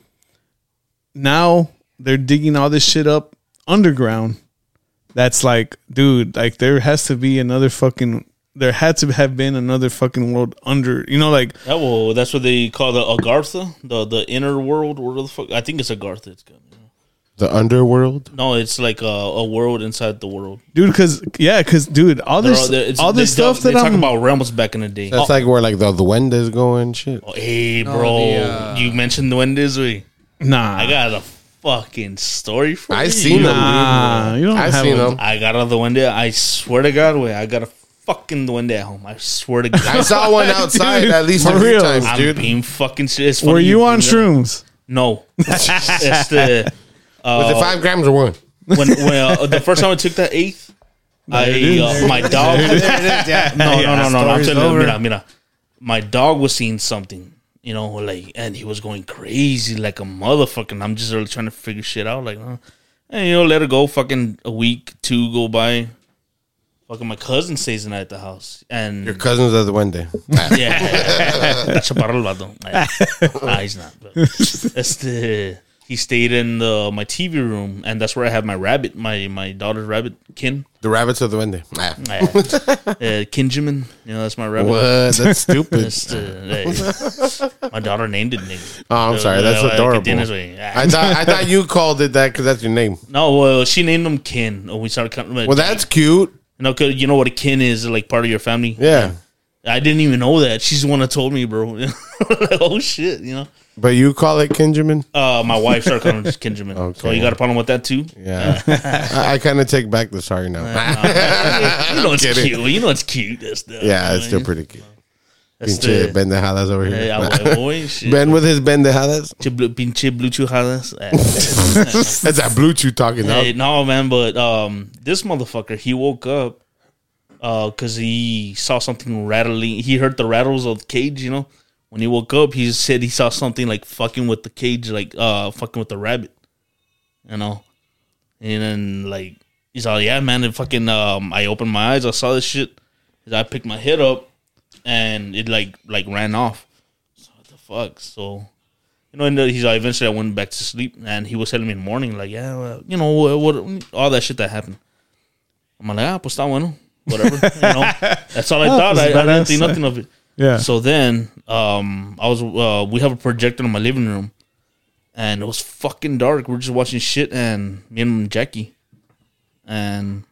[SPEAKER 1] now they're digging all this shit up underground. That's like, dude, like there has to be another fucking. There had to have been another fucking world under, you know, like
[SPEAKER 3] That will, that's what they call the Agartha, the the inner world. Where the fuck? I think it's Agartha. It's good.
[SPEAKER 2] The underworld.
[SPEAKER 3] No, it's like a, a world inside the world.
[SPEAKER 1] dude, because yeah, because dude, all
[SPEAKER 3] They're
[SPEAKER 1] this,
[SPEAKER 3] all- they're- it's-
[SPEAKER 1] all this
[SPEAKER 3] they-
[SPEAKER 1] stuff
[SPEAKER 3] they
[SPEAKER 1] that
[SPEAKER 3] talk
[SPEAKER 1] I'm
[SPEAKER 3] about realms back in the day.
[SPEAKER 2] That's like where like the duendes go and shit.
[SPEAKER 3] Oh, hey, bro,
[SPEAKER 4] the, uh,
[SPEAKER 3] you mentioned the Wendy's. We
[SPEAKER 1] Nah,
[SPEAKER 3] I got a fucking story for
[SPEAKER 2] I
[SPEAKER 3] you.
[SPEAKER 2] seen them.
[SPEAKER 3] Ah,
[SPEAKER 1] Nah, you don't
[SPEAKER 2] I
[SPEAKER 1] have
[SPEAKER 2] seen
[SPEAKER 1] a-
[SPEAKER 2] them.
[SPEAKER 3] I got a Wendy. I swear to God, wait, I got a fucking Wendy at home. I swear to
[SPEAKER 2] I
[SPEAKER 3] God,
[SPEAKER 2] saw one outside
[SPEAKER 1] Dude,
[SPEAKER 2] at least
[SPEAKER 1] for
[SPEAKER 2] a few
[SPEAKER 1] real.
[SPEAKER 2] times,
[SPEAKER 3] I'm
[SPEAKER 2] dude.
[SPEAKER 3] being fucking serious. It's
[SPEAKER 1] Were
[SPEAKER 3] funny
[SPEAKER 1] you on
[SPEAKER 3] bring that up.
[SPEAKER 1] shrooms?
[SPEAKER 3] No. it's the
[SPEAKER 2] Was it five grams or one?
[SPEAKER 3] when, when uh, the first time I took that eighth, I uh, my dog. no, no, no, no, no. I'm
[SPEAKER 4] Story's
[SPEAKER 3] telling you,
[SPEAKER 4] over.
[SPEAKER 3] mira, mira. My dog was seeing something, you know, like, and he was going crazy like a motherfucker. And I'm just really trying to figure shit out, like, huh? and you know, let her go. Fucking a week, two go by. Fucking my cousin stays the night at the house, and
[SPEAKER 2] Your cousins are the one day.
[SPEAKER 3] yeah. Chaparro el vato. Ah, he's not. but- Este, he stayed in the, my TV room, and that's where I have my rabbit, my, my daughter's rabbit, Kin.
[SPEAKER 2] The rabbits are the one day. Ah.
[SPEAKER 3] Ah, uh, Kinjamin. You know, that's my rabbit.
[SPEAKER 2] What? That's stupid.
[SPEAKER 3] Este, eh, my daughter named it nigga.
[SPEAKER 2] Oh, I'm sorry. That's
[SPEAKER 3] Eh, eh,
[SPEAKER 2] adorable.
[SPEAKER 3] que tienes, güey? Ah.
[SPEAKER 2] I thought I thought you called it that because that's your name.
[SPEAKER 3] No, well, she named him Kin. Oh, we started coming.
[SPEAKER 2] Well, that's cute.
[SPEAKER 3] you know, 'cause you know what a kin is, like part of your family.
[SPEAKER 2] Yeah,
[SPEAKER 3] I didn't even know that. She's the one that told me, bro. Like, oh shit, you know.
[SPEAKER 2] but you call it Kinjamin.
[SPEAKER 3] Uh, my wife started calling him just Kinjamin. So
[SPEAKER 2] Okay.
[SPEAKER 3] you got a problem with that too?
[SPEAKER 2] Yeah, I, I kind of take back the sorry now.
[SPEAKER 3] you know it's
[SPEAKER 2] Kidding.
[SPEAKER 3] cute. You know it's cute. That's the,
[SPEAKER 2] yeah, it's still pretty cute.
[SPEAKER 3] That's
[SPEAKER 2] Pinche
[SPEAKER 3] the,
[SPEAKER 2] bendejadas over here.
[SPEAKER 3] Eh, ah, güey, güey, shit.
[SPEAKER 2] ben with his bendejadas.
[SPEAKER 3] Pinche blue- pinche blue chujadas. Eh,
[SPEAKER 2] That's that Bluetooth talking.
[SPEAKER 3] eh, No man, but um, this motherfucker he woke up because he saw something rattling. He heard the rattles of the cage. You know, when he woke up, he said he saw something like fucking with the cage, like uh, fucking with the rabbit. You know, and then like he's all yeah, man. And fucking um, I opened my eyes. I saw this shit. I picked my head up, and it like like ran off. So what the fuck? So you know, and then he's like, eventually I went back to sleep, and he was telling me in the morning, like, yeah, well, you know, what, what, all that shit that happened. I'm like, ah, pues está bueno, whatever. you know, that's all I thought. I, I
[SPEAKER 1] Ah, pues,
[SPEAKER 3] didn't think
[SPEAKER 1] badass.
[SPEAKER 3] nothing of it.
[SPEAKER 1] Yeah.
[SPEAKER 3] So then, um, I was, uh, we have a projector in my living room, and it was fucking dark. We're just watching shit, and me and Jackie, and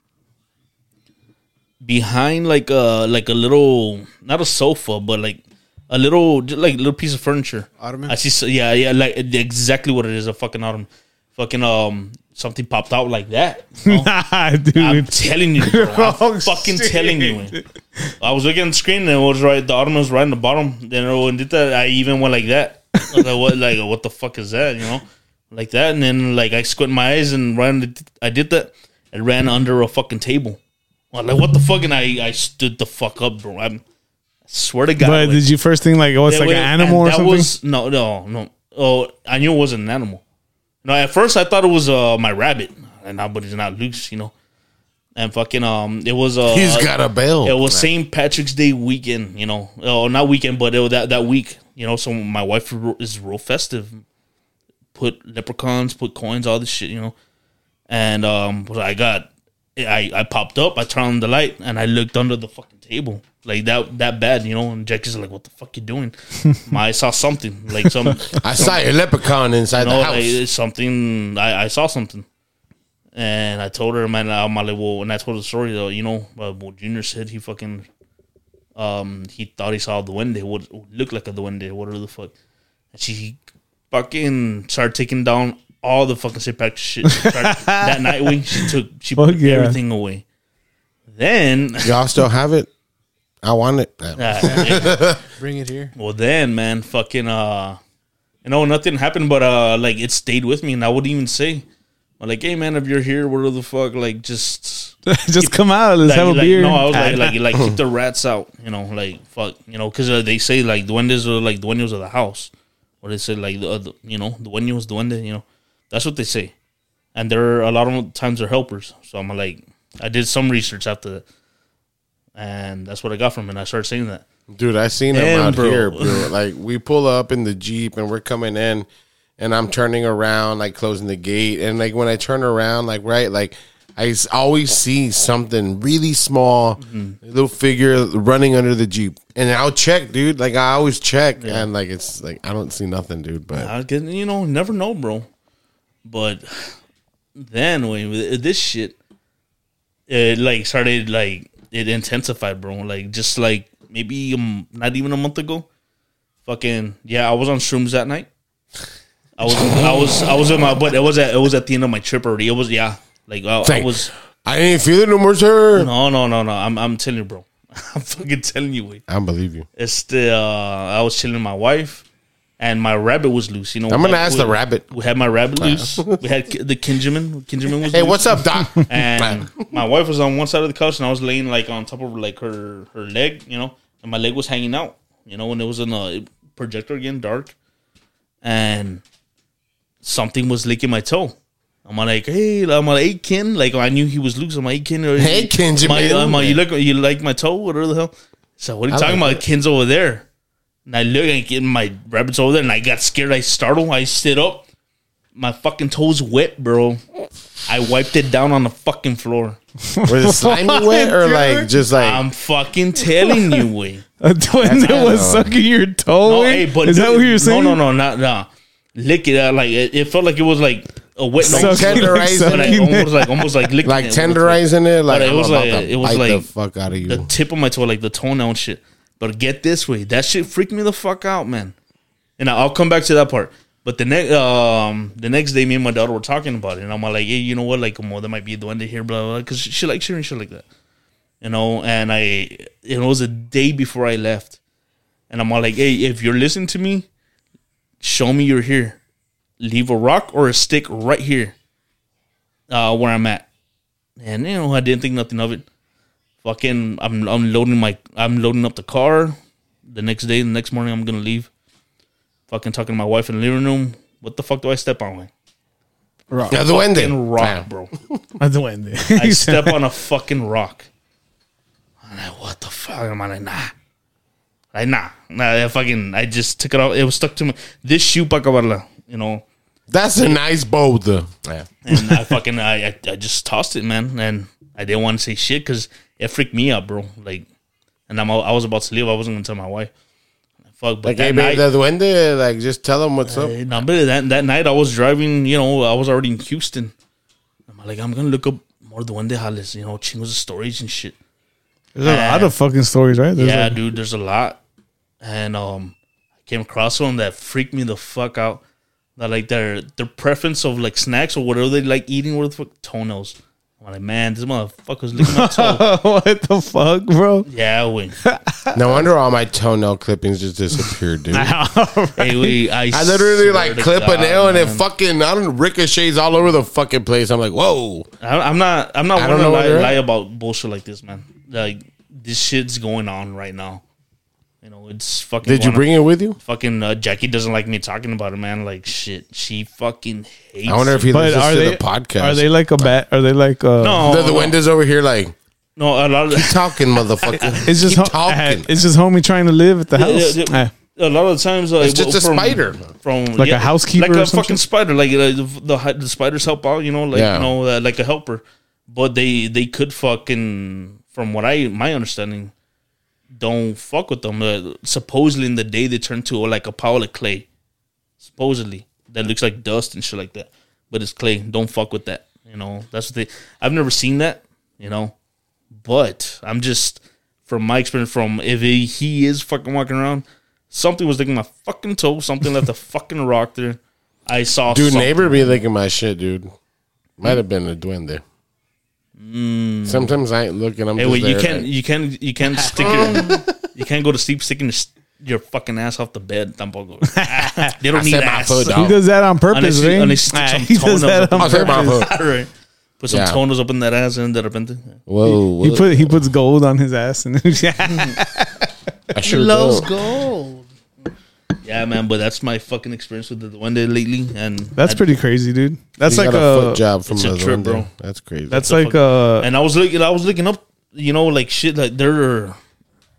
[SPEAKER 3] behind like a like a little not a sofa but like a little just like little piece of furniture.
[SPEAKER 4] Ottoman?
[SPEAKER 3] I see. So, yeah, yeah, like exactly what it is. A fucking ottoman. Fucking um, something popped out like that. Oh, you know?
[SPEAKER 1] Nah,
[SPEAKER 3] I'm
[SPEAKER 1] Ah, dude. Oh,
[SPEAKER 3] telling you, bro.
[SPEAKER 1] Wrong
[SPEAKER 3] I'm fucking
[SPEAKER 1] street.
[SPEAKER 3] telling you. I was looking at the screen and it was right. The ottoman was right in the bottom. Then when did that, I even went like that. I was like, what? Like what the fuck is that? You know, like that. And then like I squint my eyes and ran. I did that. It ran under a fucking table. I'm like what the fuck? And I I stood the fuck up, bro. I'm, I swear to God.
[SPEAKER 1] But
[SPEAKER 3] like,
[SPEAKER 1] did you first think like oh it's
[SPEAKER 3] that
[SPEAKER 1] like an
[SPEAKER 3] way-
[SPEAKER 1] animal or
[SPEAKER 3] and that
[SPEAKER 1] something?
[SPEAKER 3] Was, no, no, no. Oh, I knew it wasn't an animal. No, at first I thought it was uh, my rabbit, and now, but it's not loose, you know. And fucking, um, it was uh,
[SPEAKER 2] He's got a bell.
[SPEAKER 3] it was St. Patrick's Day weekend, you know. Oh, not weekend, but it was that that week, you know. So my wife is real festive. Put leprechauns, put coins, all this shit, you know. And um, but I got, I I popped up, I turned on the light, and I looked under the fucking table, like that that bad, you know. And Jackie's like, "What the fuck you doing?" my, I saw something, like some
[SPEAKER 2] I saw a leprechaun inside
[SPEAKER 3] no,
[SPEAKER 2] the house.
[SPEAKER 3] like, it's something. I, I saw something, and I told her, man, I'm like, well, and I told her the story though. You know, uh, well, Junior said he fucking, um, he thought he saw the duende, what looked like a duende, whatever the fuck. And she fucking started taking down all the fucking sit back shit. She started- that night we she took she
[SPEAKER 1] Fuck
[SPEAKER 3] put
[SPEAKER 1] yeah.
[SPEAKER 3] everything away. Then, uh,
[SPEAKER 2] Y'all still have it? I want it.
[SPEAKER 4] Bring it here.
[SPEAKER 3] well, then, man, fucking, uh, you know, nothing happened, but uh, like it stayed with me, and I wouldn't even say. I'm like, hey man, if you're here, what the fuck? Like, just
[SPEAKER 1] Just come out. Let's
[SPEAKER 3] like,
[SPEAKER 1] have a
[SPEAKER 3] like,
[SPEAKER 1] beer.
[SPEAKER 3] No, I was like, like, like, keep the rats out. You know, like, fuck, you know, because uh, they say like duendes are like dueños of the house, or they say like the, uh, the you know dueños duende. You know, that's what they say, and they're a lot of times they're helpers. So I'm like, I did some research after that, and that's what I got from it. and I started saying that.
[SPEAKER 2] Dude, I seen him
[SPEAKER 3] Damn,
[SPEAKER 2] out
[SPEAKER 3] bro.
[SPEAKER 2] here, bro. Like we pull up in the Jeep and we're coming in and I'm turning around, like closing the gate. And like when I turn around, like right, like I s- always see something really small,
[SPEAKER 3] Mm-hmm.
[SPEAKER 2] little figure running under the Jeep. And I'll check, dude. Like I always check. And like it's like I don't see nothing, dude. But
[SPEAKER 3] I can, you know, never know, bro. But then when this shit, it like started like it intensified, bro. Like just like maybe um, not even a month ago. Fucking yeah, I was on shrooms that night. I was I was I was in my but it was at it was at the end of my trip already. It was yeah, like I, I
[SPEAKER 2] Thank-
[SPEAKER 3] was
[SPEAKER 2] I didn't feel it no more, sir.
[SPEAKER 3] no no no no. I'm I'm telling you, bro. I'm fucking telling you, wait.
[SPEAKER 2] I believe you.
[SPEAKER 3] It's the uh, I was chilling with my wife, and my rabbit was loose. You know,
[SPEAKER 2] I'm
[SPEAKER 3] we
[SPEAKER 2] gonna
[SPEAKER 3] had-
[SPEAKER 2] ask
[SPEAKER 3] we-
[SPEAKER 2] the rabbit.
[SPEAKER 3] We had my rabbit loose. we had ki- the Kinjamin. Kinjamin was
[SPEAKER 2] Hey,
[SPEAKER 3] loose.
[SPEAKER 2] what's up, Doc?
[SPEAKER 3] And my wife was on one side of the couch, and I was laying like on top of like her her leg, you know, and my leg was hanging out, you know, and it was in a projector again, dark, and something was licking my toe. I'm like, hey, I'm like, hey, Ken, like I knew he was loose. I'm like, hey, Ken, or-
[SPEAKER 2] Hey, Kenjamin.
[SPEAKER 3] my, I'm like, you look, you like my toe, whatever the hell. So what are you
[SPEAKER 2] I
[SPEAKER 3] talking
[SPEAKER 2] like
[SPEAKER 3] about? Ken's over there, and I look and get my rabbit's over there, and I got scared. I startled. I sit up. My fucking toes wet, bro. I wiped it down on the fucking floor.
[SPEAKER 2] Was it slimy wet or like just like
[SPEAKER 3] I'm fucking telling you, we.
[SPEAKER 1] A twin that was sucking your toe.
[SPEAKER 3] No,
[SPEAKER 1] in?
[SPEAKER 3] hey, but
[SPEAKER 1] is that what you're saying?
[SPEAKER 3] No, no, no, not nah. Lick it out like it, it felt like it was like a wet
[SPEAKER 1] Suck-
[SPEAKER 3] nose,
[SPEAKER 2] Suck- tenderized,
[SPEAKER 1] sucking
[SPEAKER 3] but like
[SPEAKER 1] it.
[SPEAKER 3] almost like almost like licking
[SPEAKER 2] like
[SPEAKER 3] it.
[SPEAKER 2] tenderizing it? Like
[SPEAKER 3] But it
[SPEAKER 2] I'm
[SPEAKER 3] was
[SPEAKER 2] about
[SPEAKER 3] like-
[SPEAKER 2] to
[SPEAKER 3] it was
[SPEAKER 2] bite the
[SPEAKER 3] like
[SPEAKER 2] fuck out of you.
[SPEAKER 3] the tip of my toe, like the toenail and shit. But get this way, that shit freaked me the fuck out, man. And I- I'll come back to that part. But the next um the next day, me and my daughter were talking about it, and I'm like, hey, you know what? Like, well, there might be a duende here, blah blah, because she, she likes hearing shit like that, you know. And I, it was a day before I left, and I'm all like, hey, if you're listening to me, show me you're here. Leave a rock or a stick right here, uh, where I'm at. And you know, I didn't think nothing of it fucking I'm I'm loading my I'm loading up the car. The next day, the next morning I'm gonna leave. Fucking talking to my wife in the living room. What the fuck do I step on? Like?
[SPEAKER 2] Yeah, the wind
[SPEAKER 3] Fucking rock, bro.
[SPEAKER 1] I don't
[SPEAKER 3] I step on a fucking rock. I'm like, what the fuck? I'm like, nah. Like, nah. Nah, I fucking I just took it off. It was stuck to me. This shoe pakabarla, you know.
[SPEAKER 2] That's a nice boulder. Yeah.
[SPEAKER 3] And I fucking I, I I just tossed it, man. And I didn't want to say shit because it freaked me out, bro. Like, and I'm I was about to leave. I wasn't gonna tell my wife. Fuck, but
[SPEAKER 2] Like,
[SPEAKER 3] that
[SPEAKER 2] hey,
[SPEAKER 3] night,
[SPEAKER 2] babe, the duende, like, just tell them what's up.
[SPEAKER 3] no, but that that night I was driving. You know, I was already in Houston. I'm like, I'm gonna look up more duende jales. You know, chingos of stories and shit.
[SPEAKER 1] There's a lot of fucking stories, right? There's
[SPEAKER 3] yeah,
[SPEAKER 1] a-
[SPEAKER 3] dude, there's a lot. And um I came across one that freaked me the fuck out. That like their their preference of like snacks or whatever they like eating were the fuck toenails. I'm like, man, this motherfucker's licking my toe.
[SPEAKER 1] what the fuck, bro?
[SPEAKER 3] yeah, we.
[SPEAKER 2] No wonder all my toenail clippings just disappeared, dude. I
[SPEAKER 3] Hey, we. I,
[SPEAKER 2] literally
[SPEAKER 3] swear
[SPEAKER 2] like
[SPEAKER 3] to
[SPEAKER 2] clip a
[SPEAKER 3] God,
[SPEAKER 2] nail and it
[SPEAKER 3] man.
[SPEAKER 2] fucking I don't ricochets all over the fucking place. I'm like, whoa.
[SPEAKER 3] I, I'm not. I'm not
[SPEAKER 2] I
[SPEAKER 3] one
[SPEAKER 2] don't
[SPEAKER 3] to
[SPEAKER 2] know where
[SPEAKER 3] lie,
[SPEAKER 2] they're at.
[SPEAKER 3] lie about bullshit like this, man. Like this shit's going on right now. You know, it's fucking.
[SPEAKER 2] Did you
[SPEAKER 3] going on.
[SPEAKER 2] bring it with you?
[SPEAKER 3] Fucking uh, Jackie doesn't like me talking about it, man. Like shit, she fucking hates.
[SPEAKER 2] I wonder
[SPEAKER 3] it.
[SPEAKER 2] if he
[SPEAKER 1] But
[SPEAKER 2] listens
[SPEAKER 1] are
[SPEAKER 2] to
[SPEAKER 1] they
[SPEAKER 2] the podcast.
[SPEAKER 1] Are they like a bat? Are they like uh
[SPEAKER 3] no,
[SPEAKER 2] the, the
[SPEAKER 3] no,
[SPEAKER 2] windows over here, like
[SPEAKER 3] no, a lot of
[SPEAKER 2] talking, motherfucker.
[SPEAKER 1] It's just
[SPEAKER 2] Keep
[SPEAKER 1] ho- eh,
[SPEAKER 2] talking.
[SPEAKER 1] it's just homie trying to live at the house.
[SPEAKER 3] yeah,
[SPEAKER 1] Eh,
[SPEAKER 3] a lot of times uh,
[SPEAKER 2] It's just a spider.
[SPEAKER 3] from
[SPEAKER 1] Like a housekeeper
[SPEAKER 3] like
[SPEAKER 1] or
[SPEAKER 3] a
[SPEAKER 1] some
[SPEAKER 3] fucking
[SPEAKER 1] shit?
[SPEAKER 3] spider, like uh, the, the hi- the spiders help out, you know, like
[SPEAKER 2] Yeah.
[SPEAKER 3] you know, uh, like a helper. But they they could fucking, from what I my understanding, don't fuck with them. Uh, supposedly, in the day they turn to uh, like a pile of clay, supposedly that looks like dust and shit like that. But it's clay. Don't fuck with that. You know, that's what they. I've never seen that. You know, but I'm just from my experience. From if he, he is fucking walking around, something was licking my fucking toe. Something left a fucking rock there. I saw
[SPEAKER 2] Dude,
[SPEAKER 3] something.
[SPEAKER 2] neighbor be licking my shit, dude. Might have been a duende. Sometimes I ain't looking. I'm
[SPEAKER 3] Mm. Hey,
[SPEAKER 2] just
[SPEAKER 3] wait, you
[SPEAKER 2] there,
[SPEAKER 3] can't,
[SPEAKER 2] like-
[SPEAKER 3] you can't, you can't stick your, you can't go to sleep sticking your, your fucking ass off the bed. Tampoco. they don't need
[SPEAKER 2] set my
[SPEAKER 3] ass.
[SPEAKER 2] foot
[SPEAKER 1] he
[SPEAKER 2] down.
[SPEAKER 1] does that on purpose,
[SPEAKER 3] Honestly-
[SPEAKER 1] right?
[SPEAKER 3] honestly,
[SPEAKER 1] Eh,
[SPEAKER 3] some
[SPEAKER 1] he does
[SPEAKER 3] tone
[SPEAKER 1] that
[SPEAKER 3] of-
[SPEAKER 1] on
[SPEAKER 2] I'll take my
[SPEAKER 1] purpose.
[SPEAKER 2] foot.
[SPEAKER 3] Alright. Put some
[SPEAKER 2] Yeah.
[SPEAKER 3] tonos up in that ass and that repente.
[SPEAKER 2] Whoa,
[SPEAKER 1] He
[SPEAKER 2] whoa.
[SPEAKER 1] put he puts gold on his ass and yeah.
[SPEAKER 2] I sure loves go.
[SPEAKER 3] gold. Yeah, man, but that's my fucking experience with the one day lately, and
[SPEAKER 1] That's
[SPEAKER 3] I-
[SPEAKER 1] pretty crazy, dude. That's
[SPEAKER 2] He
[SPEAKER 1] like
[SPEAKER 2] got
[SPEAKER 1] a,
[SPEAKER 2] foot job from
[SPEAKER 3] it's a
[SPEAKER 2] the
[SPEAKER 3] trip,
[SPEAKER 2] duende.
[SPEAKER 3] bro.
[SPEAKER 2] That's crazy.
[SPEAKER 1] that's
[SPEAKER 3] the
[SPEAKER 1] like
[SPEAKER 3] fuck-
[SPEAKER 1] uh
[SPEAKER 3] And I was looking, I was looking up, you know, like shit, like they're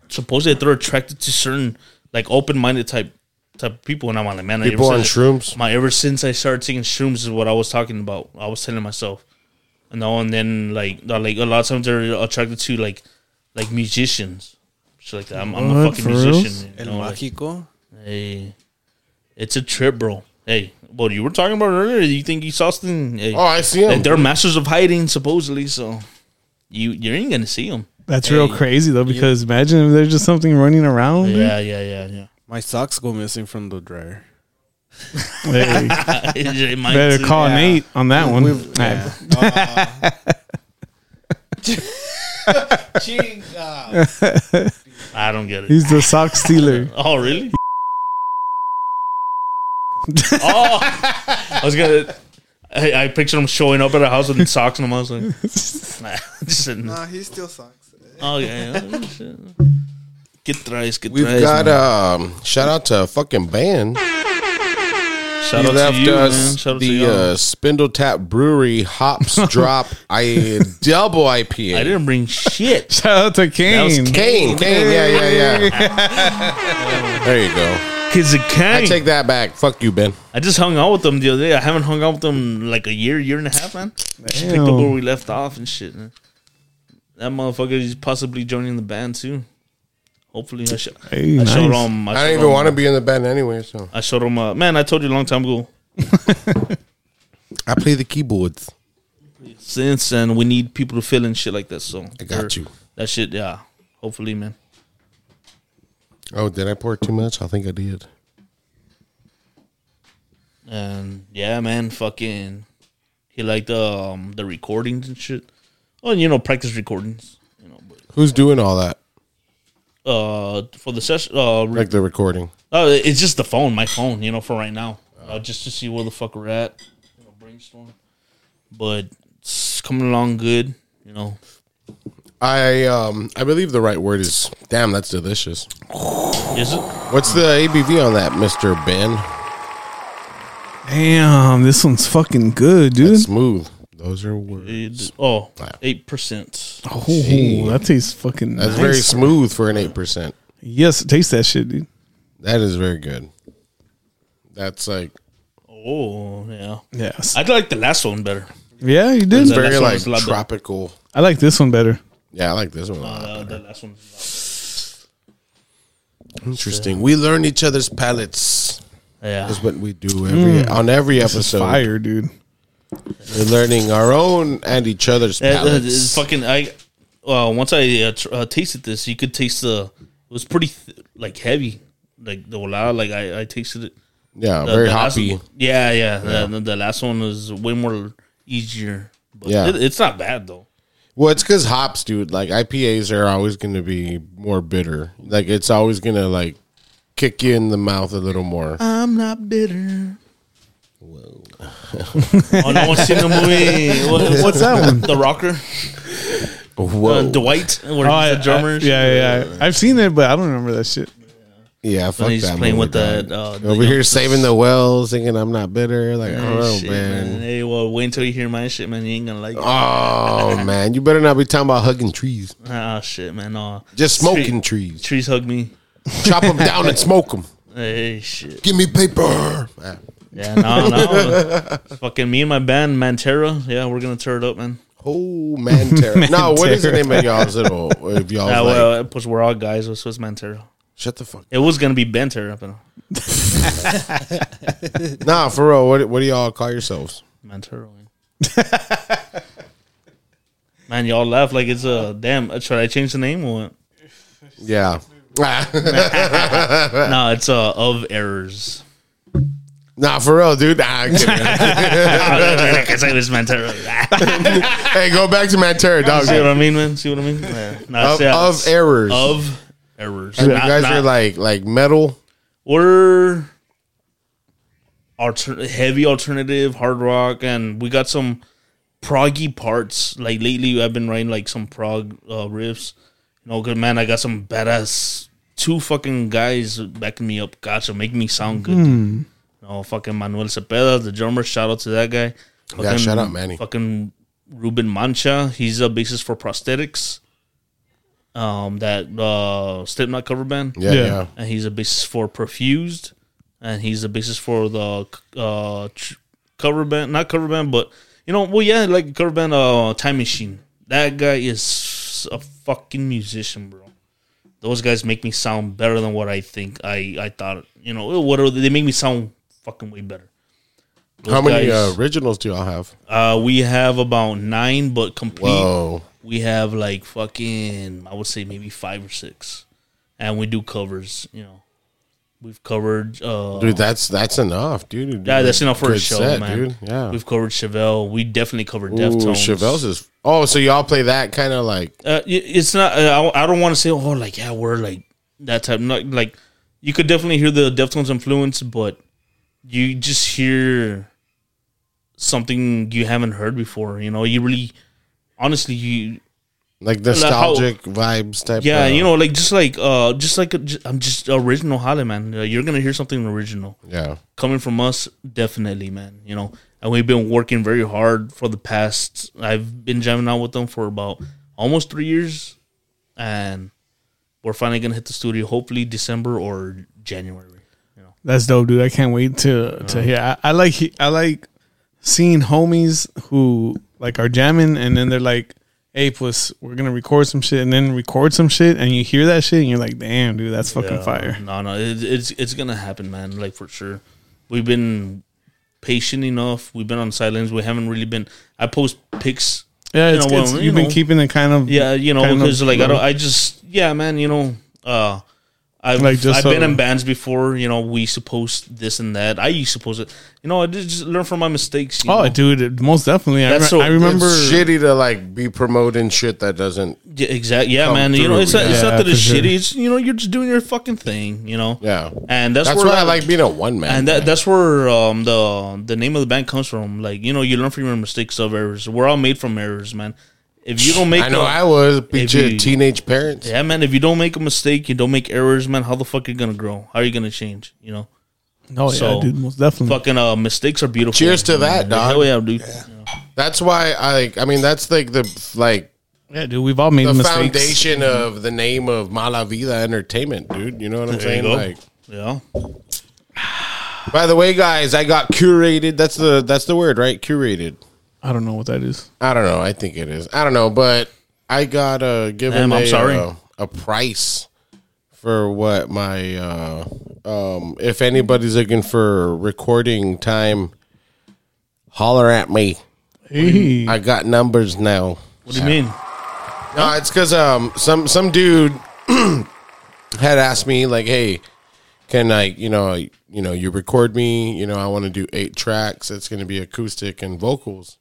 [SPEAKER 3] supposedly they're attracted to certain like open minded type type of people, and I'm like, man, I
[SPEAKER 2] people
[SPEAKER 3] ever
[SPEAKER 2] on
[SPEAKER 3] since-
[SPEAKER 2] shrooms.
[SPEAKER 3] My ever since I started taking shrooms is what I was talking about. I was telling myself, you know, and then like the- like a lot of times they're attracted to like like musicians, shit like that. I'm, I'm a
[SPEAKER 1] What,
[SPEAKER 3] fucking
[SPEAKER 1] for reals?
[SPEAKER 3] musician. You
[SPEAKER 4] El
[SPEAKER 3] know, like,
[SPEAKER 4] Mágico.
[SPEAKER 3] hey, it's a trip, bro. Hey, what you were talking about earlier? You think you saw something? Hey,
[SPEAKER 2] Oh, I see
[SPEAKER 3] like,
[SPEAKER 2] him.
[SPEAKER 3] they're masters of hiding, supposedly. So you you ain't gonna see them.
[SPEAKER 1] that's real crazy though because imagine if there's just something running around. dude.
[SPEAKER 3] Yeah, yeah, yeah, yeah.
[SPEAKER 4] My socks go missing from the dryer.
[SPEAKER 1] Hey,
[SPEAKER 3] It might
[SPEAKER 1] better
[SPEAKER 3] too.
[SPEAKER 1] call
[SPEAKER 4] Yeah.
[SPEAKER 1] Nate on that one.
[SPEAKER 4] We've-
[SPEAKER 1] Eh,
[SPEAKER 4] yeah.
[SPEAKER 3] I don't get it.
[SPEAKER 1] He's the sock stealer.
[SPEAKER 3] Oh, really? Oh, I was gonna. I, I pictured him showing up at a house with socks and I was like, nah, just sitting. there.
[SPEAKER 5] Nah, he still sucks.
[SPEAKER 3] Oh yeah, yeah. shit. Get thrice, get
[SPEAKER 2] We've
[SPEAKER 3] thrice.
[SPEAKER 2] got
[SPEAKER 3] man.
[SPEAKER 2] um, shout out to fucking Ban.
[SPEAKER 3] Shout
[SPEAKER 2] He
[SPEAKER 3] out
[SPEAKER 2] left
[SPEAKER 3] to you, man.
[SPEAKER 2] us
[SPEAKER 3] Shout out to
[SPEAKER 2] the
[SPEAKER 3] you.
[SPEAKER 2] uh, Spindle Tap Brewery Hops Drop I Double IPA.
[SPEAKER 3] I didn't bring shit.
[SPEAKER 1] Shout out to Kane.
[SPEAKER 3] was
[SPEAKER 2] Kane, Kane, yeah, yeah, yeah. there you go.
[SPEAKER 3] Kids a
[SPEAKER 2] I
[SPEAKER 3] king.
[SPEAKER 2] take that back. Fuck you, Ben.
[SPEAKER 3] I just hung out with them the other day. I haven't hung out with them in, like a year, year and a half, man. She picked up
[SPEAKER 1] Damn.
[SPEAKER 3] where we left off and shit. Man. That motherfucker is possibly joining the band too. Hopefully, I, sh-
[SPEAKER 1] Hey,
[SPEAKER 3] I
[SPEAKER 1] nice.
[SPEAKER 3] showed him.
[SPEAKER 2] I don't even want to be in the band anyway, so
[SPEAKER 3] I showed him. Uh, man, I told you a long time ago.
[SPEAKER 2] I play the keyboards.
[SPEAKER 3] Since and we need people to fill in shit like that. So
[SPEAKER 2] I got you.
[SPEAKER 3] That shit, yeah. Hopefully, man.
[SPEAKER 2] Oh, did I pour too much? I think I did.
[SPEAKER 3] And yeah, man, fucking, he liked the um, the recordings and shit. Oh, and you know, practice recordings. You know, but,
[SPEAKER 2] Who's doing all that?
[SPEAKER 3] uh, for the session, uh, re-
[SPEAKER 2] Like the recording.
[SPEAKER 3] Oh, it's just the phone, my phone, you know, for right now. Uh, just to see where the fuck we're at, you know, brainstorm. But it's coming along good, you know.
[SPEAKER 2] I um I believe the right word is damn, that's delicious.
[SPEAKER 3] Is it?
[SPEAKER 2] What's the ABV on that, Mr. Ben?
[SPEAKER 1] Damn, this one's fucking good, dude.
[SPEAKER 2] Smooth. Those are words.
[SPEAKER 3] It's- oh, 8%.
[SPEAKER 1] oh, that tastes fucking
[SPEAKER 2] That's
[SPEAKER 1] nice.
[SPEAKER 2] very smooth for an eight percent.
[SPEAKER 1] yes, taste that shit, dude.
[SPEAKER 2] That is very good. That's like
[SPEAKER 3] Oh, yeah.
[SPEAKER 1] Yes.
[SPEAKER 3] I'd like the last one better.
[SPEAKER 1] yeah, you did.
[SPEAKER 3] That
[SPEAKER 2] very
[SPEAKER 3] last one
[SPEAKER 2] like
[SPEAKER 3] was a lot better.
[SPEAKER 2] tropical.
[SPEAKER 1] I like this one better.
[SPEAKER 2] Yeah, I like this one a lot.
[SPEAKER 3] Uh, the last one. was
[SPEAKER 2] Interesting. We learn each other's palettes.
[SPEAKER 3] a lot- Yeah.
[SPEAKER 2] That's what we do every e, on every episode.
[SPEAKER 1] Fire, dude.
[SPEAKER 2] We're learning our own and each other's
[SPEAKER 3] Uh, uh,
[SPEAKER 2] palettes.
[SPEAKER 3] it's fucking, I, uh, once I uh, tr- uh, tasted this, you could taste the, it was pretty, th- like, heavy. Like, the Olala, like, I, I tasted it.
[SPEAKER 2] yeah,
[SPEAKER 3] The-
[SPEAKER 2] very
[SPEAKER 3] the last
[SPEAKER 2] hoppy.
[SPEAKER 3] one- yeah, yeah. The, the- the last one was way more easier. But
[SPEAKER 2] Yeah.
[SPEAKER 3] it, it's not bad though.
[SPEAKER 2] Well, it's because hops, dude. Like IPAs are always going to be more bitter. Like it's always going to like kick you in the mouth a little more.
[SPEAKER 3] I'm not bitter. Whoa. oh, no one's seen the movie. What-
[SPEAKER 1] What's that one?
[SPEAKER 3] The Rocker, uh,
[SPEAKER 2] Whoa.
[SPEAKER 3] Dwight, where
[SPEAKER 1] Oh, I-
[SPEAKER 3] he's the drummer.
[SPEAKER 1] I-
[SPEAKER 3] and shit.
[SPEAKER 1] yeah, yeah, yeah. I've seen it, but I don't remember that shit.
[SPEAKER 2] yeah, fuck
[SPEAKER 3] And he's
[SPEAKER 2] that.
[SPEAKER 3] playing
[SPEAKER 2] movie,
[SPEAKER 3] with the,
[SPEAKER 2] dog.
[SPEAKER 3] uh, the
[SPEAKER 2] over
[SPEAKER 3] young-
[SPEAKER 2] here saving the well, singing "I'm not bitter." Like, oh
[SPEAKER 3] shit,
[SPEAKER 2] man.
[SPEAKER 3] man. Hey, well, wait until you hear my shit, man. You ain't gonna like it.
[SPEAKER 2] Oh man, you better not be talking about hugging trees.
[SPEAKER 3] Ah, shit, man. No.
[SPEAKER 2] Just smoking
[SPEAKER 3] Trees,
[SPEAKER 2] trees.
[SPEAKER 3] trees hug me.
[SPEAKER 2] Chop them down and smoke them.
[SPEAKER 3] Hey, shit.
[SPEAKER 2] Give me paper. Ah,
[SPEAKER 3] Yeah, no, no. Fucking me and my band, Mantera. Yeah, we're gonna tear it up, man.
[SPEAKER 2] Oh man, terror. no, what is the name of y'all's little? uh, If y'all
[SPEAKER 3] Yeah,
[SPEAKER 2] Oh, like,
[SPEAKER 3] Ah, well, plus we're all guys, so it's Mantero.
[SPEAKER 2] shut the fuck.
[SPEAKER 3] It was gonna be Bentero, but
[SPEAKER 2] Nah, for real. What what do y'all call yourselves?
[SPEAKER 3] Mantero. Man. man, y'all laugh like it's a damn. uh, Should I change the name or what?
[SPEAKER 2] Yeah.
[SPEAKER 3] No, it's uh of errors.
[SPEAKER 2] nah, for real, dude. Nah, I'm kidding.
[SPEAKER 3] Ah, I can say it's Mantero. See
[SPEAKER 2] hey, go back to man terror, dog.
[SPEAKER 3] what I mean, man? See what I mean? Yeah. No,
[SPEAKER 2] Of,
[SPEAKER 3] it's, yeah,
[SPEAKER 2] of
[SPEAKER 3] it's
[SPEAKER 2] errors.
[SPEAKER 3] Of errors.
[SPEAKER 2] you
[SPEAKER 3] Not-
[SPEAKER 2] guys
[SPEAKER 3] not-
[SPEAKER 2] are like like metal.
[SPEAKER 3] we're alter- heavy alternative hard rock and we got some proggy parts like lately i've been writing like some prog uh, riffs you know good man i got some badass two fucking guys backing me up gotcha make me sound good you know fucking manuel cepeda the drummer shout out to that guy fucking,
[SPEAKER 2] shout out Manny.
[SPEAKER 3] fucking ruben mancha he's a bassist for prosthetics um that uh slipknot cover band
[SPEAKER 2] Yeah,
[SPEAKER 1] Yeah.
[SPEAKER 2] yeah.
[SPEAKER 3] and he's a basis for Perfused, and he's a basis for the uh tr- cover band, not cover band, but you know, well, yeah, like cover band, uh, Time Machine. That guy is a fucking musician, bro. Those guys make me sound better than what I think I I thought. You know, whatever they make me sound fucking way better. Those
[SPEAKER 2] How many uh,
[SPEAKER 3] guys,
[SPEAKER 2] originals do y'all have?
[SPEAKER 3] uh, we have about nine, but complete
[SPEAKER 2] Whoa.
[SPEAKER 3] we have like fucking I would say maybe five or six, and we do covers. You know, we've covered. uh
[SPEAKER 2] Dude, that's that's enough, dude.
[SPEAKER 3] Yeah, that's enough for a
[SPEAKER 2] Good
[SPEAKER 3] show,
[SPEAKER 2] set,
[SPEAKER 3] man.
[SPEAKER 2] Dude. Yeah.
[SPEAKER 3] We've covered Chevelle. We definitely covered
[SPEAKER 2] Ooh,
[SPEAKER 3] Deftones.
[SPEAKER 2] Chevelle's is. Oh, so y'all play that kind of like
[SPEAKER 3] Uh, i- it's not. Uh, I, I don't want to say. Oh, like yeah, we're like that type. Not like you could definitely hear the Deftones influence, but you just hear something you haven't heard before. You know, you really, honestly, you
[SPEAKER 2] Like nostalgic vibes type.
[SPEAKER 3] yeah,
[SPEAKER 2] of-
[SPEAKER 3] you know, like just like uh, just like a, j- I'm just original Holly man. Uh, You're gonna hear something original
[SPEAKER 2] Yeah.
[SPEAKER 3] coming from us, definitely, man. You know, and we've been working very hard for the past. I've been jamming out with them for about almost three years, and we're finally gonna hit the studio. Hopefully, December or January. You know,
[SPEAKER 1] That's dope, dude. I can't wait to
[SPEAKER 3] Uh-huh.
[SPEAKER 1] to hear. I, I like he- I like seeing homies who like are jamming and then they're like, "Hey, plus we're gonna record some shit," and then record some shit, and you hear that shit, and you're like, "Damn, dude, that's fucking
[SPEAKER 3] Yeah,
[SPEAKER 1] fire."
[SPEAKER 3] No, no, it, it's it's gonna happen, man. Like for sure. We've been patient enough. We've been on silence. We haven't really been. I post pics.
[SPEAKER 1] Yeah,
[SPEAKER 3] You
[SPEAKER 1] it's,
[SPEAKER 3] know,
[SPEAKER 1] good.
[SPEAKER 3] well,
[SPEAKER 1] it's
[SPEAKER 3] you
[SPEAKER 1] you've been
[SPEAKER 3] know.
[SPEAKER 1] keeping it kind of
[SPEAKER 3] Yeah, you know,
[SPEAKER 1] kind of
[SPEAKER 3] because like I
[SPEAKER 1] low.
[SPEAKER 3] don't. I just yeah, man. You know, uh, I've
[SPEAKER 1] Like, just
[SPEAKER 3] I've
[SPEAKER 1] so-
[SPEAKER 3] been in bands before. You know, we used to post this and that. I used to post it. You know, I did just learn from my mistakes. you
[SPEAKER 1] Oh,
[SPEAKER 3] know.
[SPEAKER 1] dude, it- most definitely. I,
[SPEAKER 3] That's
[SPEAKER 1] re-
[SPEAKER 3] so-
[SPEAKER 1] I remember.
[SPEAKER 2] It's shitty to like be promoting shit that doesn't.
[SPEAKER 3] Yeah, exactly. Yeah,
[SPEAKER 2] come
[SPEAKER 3] man. You know,
[SPEAKER 2] through,
[SPEAKER 3] it's not,
[SPEAKER 1] yeah.
[SPEAKER 3] it's not that
[SPEAKER 1] Yeah,
[SPEAKER 3] it's
[SPEAKER 1] for sure.
[SPEAKER 3] shitty. It's you know, you're just doing your fucking thing. You know.
[SPEAKER 2] Yeah.
[SPEAKER 3] And that's,
[SPEAKER 2] That's,
[SPEAKER 3] where
[SPEAKER 2] why I like being a one man.
[SPEAKER 3] and that, that's where um, the the name of the band comes from. Like you know, you learn from your mistakes of errors. We're all made from errors, man. If you don't make,
[SPEAKER 2] I know
[SPEAKER 3] a-
[SPEAKER 2] I was picture
[SPEAKER 3] you-
[SPEAKER 2] teenage parents.
[SPEAKER 3] yeah, man. If you don't make a mistake, you don't make errors, man. How the fuck are you gonna grow? How are you gonna change? You know,
[SPEAKER 1] oh yeah,
[SPEAKER 3] so-
[SPEAKER 1] dude, most definitely.
[SPEAKER 3] fucking uh, mistakes are beautiful.
[SPEAKER 2] Cheers to that,
[SPEAKER 3] Like,
[SPEAKER 2] dog.
[SPEAKER 3] hell yeah, dude. You know?
[SPEAKER 2] That's why I like. I mean, that's like the like
[SPEAKER 1] Yeah, dude, we've all made
[SPEAKER 2] the
[SPEAKER 1] mistakes.
[SPEAKER 2] foundation of the name of Mala Vida Entertainment, dude. You know what I'm
[SPEAKER 3] There you
[SPEAKER 2] saying? Like,
[SPEAKER 3] go. Yeah.
[SPEAKER 2] by the way, guys, I got curated. That's the that's the word, right? Curated.
[SPEAKER 1] I don't know what that is.
[SPEAKER 2] I don't know. I think it is. I don't know, but I got uh, given
[SPEAKER 3] Damn,
[SPEAKER 2] a,
[SPEAKER 3] I'm sorry.
[SPEAKER 2] uh, a price for what my uh, um, if anybody's looking for recording time, holler at me.
[SPEAKER 1] Hey,
[SPEAKER 2] I got numbers now.
[SPEAKER 3] What do you mean?
[SPEAKER 2] No, it's because um some some dude had asked me like, hey, can I you know you know you record me? You know I want to do eight tracks. It's going to be acoustic and vocals.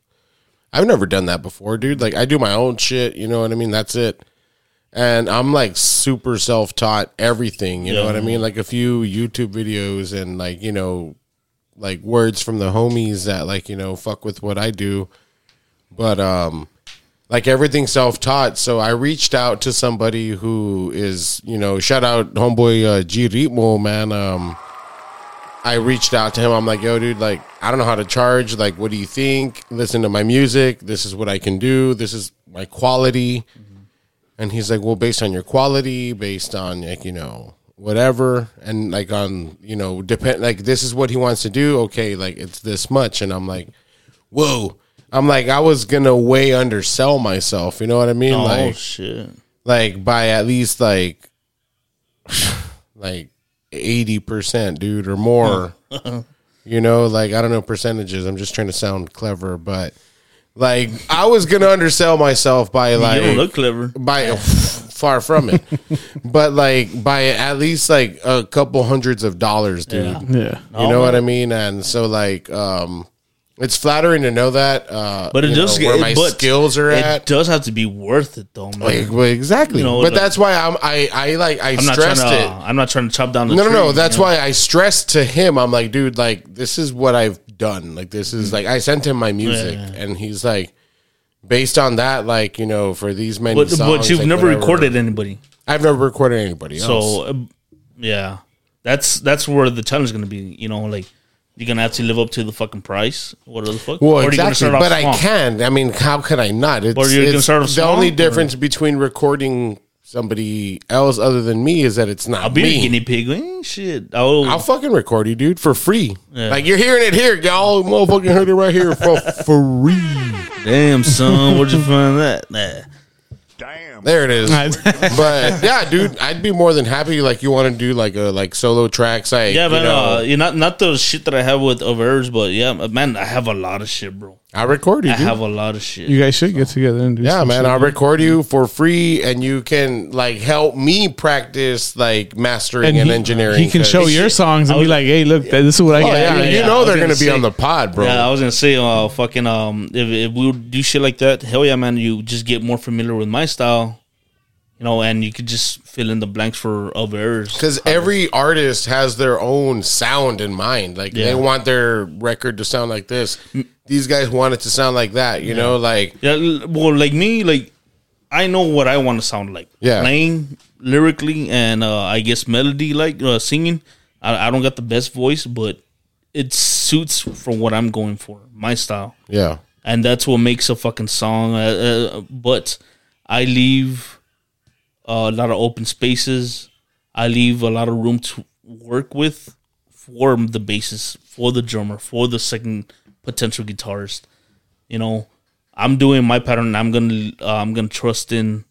[SPEAKER 2] I've never done that before, dude. Like I do my own shit. You know what I mean? That's it. And I'm like super self taught everything. You know
[SPEAKER 3] Yeah.
[SPEAKER 2] what I mean? Like a few YouTube videos and like you know like words from the homies that like you know fuck with what I do. But um like everything self taught. So I reached out to somebody who is, you know, shout out homeboy uh, G Ritmo, man. Um, I reached out to him. I'm like, yo, dude, like, I don't know how to charge. Like, what do you think? Listen to my music. This is what I can do. This is my quality. And he's like, well, based on your quality, based on like, you know, whatever, and like on, you know, depend, like, this is what he wants to do. Okay, like, it's this much. And I'm like, whoa. I'm like, I was gonna way undersell myself. You know what I mean?
[SPEAKER 3] Oh
[SPEAKER 2] like,
[SPEAKER 3] shit.
[SPEAKER 2] like by at least like like 80% dude or more you know like i don't know percentages i'm just trying to sound clever but like i was gonna undersell myself by
[SPEAKER 3] You
[SPEAKER 2] like
[SPEAKER 3] don't look clever.
[SPEAKER 2] by far from it but like by at least like a couple hundreds of dollars dude
[SPEAKER 3] Yeah.
[SPEAKER 1] yeah,
[SPEAKER 2] you know what i mean and so like um it's flattering to know that uh
[SPEAKER 3] But it
[SPEAKER 2] you know,
[SPEAKER 3] does
[SPEAKER 2] where
[SPEAKER 3] it-
[SPEAKER 2] my
[SPEAKER 3] but
[SPEAKER 2] skills are
[SPEAKER 3] it
[SPEAKER 2] at
[SPEAKER 3] does have to be worth it though, man.
[SPEAKER 2] like, well, exactly.
[SPEAKER 3] You know,
[SPEAKER 2] but
[SPEAKER 3] like-
[SPEAKER 2] that's why I'm I I like I
[SPEAKER 3] I'm not trying
[SPEAKER 2] stressed
[SPEAKER 3] to.
[SPEAKER 2] it.
[SPEAKER 3] I'm not trying to chop down the.
[SPEAKER 2] No, no, no.
[SPEAKER 3] tree,
[SPEAKER 2] That's
[SPEAKER 3] you know?
[SPEAKER 2] why I stressed to him. I'm like, dude, like this is what I've done. Like this
[SPEAKER 3] Mm-hmm.
[SPEAKER 2] is like I sent him my music, and he's like, based on that, like you know, for these many
[SPEAKER 3] But,
[SPEAKER 2] songs,
[SPEAKER 3] but you've
[SPEAKER 2] like,
[SPEAKER 3] never
[SPEAKER 2] whatever.
[SPEAKER 3] recorded anybody.
[SPEAKER 2] I've never recorded anybody else.
[SPEAKER 3] So uh, yeah, that's that's where the challenge is going to be. You know, like you're gonna have to live up to the fucking price. What the fuck?
[SPEAKER 2] Well,
[SPEAKER 3] Or you're gonna
[SPEAKER 2] exactly,
[SPEAKER 3] start off
[SPEAKER 2] but I
[SPEAKER 3] small.
[SPEAKER 2] can. I mean, how could I not? It's,
[SPEAKER 3] Or you can
[SPEAKER 2] it's-
[SPEAKER 3] start off
[SPEAKER 2] the
[SPEAKER 3] small,
[SPEAKER 2] only
[SPEAKER 3] or-
[SPEAKER 2] difference between recording somebody else other than me is that it's not
[SPEAKER 3] I'll be
[SPEAKER 2] me.
[SPEAKER 3] a guinea pig. Eh, shit. Oh,
[SPEAKER 2] I'll fucking record you, dude, for free.
[SPEAKER 3] Yeah.
[SPEAKER 2] Like you're hearing it here, y'all. Motherfucking heard it right here for free.
[SPEAKER 3] damn son, where'd you find that? Nah.
[SPEAKER 2] There it is. but yeah, dude, I'd be more than happy. Like you want to do like a like solo tracks. Like
[SPEAKER 3] Yeah,
[SPEAKER 2] you
[SPEAKER 3] man.
[SPEAKER 2] know,
[SPEAKER 3] uh, you're not not the shit that I have with of errors, but yeah, man, I have a lot of shit, bro.
[SPEAKER 2] I record you.
[SPEAKER 3] I
[SPEAKER 2] dude.
[SPEAKER 3] have a lot of shit.
[SPEAKER 1] you guys should get together and do.
[SPEAKER 2] yeah,
[SPEAKER 1] some
[SPEAKER 2] man,
[SPEAKER 1] shit.
[SPEAKER 2] I'll record you for free, and you can like help me practice like mastering and,
[SPEAKER 1] he,
[SPEAKER 2] engineering.
[SPEAKER 1] He can
[SPEAKER 2] 'cause-
[SPEAKER 1] show your songs and be like, "Hey, look, this is what I
[SPEAKER 2] Oh,
[SPEAKER 1] got."
[SPEAKER 2] yeah,
[SPEAKER 3] yeah,
[SPEAKER 2] you
[SPEAKER 3] yeah. I
[SPEAKER 2] know
[SPEAKER 3] was
[SPEAKER 2] they're
[SPEAKER 3] gonna
[SPEAKER 2] gonna be
[SPEAKER 3] say-
[SPEAKER 2] on the pod, bro.
[SPEAKER 3] Yeah, I was gonna say, uh, fucking, um, if, if we would do shit like that, hell yeah, man, you just get more familiar with my style, you know, and you could just fill in the blanks for other errors.
[SPEAKER 2] Because every artist has their own sound in mind. Like
[SPEAKER 3] Yeah. Mm.
[SPEAKER 2] they want their record to sound like this. These guys want it to sound like that. You know, like
[SPEAKER 3] Yeah, l- well, like me, like I know what I want to sound like.
[SPEAKER 2] Yeah.
[SPEAKER 3] playing lyrically and uh, I guess melody, like uh, singing. I, I don't got the best voice, but it suits for what I'm going for, my style,
[SPEAKER 2] yeah,
[SPEAKER 3] and that's what makes a fucking song. Uh, uh, but I leave a lot of open spaces. I leave a lot of room to work with for the bassist, for the drummer, for the second potential guitarist. You know, I'm doing my pattern. And I'm gonna uh, I'm gonna trust in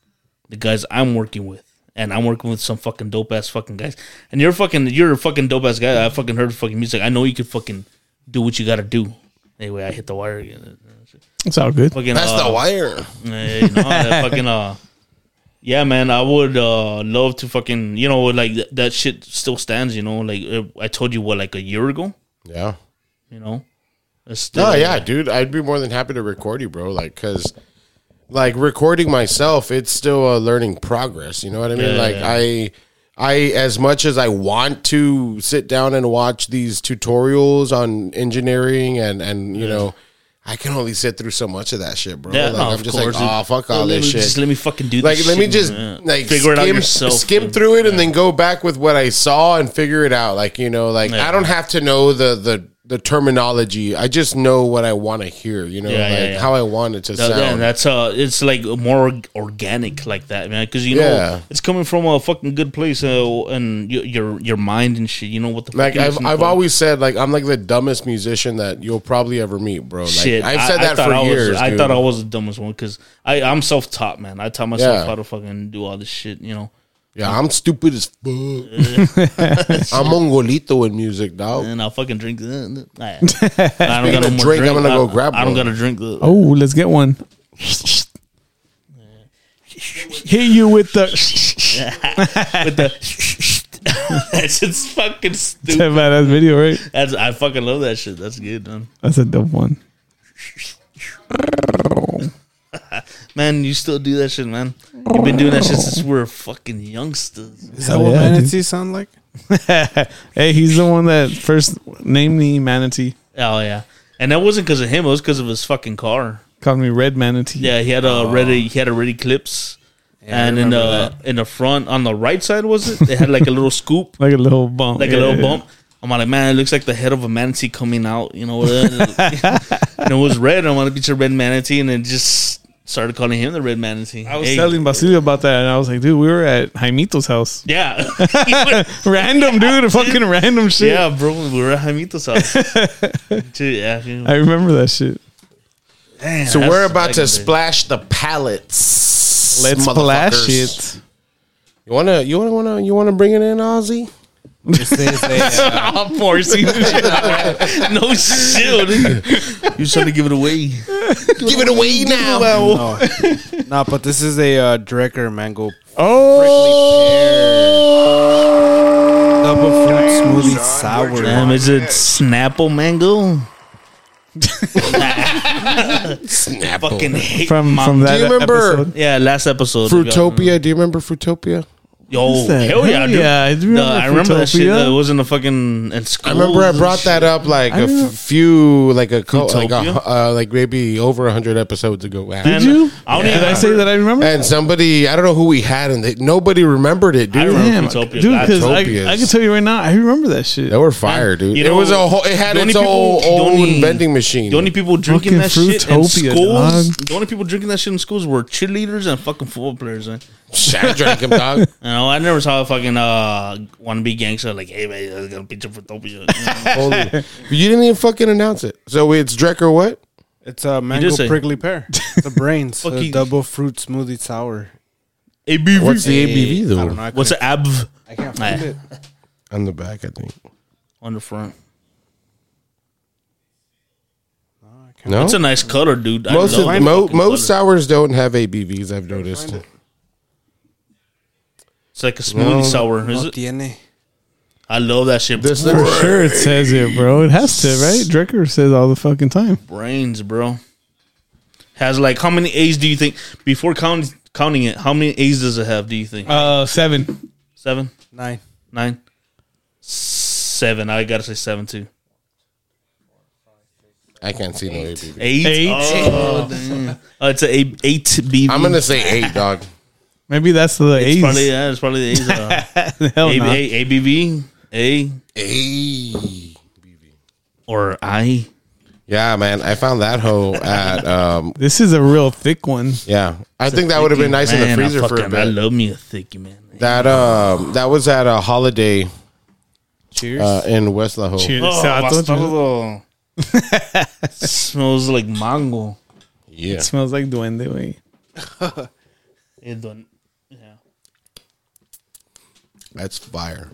[SPEAKER 3] the guys I'm working with, and I'm working with some fucking dope ass fucking guys. And you're fucking you're a fucking dope ass guy. I fucking heard fucking music. I know you can fucking do what you gotta do. Anyway, I hit the wire again.
[SPEAKER 1] It's all good.
[SPEAKER 3] Fucking,
[SPEAKER 2] that's
[SPEAKER 3] uh,
[SPEAKER 2] the wire.
[SPEAKER 3] Hey, no, that fucking uh, yeah, man. I would uh love to fucking you know like th- that shit still stands. You know, like uh, I told you what like a year ago.
[SPEAKER 2] Yeah.
[SPEAKER 3] You know, it's still,
[SPEAKER 2] No, yeah, dude, I'd be more than happy to record you, bro. Like, cause like recording myself, it's still a learning progress. You know what I mean?
[SPEAKER 3] Yeah,
[SPEAKER 2] like,
[SPEAKER 3] yeah.
[SPEAKER 2] I, I, as much as I want to sit down and watch these tutorials on engineering and and you know, I can only sit through so much of that shit, bro.
[SPEAKER 3] Yeah,
[SPEAKER 2] like,
[SPEAKER 3] no,
[SPEAKER 2] I'm
[SPEAKER 3] of
[SPEAKER 2] just
[SPEAKER 3] course.
[SPEAKER 2] like, oh fuck all
[SPEAKER 3] Let
[SPEAKER 2] this
[SPEAKER 3] me-
[SPEAKER 2] shit.
[SPEAKER 3] Just let me fucking do
[SPEAKER 2] like
[SPEAKER 3] this.
[SPEAKER 2] let me
[SPEAKER 3] shit,
[SPEAKER 2] just
[SPEAKER 3] man.
[SPEAKER 2] like
[SPEAKER 3] figure it out
[SPEAKER 2] skim-
[SPEAKER 3] yourself.
[SPEAKER 2] skim
[SPEAKER 3] dude.
[SPEAKER 2] through it and then go back with what i saw and figure it out like you know like
[SPEAKER 3] Yeah.
[SPEAKER 2] i don't have to know the the the terminology i just know what i want to hear you know
[SPEAKER 3] Yeah,
[SPEAKER 2] like
[SPEAKER 3] yeah, yeah.
[SPEAKER 2] how i want it to
[SPEAKER 3] That- yeah,
[SPEAKER 2] sound
[SPEAKER 3] that's uh, it's like more org- organic like that, man. Because you know
[SPEAKER 2] Yeah.
[SPEAKER 3] it's coming from a fucking good place, uh, and your your your mind and shit. You know what the
[SPEAKER 2] like
[SPEAKER 3] fuck you're
[SPEAKER 2] I've,
[SPEAKER 3] listening
[SPEAKER 2] I've
[SPEAKER 3] for.
[SPEAKER 2] always said like i'm like the dumbest musician that you'll probably ever meet bro like
[SPEAKER 3] shit.
[SPEAKER 2] i've said
[SPEAKER 3] I- I
[SPEAKER 2] that
[SPEAKER 3] thought
[SPEAKER 2] for
[SPEAKER 3] I was-
[SPEAKER 2] years
[SPEAKER 3] I
[SPEAKER 2] dude.
[SPEAKER 3] thought I was the dumbest one because I I'm self taught, man. I taught myself
[SPEAKER 2] Yeah.
[SPEAKER 3] how to fucking do all this shit. You know,
[SPEAKER 2] yeah i'm stupid as fuck i'm mongolito in music dog
[SPEAKER 3] and I'll fucking drink. uh, uh, nah. I don't got no
[SPEAKER 2] of
[SPEAKER 3] more
[SPEAKER 2] drink,
[SPEAKER 3] drink.
[SPEAKER 2] I'm gonna
[SPEAKER 3] I-
[SPEAKER 2] go grab
[SPEAKER 3] I don't
[SPEAKER 2] one.
[SPEAKER 3] gotta drink. uh,
[SPEAKER 1] Oh, let's get one. Hit you with the
[SPEAKER 3] with the That's just fucking stupid.
[SPEAKER 1] badass video, right?
[SPEAKER 3] That's I fucking love that shit. That's good, man.
[SPEAKER 1] That's a dope one.
[SPEAKER 3] Man, you still do that shit, man. You've been doing that shit since we were fucking youngsters.
[SPEAKER 4] Is that what
[SPEAKER 1] yeah, dude.
[SPEAKER 4] manatee sound like?
[SPEAKER 1] hey, he's the one that first named me Manatee,
[SPEAKER 3] Oh yeah, and that wasn't because of him. It was because of his fucking car.
[SPEAKER 1] called me Red Manatee.
[SPEAKER 3] Yeah, he had
[SPEAKER 1] Oh.
[SPEAKER 3] a red. He had a red Eclipse,
[SPEAKER 4] I
[SPEAKER 3] and in
[SPEAKER 4] remember
[SPEAKER 3] the in the front on the right side was it? They had like a little scoop,
[SPEAKER 1] Like a little bump.
[SPEAKER 3] like
[SPEAKER 1] Oh, Yeah,
[SPEAKER 3] a little
[SPEAKER 1] yeah.
[SPEAKER 3] bump. I'm like, man, it looks like the head of a manatee coming out. You know, and it was red. I want to be your red manatee, and then just started calling him the red manatee.
[SPEAKER 1] I was telling Basilio about that, and I was like, dude, we were at Jaimito's house.
[SPEAKER 3] yeah,
[SPEAKER 1] Random, dude. Fucking random shit.
[SPEAKER 3] yeah, bro, we were at Jaimito's house. Dude, yeah, dude.
[SPEAKER 1] I remember that shit.
[SPEAKER 3] Damn,
[SPEAKER 2] so
[SPEAKER 3] that's
[SPEAKER 2] we're about to
[SPEAKER 3] fucking big.
[SPEAKER 2] splash the pallets
[SPEAKER 1] Let's
[SPEAKER 2] motherfuckers.
[SPEAKER 1] flash it.
[SPEAKER 2] You wanna you wanna wanna you wanna bring it in, Ozzy?
[SPEAKER 1] I'm forcing the shit.
[SPEAKER 3] no shield. You're trying to give it away.
[SPEAKER 2] Give it away now.
[SPEAKER 4] No, nah, but this is a uh, Drecker mango
[SPEAKER 2] Oh,
[SPEAKER 4] double fruit smoothie sour.
[SPEAKER 3] Damn, Um, is it Snapple mango? Fucking hate
[SPEAKER 1] From
[SPEAKER 3] my-
[SPEAKER 1] from that
[SPEAKER 2] you remember-
[SPEAKER 1] episode.
[SPEAKER 3] yeah, last episode.
[SPEAKER 2] Fruitopia. Do you remember Fruitopia?
[SPEAKER 3] Yo,
[SPEAKER 1] What's that?
[SPEAKER 3] hell yeah,
[SPEAKER 1] Hell
[SPEAKER 3] dude.
[SPEAKER 1] yeah, I
[SPEAKER 3] I
[SPEAKER 1] remember
[SPEAKER 3] remember, I remember that shit.
[SPEAKER 1] Fruitopia.
[SPEAKER 3] though. It was in the fucking in school.
[SPEAKER 2] I remember I brought that up like a
[SPEAKER 1] remember-
[SPEAKER 2] f- few, like a co- like
[SPEAKER 3] Fruitopia?
[SPEAKER 2] a, uh, like maybe over a hundred episodes ago. Wow.
[SPEAKER 1] Did
[SPEAKER 3] And
[SPEAKER 1] you?
[SPEAKER 3] I don't
[SPEAKER 1] Did
[SPEAKER 3] even
[SPEAKER 1] I say that I remember?
[SPEAKER 2] And somebody, I don't know who we had, and they, nobody remembered it,
[SPEAKER 3] I
[SPEAKER 2] dude.
[SPEAKER 3] remember
[SPEAKER 1] Damn,
[SPEAKER 3] Fruitopia.
[SPEAKER 1] dude, because I,
[SPEAKER 2] Fruitopias.
[SPEAKER 1] I can tell you right now, I remember that shit.
[SPEAKER 2] They were fire, dude.
[SPEAKER 3] You
[SPEAKER 2] it
[SPEAKER 3] know,
[SPEAKER 2] was a whole. It had
[SPEAKER 3] the only
[SPEAKER 2] its own
[SPEAKER 3] people- the
[SPEAKER 2] own
[SPEAKER 3] only-
[SPEAKER 2] vending machine.
[SPEAKER 3] The only people
[SPEAKER 1] Fucking
[SPEAKER 3] drinking that shit in
[SPEAKER 1] Fruitopia,
[SPEAKER 3] schools,
[SPEAKER 1] dog.
[SPEAKER 3] the only people drinking that shit in schools were cheerleaders and fucking football players. eh? Man.
[SPEAKER 2] I drank him, dog.
[SPEAKER 3] You know, I never saw a fucking uh, wannabe gangster like, hey man, I got a picture for Topia.
[SPEAKER 2] Holy. You didn't even fucking announce it. So it's Drecker what?
[SPEAKER 4] It's a mango
[SPEAKER 3] say-
[SPEAKER 4] prickly pear. The brains.
[SPEAKER 3] Fuck
[SPEAKER 4] the
[SPEAKER 3] you.
[SPEAKER 4] double fruit smoothie sour.
[SPEAKER 3] ABV.
[SPEAKER 2] What's the
[SPEAKER 4] Hey,
[SPEAKER 2] ABV
[SPEAKER 4] I don't
[SPEAKER 2] though?
[SPEAKER 4] know. I
[SPEAKER 3] What's
[SPEAKER 4] couldn't-
[SPEAKER 3] an ABV
[SPEAKER 4] I can't
[SPEAKER 3] Nah.
[SPEAKER 4] find it.
[SPEAKER 2] On the back, I think.
[SPEAKER 3] on the front?
[SPEAKER 2] No,
[SPEAKER 3] It's a nice color, dude. I
[SPEAKER 2] most
[SPEAKER 3] love
[SPEAKER 2] of,
[SPEAKER 3] that
[SPEAKER 2] mo-
[SPEAKER 3] fucking
[SPEAKER 2] most
[SPEAKER 3] color.
[SPEAKER 2] sours don't have ABVs. I've noticed.
[SPEAKER 4] find it.
[SPEAKER 3] It's like a smoothie sour, is
[SPEAKER 4] No
[SPEAKER 3] it?
[SPEAKER 4] tiene.
[SPEAKER 3] I love that shit.
[SPEAKER 2] This
[SPEAKER 1] For sure, it says it, bro. It has to, right? Drecker says all the fucking time.
[SPEAKER 3] brains, bro. Has like how many A's do you think before counting counting it, how many A's does it have? Do you think
[SPEAKER 1] Uh, seven.
[SPEAKER 3] seven,
[SPEAKER 4] Nine.
[SPEAKER 3] nine, seven? I gotta say seven too.
[SPEAKER 2] I can't see no ABV.
[SPEAKER 3] Eight.
[SPEAKER 1] Eight.
[SPEAKER 3] Oh, damn. Uh, it's a eight, eight BV.
[SPEAKER 2] I'm gonna say eight, dog.
[SPEAKER 1] Maybe that's the
[SPEAKER 3] It's
[SPEAKER 1] A's.
[SPEAKER 3] probably yeah. It's probably the A's. Uh,
[SPEAKER 1] Hell
[SPEAKER 3] A-
[SPEAKER 1] no.
[SPEAKER 3] A- ABV, A
[SPEAKER 2] Hey.
[SPEAKER 3] or I.
[SPEAKER 2] Yeah, man. I found that hoe at um
[SPEAKER 1] This is a real thick one.
[SPEAKER 2] yeah. I think that would have been nice in the
[SPEAKER 3] Man, I
[SPEAKER 2] freezer for a
[SPEAKER 3] fucking- I
[SPEAKER 2] bit.
[SPEAKER 3] love me a thicky man.
[SPEAKER 2] That um that was at a holiday
[SPEAKER 4] Cheers.
[SPEAKER 2] uh in West La Jolla.
[SPEAKER 1] Cheers.
[SPEAKER 3] Oh,
[SPEAKER 1] Sato.
[SPEAKER 3] bastardo. smells like mango.
[SPEAKER 2] Yeah.
[SPEAKER 1] It smells like duende. Wait.
[SPEAKER 3] It don't- yeah.
[SPEAKER 2] That's fire.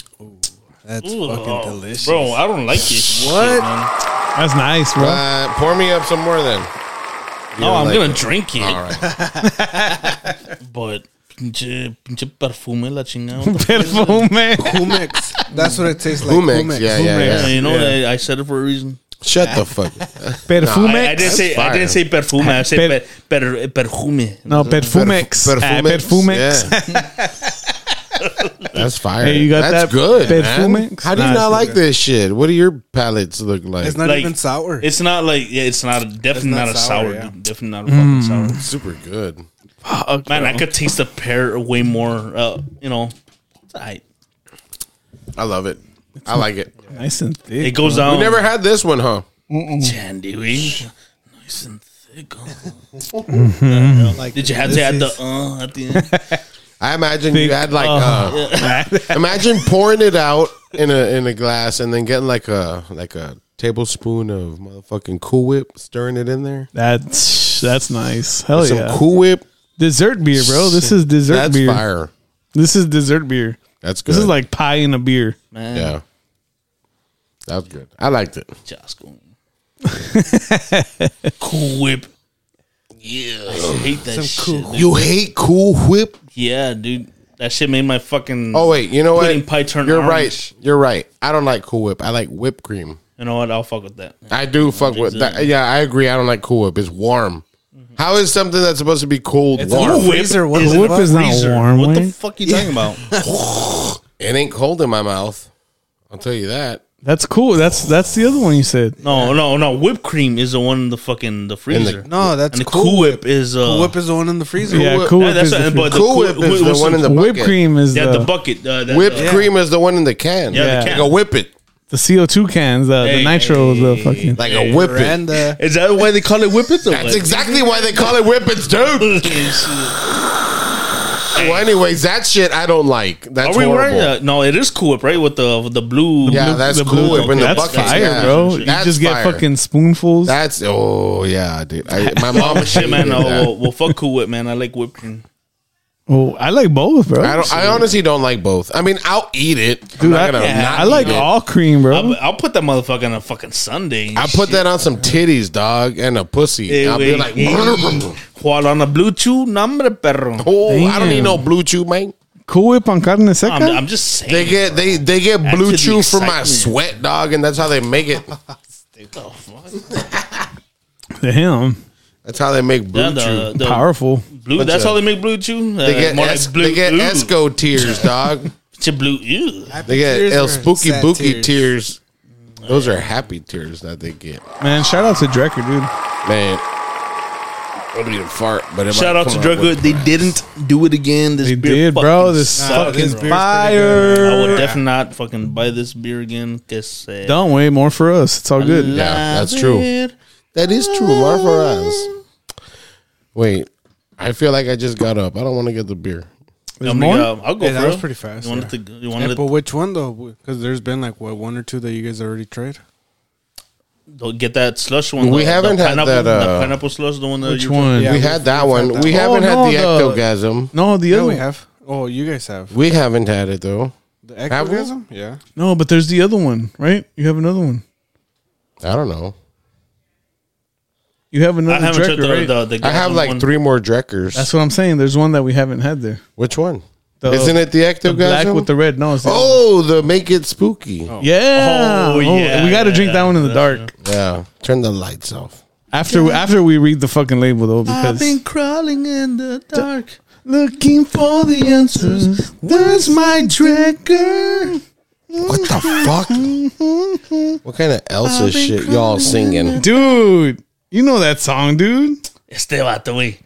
[SPEAKER 4] That's
[SPEAKER 3] Ooh,
[SPEAKER 4] fucking
[SPEAKER 3] oh,
[SPEAKER 4] delicious.
[SPEAKER 3] Bro, I don't like it.
[SPEAKER 4] What?
[SPEAKER 1] That's nice, bro.
[SPEAKER 2] Uh pour me up some more then. You
[SPEAKER 3] No,
[SPEAKER 2] don't
[SPEAKER 3] Oh, I'm
[SPEAKER 2] like
[SPEAKER 3] gonna
[SPEAKER 2] it.
[SPEAKER 3] drink it,
[SPEAKER 2] All right.
[SPEAKER 3] but pinche, pinche perfume la chingada.
[SPEAKER 1] Perfume.
[SPEAKER 4] Humex. That's what it tastes like.
[SPEAKER 2] Humex, yeah, yeah,
[SPEAKER 1] Humex.
[SPEAKER 2] yeah.
[SPEAKER 3] Yeah, you know, I, I said it for a reason.
[SPEAKER 2] Shut the fuck. up.
[SPEAKER 1] Perfume.
[SPEAKER 3] I, I didn't say I didn't say perfume. I said per, per, perfume.
[SPEAKER 1] no, perfumex.
[SPEAKER 2] Perf-
[SPEAKER 1] Ah, perfumex.
[SPEAKER 2] Yeah. That's fire.
[SPEAKER 1] Hey, you got
[SPEAKER 2] That's
[SPEAKER 1] that
[SPEAKER 2] good. man.
[SPEAKER 1] Perfumex?
[SPEAKER 2] How do you
[SPEAKER 1] Nah,
[SPEAKER 2] not
[SPEAKER 1] it's
[SPEAKER 2] like this shit? What do your palates look like?
[SPEAKER 4] It's not
[SPEAKER 3] Like-
[SPEAKER 4] even sour.
[SPEAKER 3] It's not like yeah, it's not definitely not,
[SPEAKER 4] not
[SPEAKER 3] a sour,
[SPEAKER 4] sour, yeah.
[SPEAKER 3] dude. Definitely not a fucking sour.
[SPEAKER 2] super good.
[SPEAKER 3] Man, I could taste the pear way more. Uh, you know, it's alright.
[SPEAKER 2] I love it. I like it.
[SPEAKER 1] Nice and thick.
[SPEAKER 3] it goes down.
[SPEAKER 2] We never had this one, huh?
[SPEAKER 3] Jandy, we nice and thick. oh.
[SPEAKER 2] Mm-hmm.
[SPEAKER 4] like
[SPEAKER 3] Did you have to add the uh at the end?
[SPEAKER 2] I imagine you had like uh, imagine pouring it out in a in a glass and then getting like a like a tablespoon of motherfucking Cool Whip, stirring it in there.
[SPEAKER 1] That's that's nice. Hell
[SPEAKER 2] Some
[SPEAKER 1] Oh, yeah.
[SPEAKER 2] Cool Whip.
[SPEAKER 1] Dessert beer, bro. This is dessert
[SPEAKER 2] That's
[SPEAKER 1] beer.
[SPEAKER 2] fire.
[SPEAKER 1] This is dessert beer.
[SPEAKER 2] That's good.
[SPEAKER 1] This is like pie in a beer.
[SPEAKER 3] Man,
[SPEAKER 2] yeah. That was good. I liked it.
[SPEAKER 3] Josco. cool whip. Yeah, I hate that shit. dude.
[SPEAKER 2] You hate Cool Whip?
[SPEAKER 3] Yeah, dude, that shit made my fucking.
[SPEAKER 2] Oh wait, you know
[SPEAKER 3] Pudding
[SPEAKER 2] what?
[SPEAKER 3] pie turned
[SPEAKER 2] You're
[SPEAKER 3] orange.
[SPEAKER 2] right. You're right. I don't like Cool Whip. I like whipped cream.
[SPEAKER 3] You know what? I'll fuck with that.
[SPEAKER 2] I do fuck with that. Yeah, I agree. I don't like Cool Whip. It's warm. How is something that's supposed to be cold warm?
[SPEAKER 4] Cool Whip
[SPEAKER 3] Whip
[SPEAKER 4] is
[SPEAKER 3] in
[SPEAKER 1] Whip
[SPEAKER 3] a
[SPEAKER 1] is not
[SPEAKER 3] freezer.
[SPEAKER 1] warm,
[SPEAKER 3] What the
[SPEAKER 1] wait.
[SPEAKER 3] fuck you talking about?
[SPEAKER 2] It ain't cold in my mouth. I'll tell you that.
[SPEAKER 1] That's cool. That's that's the other one you said.
[SPEAKER 3] No, no, no. Whipped cream is the one in the fucking the freezer.
[SPEAKER 4] No, that's
[SPEAKER 3] and the
[SPEAKER 4] cool.
[SPEAKER 3] cool, whip is uh.
[SPEAKER 4] Whip is the one in the freezer.
[SPEAKER 1] yeah,
[SPEAKER 2] Whip-
[SPEAKER 1] cool.
[SPEAKER 3] yeah,
[SPEAKER 1] is
[SPEAKER 3] that's what,
[SPEAKER 1] the
[SPEAKER 3] but the
[SPEAKER 2] Cool Whip is the
[SPEAKER 3] what's
[SPEAKER 2] one in the
[SPEAKER 1] whipped
[SPEAKER 2] bucket.
[SPEAKER 1] cream is
[SPEAKER 3] yeah
[SPEAKER 1] the,
[SPEAKER 3] the bucket. Uh, that,
[SPEAKER 2] Whipped
[SPEAKER 3] uh,
[SPEAKER 2] cream is the one in the can.
[SPEAKER 3] Yeah, the
[SPEAKER 1] Yeah.
[SPEAKER 3] can.
[SPEAKER 2] Like a whip it.
[SPEAKER 1] the CO2 cans, the, the
[SPEAKER 3] Hey,
[SPEAKER 1] nitro, the fucking.
[SPEAKER 2] Like a whip it.
[SPEAKER 4] Miranda.
[SPEAKER 3] Is that why they call it whippets? Or
[SPEAKER 2] That's
[SPEAKER 3] what?
[SPEAKER 2] exactly why they call it whippets, dude. well, anyways, that shit I don't like. That's
[SPEAKER 3] Are we
[SPEAKER 2] horrible.
[SPEAKER 3] right? Uh, no, it is cool whip, right? With the with the blue.
[SPEAKER 2] Yeah,
[SPEAKER 1] blue-
[SPEAKER 2] that's
[SPEAKER 1] the
[SPEAKER 2] cool
[SPEAKER 1] blue-
[SPEAKER 2] whip in the
[SPEAKER 1] that's
[SPEAKER 2] bucket.
[SPEAKER 1] fire,
[SPEAKER 2] yeah.
[SPEAKER 1] bro. You
[SPEAKER 2] That's
[SPEAKER 1] just get
[SPEAKER 2] fire.
[SPEAKER 1] fucking spoonfuls.
[SPEAKER 2] That's oh yeah, dude. I, my mom
[SPEAKER 3] Oh, Shit, man.
[SPEAKER 2] hated
[SPEAKER 3] No,
[SPEAKER 2] that.
[SPEAKER 3] well, well, fuck cool whip, man. I like whipped cream.
[SPEAKER 1] oh, I like both, bro.
[SPEAKER 2] I, don't, I honestly don't like both. I mean, I'll eat it. I'm
[SPEAKER 1] Dude,
[SPEAKER 2] not
[SPEAKER 1] I,
[SPEAKER 2] gonna
[SPEAKER 1] yeah,
[SPEAKER 2] not
[SPEAKER 1] I like
[SPEAKER 2] eat it.
[SPEAKER 1] all cream,
[SPEAKER 2] Um,
[SPEAKER 1] bro.
[SPEAKER 3] I'll, I'll put that motherfucker on a fucking Sunday.
[SPEAKER 2] I put that on some titties, dog, and a pussy.
[SPEAKER 3] Hey,
[SPEAKER 2] I'll be
[SPEAKER 3] wait,
[SPEAKER 2] like,
[SPEAKER 3] hey. While on a blue chew, number perro.
[SPEAKER 2] oh, I
[SPEAKER 1] Damn.
[SPEAKER 2] don't need no blue chew, man.
[SPEAKER 1] cool whip on carne seca.
[SPEAKER 3] I'm, I'm just saying.
[SPEAKER 2] They get they they get blue
[SPEAKER 3] to the
[SPEAKER 2] chew from my
[SPEAKER 3] excitement.
[SPEAKER 2] sweat, dog, and that's how they make it.
[SPEAKER 3] Oh, fuck.
[SPEAKER 1] Damn,
[SPEAKER 2] That's how they make blue
[SPEAKER 3] Yeah,
[SPEAKER 2] chew.
[SPEAKER 3] the, the
[SPEAKER 1] powerful.
[SPEAKER 3] Blue, that's
[SPEAKER 2] of-
[SPEAKER 3] how they make blue chew. Uh,
[SPEAKER 2] They get
[SPEAKER 3] more like
[SPEAKER 2] es-
[SPEAKER 3] blue,
[SPEAKER 2] they get
[SPEAKER 3] ooh.
[SPEAKER 2] Esco tears, dog.
[SPEAKER 3] Pinche blue. Ew.
[SPEAKER 2] They get
[SPEAKER 4] Tears
[SPEAKER 2] El
[SPEAKER 4] or
[SPEAKER 2] Spooky
[SPEAKER 4] sad
[SPEAKER 2] Bookie
[SPEAKER 4] tears?
[SPEAKER 2] tears. Those are happy tears that they get,
[SPEAKER 1] Man, shout out to Drecker, dude.
[SPEAKER 2] man. Nobody didn't fart, but it
[SPEAKER 3] Shout
[SPEAKER 2] might
[SPEAKER 3] out to
[SPEAKER 2] come
[SPEAKER 3] Drugwood.
[SPEAKER 2] with
[SPEAKER 3] They
[SPEAKER 2] pride.
[SPEAKER 3] didn't do it again. This
[SPEAKER 1] They
[SPEAKER 3] beer
[SPEAKER 1] did, bro.
[SPEAKER 3] fucking
[SPEAKER 1] This
[SPEAKER 3] sucks.
[SPEAKER 1] fucking
[SPEAKER 4] beer's pretty
[SPEAKER 1] fire.
[SPEAKER 3] I would definitely not fucking buy this beer again. Cause uh,
[SPEAKER 1] Don't wait, more for us. It's all good.
[SPEAKER 2] Yeah, that's
[SPEAKER 3] love
[SPEAKER 2] true.
[SPEAKER 3] it.
[SPEAKER 2] That is true. More for us. Wait, I feel like I just got up. I don't want to get the beer.
[SPEAKER 1] There's
[SPEAKER 3] I'm
[SPEAKER 1] more?
[SPEAKER 3] gonna go- I'll go.
[SPEAKER 4] Yeah,
[SPEAKER 3] for
[SPEAKER 4] that was
[SPEAKER 3] it.
[SPEAKER 4] pretty fast,
[SPEAKER 3] You wanted
[SPEAKER 4] yeah.
[SPEAKER 3] to? go- You
[SPEAKER 4] Yeah,
[SPEAKER 3] wanted
[SPEAKER 4] Eh, but which one though? Because there's been like what one or two that you guys already tried.
[SPEAKER 3] to get that slush one.
[SPEAKER 2] We
[SPEAKER 3] the- the
[SPEAKER 2] haven't had
[SPEAKER 3] pineapple,
[SPEAKER 2] that, uh,
[SPEAKER 3] the pineapple slush. The one that
[SPEAKER 1] Which
[SPEAKER 3] you were talking-
[SPEAKER 1] one?
[SPEAKER 4] Yeah.
[SPEAKER 2] we had that one.
[SPEAKER 4] that
[SPEAKER 2] We
[SPEAKER 1] one.
[SPEAKER 2] haven't
[SPEAKER 1] Oh,
[SPEAKER 2] had the
[SPEAKER 1] no, the-
[SPEAKER 2] ectogasm.
[SPEAKER 1] No, the
[SPEAKER 4] Yeah,
[SPEAKER 1] other
[SPEAKER 4] we
[SPEAKER 1] one.
[SPEAKER 4] have. Oh, you guys have
[SPEAKER 2] We haven't had it though.
[SPEAKER 4] the
[SPEAKER 2] Have we?
[SPEAKER 4] ectogasm. Yeah,
[SPEAKER 1] No, but there's the other one, right? You have another one.
[SPEAKER 2] I don't know.
[SPEAKER 1] You have
[SPEAKER 3] I
[SPEAKER 1] another
[SPEAKER 3] haven't checked
[SPEAKER 1] Drecker,
[SPEAKER 3] the,
[SPEAKER 1] right?
[SPEAKER 3] the, the
[SPEAKER 2] I have
[SPEAKER 3] golden
[SPEAKER 2] like
[SPEAKER 3] one.
[SPEAKER 2] three more Drekkers.
[SPEAKER 1] That's what I'm saying. There's one that we haven't had there.
[SPEAKER 2] Which one?
[SPEAKER 1] The-
[SPEAKER 2] Isn't it the ectogasm?
[SPEAKER 1] The black with the red. No, it's the-
[SPEAKER 2] oh, the make it spooky.
[SPEAKER 1] yeah.
[SPEAKER 3] Oh, yeah,
[SPEAKER 1] we got to
[SPEAKER 3] yeah,
[SPEAKER 1] drink that one in the dark
[SPEAKER 2] Yeah, turn the lights off.
[SPEAKER 1] after after we read the fucking label though,
[SPEAKER 3] I've
[SPEAKER 1] because
[SPEAKER 3] been crawling in the dark.
[SPEAKER 1] Looking for the answers. Where's my tracker?
[SPEAKER 2] What the fuck? what kind of Elsa shit y'all singing?
[SPEAKER 1] Dude, you know that song, dude.
[SPEAKER 3] Este vato, güey.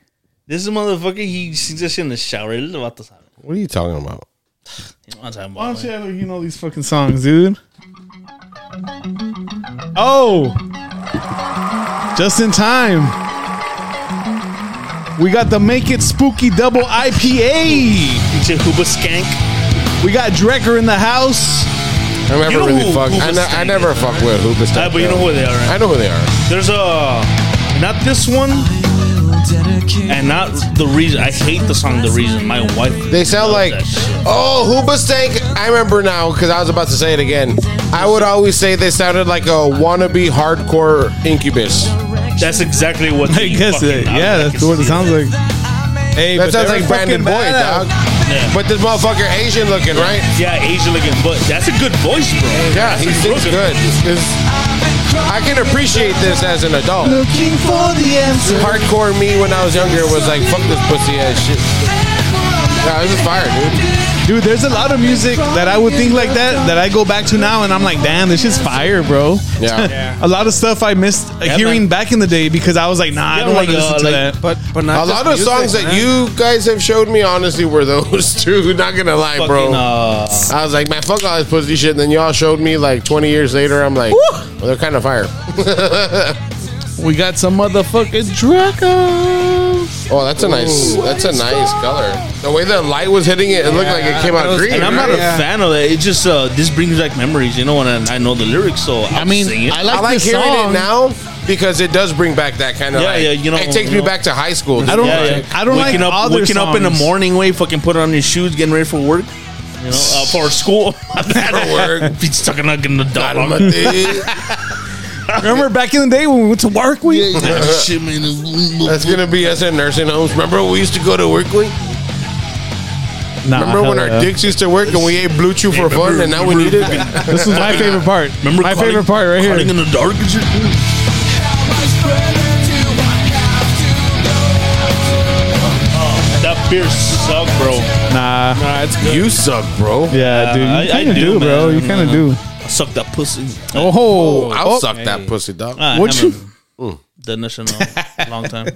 [SPEAKER 3] This motherfucker, he sings that shit in the shower. El vato sabe.
[SPEAKER 2] What are you talking about?
[SPEAKER 3] You know what I'm talking
[SPEAKER 1] Why don't
[SPEAKER 3] about, güey.
[SPEAKER 1] you ever you know these fucking songs, dude? Oh, just in time. We got the Make It Spooky Double IPA.
[SPEAKER 3] Pinche Hooba Skank.
[SPEAKER 1] We got Drecker in the house.
[SPEAKER 2] I never
[SPEAKER 3] You know
[SPEAKER 2] really
[SPEAKER 3] who
[SPEAKER 2] fuck. I,
[SPEAKER 3] Hoobastank
[SPEAKER 2] ne- I never
[SPEAKER 3] is,
[SPEAKER 2] fuck with Hoobastank.
[SPEAKER 3] Ah, but you know who they are, right?
[SPEAKER 2] I know who they are.
[SPEAKER 3] There's a. Not this one, and not the reason. I hate the song. The reason my wife.
[SPEAKER 2] They sound
[SPEAKER 3] loves
[SPEAKER 2] like,
[SPEAKER 3] that shit.
[SPEAKER 2] oh, Hoobastank. I remember now because I was about to say it again. I would always say they sounded like a wannabe hardcore incubus.
[SPEAKER 3] That's exactly what.
[SPEAKER 1] I guess it. uh, Yeah, that's what it sounds like. Hey,
[SPEAKER 2] That
[SPEAKER 1] but
[SPEAKER 2] sounds
[SPEAKER 1] they're
[SPEAKER 2] like Brandon
[SPEAKER 1] fucking
[SPEAKER 2] Boyd,
[SPEAKER 1] badass.
[SPEAKER 2] dog.
[SPEAKER 3] Yeah.
[SPEAKER 2] But this motherfucker Asian looking, right?
[SPEAKER 3] Yeah, Asian looking, but that's a good voice, bro.
[SPEAKER 2] Yeah,
[SPEAKER 3] that's
[SPEAKER 2] he
[SPEAKER 3] a
[SPEAKER 2] sings good. It's- I can appreciate this as an adult.
[SPEAKER 1] Looking for the answer.
[SPEAKER 2] Hardcore me when I was younger was like, fuck this pussy ass shit. Yeah, this is fire, dude.
[SPEAKER 1] Dude, there's a lot of music that I would think like that that I go back to now and I'm like, damn, this shit's fire, bro.
[SPEAKER 2] Yeah.
[SPEAKER 1] a lot of stuff I missed uh,
[SPEAKER 3] Yeah,
[SPEAKER 1] hearing
[SPEAKER 3] man.
[SPEAKER 1] back in the day because I was like, nah, I
[SPEAKER 3] Yeah,
[SPEAKER 1] don't want to
[SPEAKER 3] like,
[SPEAKER 1] listen
[SPEAKER 3] uh,
[SPEAKER 1] to
[SPEAKER 3] like-
[SPEAKER 1] that.
[SPEAKER 4] But but not
[SPEAKER 2] A lot of songs that you guys have showed me, honestly, were those two. Not gonna lie,
[SPEAKER 3] Fucking,
[SPEAKER 2] bro.
[SPEAKER 3] uh,
[SPEAKER 2] I was like, man, fuck all this pussy shit. And then y'all showed me like 20 years later. I'm like, well, they're kind of fire.
[SPEAKER 1] We got some motherfucking Draco.
[SPEAKER 2] Oh, that's a nice, that's a nice color. The way the light was hitting it, it looked like it came out green.
[SPEAKER 3] and I'm not
[SPEAKER 2] right?
[SPEAKER 3] a fan of it. It just uh, this brings back memories, you know. And I know the lyrics, so I'll
[SPEAKER 1] I mean,
[SPEAKER 3] sing it.
[SPEAKER 1] I
[SPEAKER 2] I
[SPEAKER 1] like,
[SPEAKER 2] like
[SPEAKER 1] this
[SPEAKER 2] hearing
[SPEAKER 1] song.
[SPEAKER 2] it now because it does bring back that kind of.
[SPEAKER 3] Yeah,
[SPEAKER 2] like,
[SPEAKER 3] yeah, you know,
[SPEAKER 2] it takes
[SPEAKER 3] you
[SPEAKER 2] me
[SPEAKER 3] know.
[SPEAKER 2] back to high school.
[SPEAKER 1] I don't-
[SPEAKER 3] yeah,
[SPEAKER 1] like-
[SPEAKER 3] yeah.
[SPEAKER 1] I don't
[SPEAKER 3] waking
[SPEAKER 1] like
[SPEAKER 3] up,
[SPEAKER 1] other
[SPEAKER 3] waking up in the
[SPEAKER 1] songs.
[SPEAKER 3] morning, way fucking put on your shoes, getting ready for work. You know, uh, for school. for
[SPEAKER 2] work.
[SPEAKER 3] Feet stuck in the- in the dog.
[SPEAKER 2] Bottom of the-
[SPEAKER 1] Remember back in the day when we went to work week?
[SPEAKER 3] Shit, man.
[SPEAKER 2] That's gonna be us in nursing homes. Remember when we used to go to work week?
[SPEAKER 1] Nah,
[SPEAKER 2] Remember when
[SPEAKER 1] hell
[SPEAKER 2] our
[SPEAKER 1] yeah.
[SPEAKER 2] dicks used to work and we ate blue chew for fun and now we need it?
[SPEAKER 1] This is my favorite part.
[SPEAKER 3] Remember
[SPEAKER 1] my
[SPEAKER 3] calling-
[SPEAKER 1] favorite part right
[SPEAKER 3] calling
[SPEAKER 1] here.
[SPEAKER 3] in the dark and shit. Oh, That beer suck, bro.
[SPEAKER 1] Nah.
[SPEAKER 3] Nah, it's good.
[SPEAKER 2] You suck, bro.
[SPEAKER 1] Yeah, dude. You
[SPEAKER 3] I- I
[SPEAKER 1] kind of
[SPEAKER 3] do,
[SPEAKER 1] do, bro.
[SPEAKER 3] man.
[SPEAKER 1] You kind of do.
[SPEAKER 3] I suck that pussy.
[SPEAKER 1] Oh, ho.
[SPEAKER 2] I'll
[SPEAKER 1] Oh,
[SPEAKER 2] suck that pussy, dog.
[SPEAKER 3] Ah,
[SPEAKER 1] What
[SPEAKER 3] haven't
[SPEAKER 1] you-
[SPEAKER 3] done this in a long time.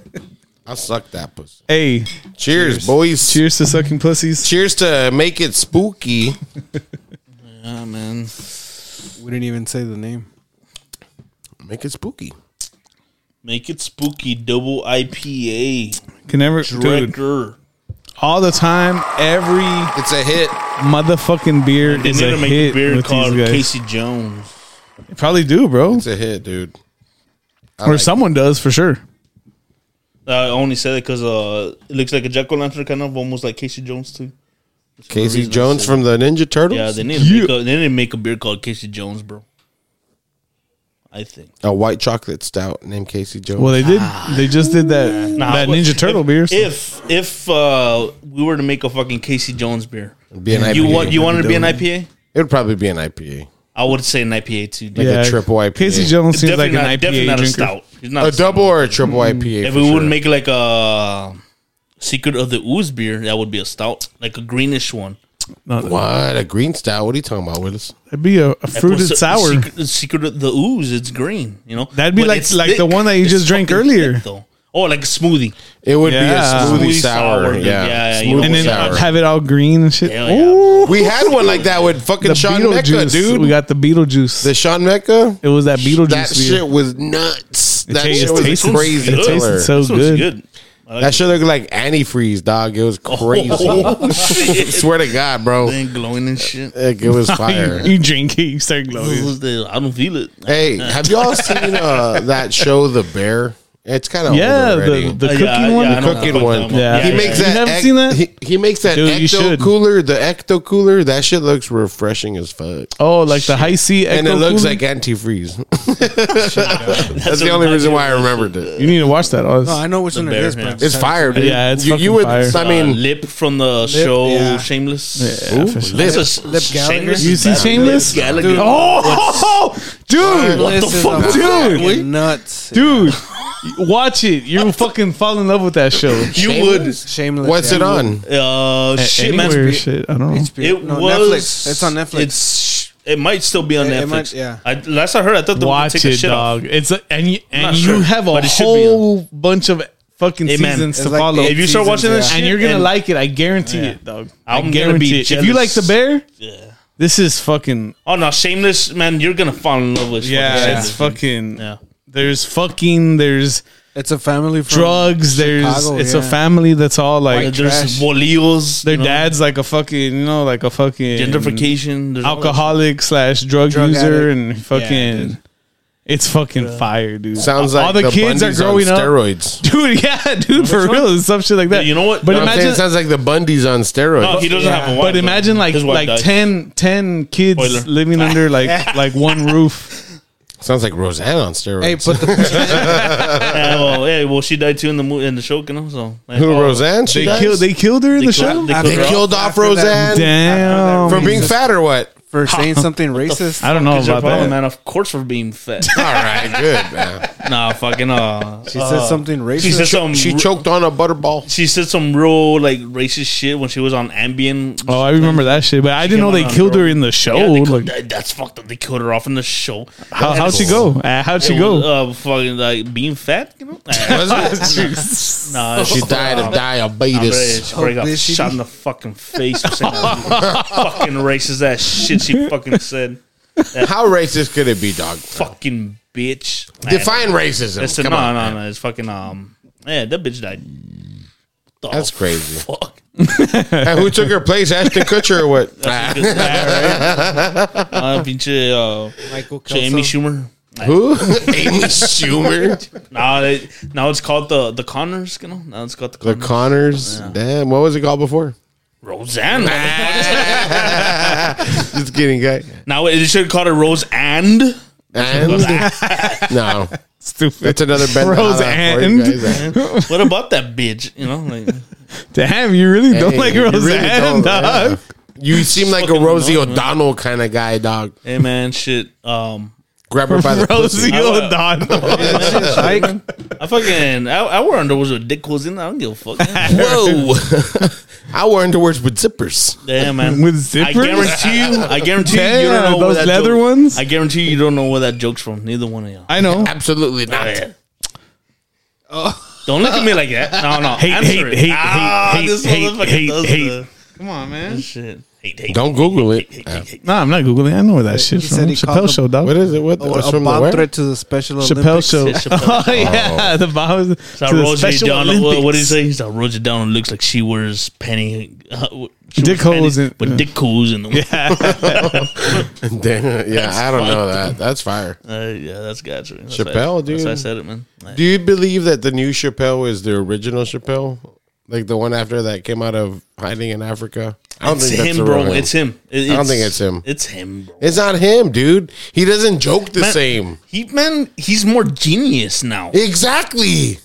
[SPEAKER 2] I'll suck that pussy.
[SPEAKER 1] Hey,
[SPEAKER 2] Cheers, boys. Cheers.
[SPEAKER 1] cheers to sucking pussies.
[SPEAKER 2] to make it spooky.
[SPEAKER 3] Yeah, man.
[SPEAKER 4] we didn't even say the name.
[SPEAKER 2] Make it spooky.
[SPEAKER 3] Make it spooky. Double IPA.
[SPEAKER 1] Can never, dude.
[SPEAKER 3] Drecker.
[SPEAKER 1] All the time, every
[SPEAKER 2] It's a hit.
[SPEAKER 1] motherfucking beer
[SPEAKER 3] They
[SPEAKER 1] is
[SPEAKER 3] need
[SPEAKER 1] a
[SPEAKER 3] to make
[SPEAKER 1] hit
[SPEAKER 3] a beer
[SPEAKER 1] with
[SPEAKER 3] called
[SPEAKER 1] these guys.
[SPEAKER 3] Casey Jones.
[SPEAKER 1] Probably do, bro.
[SPEAKER 2] It's a hit, dude. I
[SPEAKER 1] Or
[SPEAKER 2] like
[SPEAKER 1] someone does for sure.
[SPEAKER 3] I only said it because uh, it looks like a jack o' lantern kind of, almost like Casey Jones too.
[SPEAKER 2] it. Casey Jones from the Ninja Turtles.
[SPEAKER 3] Yeah, they need to make a, they need to make a beer called Casey Jones, bro. I think.
[SPEAKER 2] a white chocolate stout named Casey Jones.
[SPEAKER 1] Well, they did. They just did that that
[SPEAKER 3] but
[SPEAKER 1] Ninja Turtle
[SPEAKER 3] if,
[SPEAKER 1] beers.
[SPEAKER 3] If if uh, we were to make a fucking Casey Jones beer,
[SPEAKER 2] It'd be an IPA.
[SPEAKER 3] you want you wanted to be an IPA?
[SPEAKER 2] It would probably be an IPA.
[SPEAKER 3] I would say an IPA too. dude.
[SPEAKER 2] Yeah. a triple IPA.
[SPEAKER 1] Casey Jones seems
[SPEAKER 3] Definitely
[SPEAKER 1] like an
[SPEAKER 3] not, definitely
[SPEAKER 1] IPA
[SPEAKER 3] not a
[SPEAKER 1] drinker.
[SPEAKER 3] stout. He's not
[SPEAKER 2] A
[SPEAKER 3] a stout.
[SPEAKER 2] double or a triple IPA.
[SPEAKER 3] If
[SPEAKER 2] for
[SPEAKER 3] we
[SPEAKER 2] sure.
[SPEAKER 3] would make like a Secret of the Ooze beer, that would be a stout, like a greenish one.
[SPEAKER 1] No,
[SPEAKER 2] what a green stout. What are you talking about, Willis?
[SPEAKER 1] that'd be a, a fruited
[SPEAKER 3] What's the-
[SPEAKER 1] sour.
[SPEAKER 3] Secret, secret of the ooze. It's green. You know
[SPEAKER 1] That'd be
[SPEAKER 3] But
[SPEAKER 1] like-
[SPEAKER 3] it's
[SPEAKER 1] like the one that you
[SPEAKER 3] It's
[SPEAKER 1] just drank
[SPEAKER 3] fucking
[SPEAKER 1] earlier.
[SPEAKER 3] thick, though. Oh, like a smoothie.
[SPEAKER 2] It would
[SPEAKER 1] Yeah.
[SPEAKER 2] be a smoothie
[SPEAKER 3] Smoothie
[SPEAKER 2] sour.
[SPEAKER 3] sour, dude.
[SPEAKER 2] Yeah,
[SPEAKER 3] Yeah, yeah, you
[SPEAKER 2] smoothie
[SPEAKER 3] know.
[SPEAKER 1] and then uh,
[SPEAKER 2] sour.
[SPEAKER 1] have it all green and shit.
[SPEAKER 3] Hell yeah,
[SPEAKER 1] Ooh,
[SPEAKER 2] we had one like that with fucking
[SPEAKER 1] the
[SPEAKER 2] Sean Mecca,
[SPEAKER 1] Beetlejuice.
[SPEAKER 2] dude.
[SPEAKER 1] We got the Beetlejuice.
[SPEAKER 2] the Sean Mecca.
[SPEAKER 1] it was that Beetlejuice
[SPEAKER 2] That
[SPEAKER 1] beer.
[SPEAKER 2] shit was nuts. That
[SPEAKER 1] tastes-
[SPEAKER 2] shit was
[SPEAKER 1] tastes
[SPEAKER 2] crazy.
[SPEAKER 1] good. It tastes
[SPEAKER 2] killer.
[SPEAKER 1] so
[SPEAKER 3] This one's
[SPEAKER 1] good.
[SPEAKER 3] I like
[SPEAKER 2] that shit looked like antifreeze, dog. It was crazy.
[SPEAKER 3] Oh, shit.
[SPEAKER 2] Swear to God, bro.
[SPEAKER 3] Then glowing and shit.
[SPEAKER 2] Like, it was fire.
[SPEAKER 1] You, you drink it, you start glowing.
[SPEAKER 3] Ooze, dude, I don't feel it.
[SPEAKER 2] Hey, have y'all seen uh, that show, The Bear? It's kind of
[SPEAKER 1] Yeah,
[SPEAKER 2] old already.
[SPEAKER 1] the, the
[SPEAKER 3] Uh,
[SPEAKER 1] cooking
[SPEAKER 3] yeah,
[SPEAKER 1] one.
[SPEAKER 3] yeah, I know
[SPEAKER 2] Cooking
[SPEAKER 3] that
[SPEAKER 2] one.
[SPEAKER 3] fucked
[SPEAKER 1] Yeah.
[SPEAKER 3] up.
[SPEAKER 2] he makes
[SPEAKER 1] You
[SPEAKER 2] that.
[SPEAKER 1] never
[SPEAKER 2] ec-
[SPEAKER 1] seen that?
[SPEAKER 2] He, he makes that
[SPEAKER 1] Dude, you
[SPEAKER 2] ecto
[SPEAKER 1] should.
[SPEAKER 2] cooler. The ecto cooler. That shit looks refreshing as fuck,
[SPEAKER 1] Oh, like the high C.
[SPEAKER 2] and it
[SPEAKER 1] Echo
[SPEAKER 2] looks
[SPEAKER 1] Cooler?
[SPEAKER 2] like antifreeze. That's the only reason why I remembered it.
[SPEAKER 1] you need to watch that. Oh, it's-
[SPEAKER 4] No, I know which
[SPEAKER 3] The
[SPEAKER 4] one it
[SPEAKER 3] bear
[SPEAKER 4] is, but I
[SPEAKER 3] hand.
[SPEAKER 4] just
[SPEAKER 2] It's
[SPEAKER 4] had-
[SPEAKER 2] fire, dude.
[SPEAKER 1] Yeah, it's
[SPEAKER 2] you, you
[SPEAKER 1] fucking fire.
[SPEAKER 2] would. I
[SPEAKER 3] Uh,
[SPEAKER 2] mean,
[SPEAKER 3] lip from the show
[SPEAKER 4] yeah.
[SPEAKER 3] Shameless.
[SPEAKER 1] yeah, for sure.
[SPEAKER 2] lip,
[SPEAKER 3] That's a
[SPEAKER 2] lip Gallagher.
[SPEAKER 3] Shameless.
[SPEAKER 1] You
[SPEAKER 3] is
[SPEAKER 1] see
[SPEAKER 3] bad.
[SPEAKER 1] Shameless?
[SPEAKER 3] Lip Gallagher.
[SPEAKER 1] Oh, dude.
[SPEAKER 4] This
[SPEAKER 3] the
[SPEAKER 4] is
[SPEAKER 3] fuck,
[SPEAKER 4] a
[SPEAKER 1] dude?
[SPEAKER 4] fucking Nuts.
[SPEAKER 1] dude Watch it. You fucking fall in love with that show.
[SPEAKER 3] You would.
[SPEAKER 4] Shameless.
[SPEAKER 2] What's it on?
[SPEAKER 3] Uh, shit, man.
[SPEAKER 1] Anywhere, shit. I don't know.
[SPEAKER 3] It
[SPEAKER 4] no,
[SPEAKER 3] was.
[SPEAKER 4] Netflix. It's on Netflix.
[SPEAKER 3] It's, it might still be on
[SPEAKER 4] It-
[SPEAKER 3] Netflix.
[SPEAKER 4] it might- yeah.
[SPEAKER 3] I, last I heard, I thought they were
[SPEAKER 1] Watch
[SPEAKER 3] taking
[SPEAKER 1] it,
[SPEAKER 3] shit off.
[SPEAKER 1] dog. It's a, and you,
[SPEAKER 3] not
[SPEAKER 1] and you
[SPEAKER 3] sure,
[SPEAKER 1] have a
[SPEAKER 3] but it should be on.
[SPEAKER 1] whole bunch of fucking
[SPEAKER 3] Hey, man,
[SPEAKER 1] seasons
[SPEAKER 3] it's
[SPEAKER 1] to
[SPEAKER 4] like
[SPEAKER 1] follow.
[SPEAKER 4] eight
[SPEAKER 3] If you start
[SPEAKER 4] Seasons,
[SPEAKER 3] watching this,
[SPEAKER 4] yeah.
[SPEAKER 3] shit
[SPEAKER 1] and you're gonna
[SPEAKER 3] and-
[SPEAKER 1] like it. I guarantee it, dog. I
[SPEAKER 3] I'm gonna
[SPEAKER 1] guarantee
[SPEAKER 3] be
[SPEAKER 1] it. If you like
[SPEAKER 3] jealous.
[SPEAKER 1] the bear,
[SPEAKER 3] Yeah.
[SPEAKER 1] this is fucking
[SPEAKER 3] Oh no, Shameless, man, you're gonna fall in love with. fucking
[SPEAKER 1] yeah.
[SPEAKER 3] Shameless.
[SPEAKER 1] It's fucking
[SPEAKER 3] Yeah.
[SPEAKER 1] There's fucking there's
[SPEAKER 4] It's a family from
[SPEAKER 1] drugs. There's
[SPEAKER 4] Chicago,
[SPEAKER 1] it's a
[SPEAKER 4] yeah.
[SPEAKER 1] family that's all like
[SPEAKER 3] Like, there's
[SPEAKER 4] trash.
[SPEAKER 3] bolillos.
[SPEAKER 1] their
[SPEAKER 3] you know,
[SPEAKER 1] dad's like a fucking you know like a fucking
[SPEAKER 3] gentrification, there's all that
[SPEAKER 1] alcoholic slash drug,
[SPEAKER 4] Drug
[SPEAKER 1] user
[SPEAKER 4] addict.
[SPEAKER 1] and fucking.
[SPEAKER 4] dude.
[SPEAKER 1] it's fucking fire, dude.
[SPEAKER 2] Sounds like
[SPEAKER 1] all the, kids are
[SPEAKER 2] Bundys on
[SPEAKER 1] growing up.
[SPEAKER 2] steroids.
[SPEAKER 1] dude. Yeah, dude, for real, it's some shit like that.
[SPEAKER 3] You know what?
[SPEAKER 1] But
[SPEAKER 3] No, I'm
[SPEAKER 2] Imagine,
[SPEAKER 1] imagine,
[SPEAKER 2] it sounds like the Bundy's on steroids.
[SPEAKER 3] No, he doesn't
[SPEAKER 4] Yeah.
[SPEAKER 3] have a wife.
[SPEAKER 1] but imagine like
[SPEAKER 3] his
[SPEAKER 1] like
[SPEAKER 3] wife died.
[SPEAKER 1] 10, 10 kids
[SPEAKER 3] Spoiler.
[SPEAKER 1] living under like like one roof.
[SPEAKER 2] sounds like Roseanne on steroids.
[SPEAKER 4] Hey, put the
[SPEAKER 3] Yeah, well, yeah, well, she died too in the movie in the show, you know. So like,
[SPEAKER 2] Who
[SPEAKER 3] oh,
[SPEAKER 2] Roseanne? She
[SPEAKER 1] They
[SPEAKER 2] dies?
[SPEAKER 1] killed. They killed her in the
[SPEAKER 3] killed-
[SPEAKER 1] show.
[SPEAKER 3] they
[SPEAKER 2] They
[SPEAKER 3] killed her.
[SPEAKER 2] killed off
[SPEAKER 4] After that-
[SPEAKER 2] Roseanne
[SPEAKER 1] Damn.
[SPEAKER 2] from being fat or what?
[SPEAKER 4] for saying something racist.
[SPEAKER 1] I don't know
[SPEAKER 3] What's your
[SPEAKER 1] about
[SPEAKER 3] problem,
[SPEAKER 1] that.
[SPEAKER 3] man. Of course, we're being fed.
[SPEAKER 2] All right, good man.
[SPEAKER 3] nah, fucking. Uh,
[SPEAKER 4] She said something racist.
[SPEAKER 3] she said some.
[SPEAKER 2] She choked on a butterball.
[SPEAKER 3] She said some real like racist shit when she was on Ambien.
[SPEAKER 1] Oh, I remember that shit, but I didn't
[SPEAKER 3] came
[SPEAKER 1] know
[SPEAKER 3] out
[SPEAKER 1] they
[SPEAKER 3] on
[SPEAKER 1] killed
[SPEAKER 3] her
[SPEAKER 1] her
[SPEAKER 3] own.
[SPEAKER 1] in the show.
[SPEAKER 3] Yeah, they
[SPEAKER 1] like,
[SPEAKER 3] killed- that- that's fucked up. They killed her off in the show.
[SPEAKER 1] how, how'd she go? Uh, how'd she
[SPEAKER 3] It was,
[SPEAKER 1] go?
[SPEAKER 3] Uh, fucking like being fat, you know. Eh, nah,
[SPEAKER 2] She died of diabetes.
[SPEAKER 3] She probably got
[SPEAKER 4] Obesity.
[SPEAKER 3] shot in the fucking face for saying that fucking racist ass shit she fucking said.
[SPEAKER 2] How racist could it be, dog?
[SPEAKER 3] Fucking bitch. Nah,
[SPEAKER 2] Define racism.
[SPEAKER 3] It's
[SPEAKER 2] Come
[SPEAKER 3] no,
[SPEAKER 2] on,
[SPEAKER 3] no, no. It's fucking um. Yeah, that bitch died. The
[SPEAKER 2] that's crazy.
[SPEAKER 3] Fuck.
[SPEAKER 2] And who took her place, Ashton Kutcher or what? Ah,
[SPEAKER 3] Uh, pinche uh,
[SPEAKER 4] Michael
[SPEAKER 3] pinche Amy Schumer.
[SPEAKER 2] who? Amy Schumer,
[SPEAKER 3] Now, they, now it's called the the Connors. You know. Now it's called the
[SPEAKER 2] the
[SPEAKER 3] Connors.
[SPEAKER 2] Connors. Damn, what was it called before?
[SPEAKER 3] Roseanne. motherfucker.
[SPEAKER 2] Just kidding, guy.
[SPEAKER 3] now it should have called it Rose and.
[SPEAKER 2] And no,
[SPEAKER 1] Stupid.
[SPEAKER 2] that's another Ben
[SPEAKER 1] Rose and-
[SPEAKER 2] eh?
[SPEAKER 3] What about that bitch? You know, like
[SPEAKER 1] Damn, you really don't
[SPEAKER 2] Hey,
[SPEAKER 1] like
[SPEAKER 2] you really
[SPEAKER 1] Roseanne,
[SPEAKER 2] don't,
[SPEAKER 1] dog.
[SPEAKER 2] You seem like a
[SPEAKER 3] fucking
[SPEAKER 2] Rosie
[SPEAKER 3] annoying, man.
[SPEAKER 2] O'Donnell kind of guy, dog.
[SPEAKER 3] hey man, shit. Um,
[SPEAKER 2] Grab her by the
[SPEAKER 1] Rosie
[SPEAKER 2] pussy.
[SPEAKER 3] I would-
[SPEAKER 1] O'Donnell.
[SPEAKER 4] Schumer.
[SPEAKER 3] I fucking I, I wear underwear with dick holes in. it. I don't give a fuck. man.
[SPEAKER 2] Whoa! I wore underwears with zippers.
[SPEAKER 3] Damn man.
[SPEAKER 1] With zippers?
[SPEAKER 3] I guarantee you. I guarantee you. You
[SPEAKER 1] Damn,
[SPEAKER 3] don't know where
[SPEAKER 1] those
[SPEAKER 3] that
[SPEAKER 1] leather
[SPEAKER 3] joke-
[SPEAKER 1] ones?
[SPEAKER 3] I guarantee you. You don't know where that joke's from. Neither one of y'all.
[SPEAKER 1] I know.
[SPEAKER 2] Absolutely not.
[SPEAKER 3] Don't look at me like that. No, no.
[SPEAKER 1] Hate,
[SPEAKER 3] Answer
[SPEAKER 1] hate,
[SPEAKER 3] it.
[SPEAKER 1] hate,
[SPEAKER 3] Ah,
[SPEAKER 1] hate,
[SPEAKER 3] this
[SPEAKER 1] hate,
[SPEAKER 3] motherfucker
[SPEAKER 1] hate,
[SPEAKER 3] does
[SPEAKER 1] hate.
[SPEAKER 3] the-
[SPEAKER 1] Come on, man.
[SPEAKER 3] this shit. Hate, hate.
[SPEAKER 2] Don't Google it.
[SPEAKER 3] hate, hate, hate.
[SPEAKER 1] Nah, I'm not googling. I know where that shit's
[SPEAKER 4] he
[SPEAKER 1] from.
[SPEAKER 4] said he
[SPEAKER 1] Chappelle
[SPEAKER 4] called
[SPEAKER 1] Show, dog.
[SPEAKER 2] What is it? What?
[SPEAKER 4] Or
[SPEAKER 2] it's
[SPEAKER 4] a
[SPEAKER 2] from the
[SPEAKER 4] bomb
[SPEAKER 2] where?
[SPEAKER 4] threat to the Special
[SPEAKER 1] Chappelle
[SPEAKER 4] Olympics.
[SPEAKER 1] Show.
[SPEAKER 3] Chappelle
[SPEAKER 1] Oh yeah, the bomb.
[SPEAKER 3] So I
[SPEAKER 1] to the
[SPEAKER 3] rolled you
[SPEAKER 1] Special
[SPEAKER 3] down. What, what did he
[SPEAKER 1] Olympics.
[SPEAKER 3] say? He's like, rolled you down and looks like she wears penny. Uh, she
[SPEAKER 1] Dick
[SPEAKER 3] wears
[SPEAKER 1] holes
[SPEAKER 3] panties
[SPEAKER 1] in-
[SPEAKER 3] With
[SPEAKER 1] yeah.
[SPEAKER 3] dick holes in them. Yeah,
[SPEAKER 2] Damn, yeah, I don't
[SPEAKER 3] fire.
[SPEAKER 2] know that. That's fire.
[SPEAKER 3] uh, yeah that's gotcha. That's
[SPEAKER 2] Chappelle,
[SPEAKER 3] why, That's
[SPEAKER 2] dude.
[SPEAKER 3] why I said it, man. Like,
[SPEAKER 2] Do you believe that the new Chappelle is the original Chappelle, like the one after that came out of hiding in Africa? I don't
[SPEAKER 3] it's
[SPEAKER 2] think that's
[SPEAKER 3] him,
[SPEAKER 2] the
[SPEAKER 3] bro.
[SPEAKER 2] real
[SPEAKER 3] It's him. It-
[SPEAKER 2] I don't think it's him.
[SPEAKER 3] It's him, bro.
[SPEAKER 2] It's not him, dude. He doesn't joke the
[SPEAKER 3] Man,
[SPEAKER 2] same.
[SPEAKER 3] He man, he's more genius now.
[SPEAKER 2] Exactly.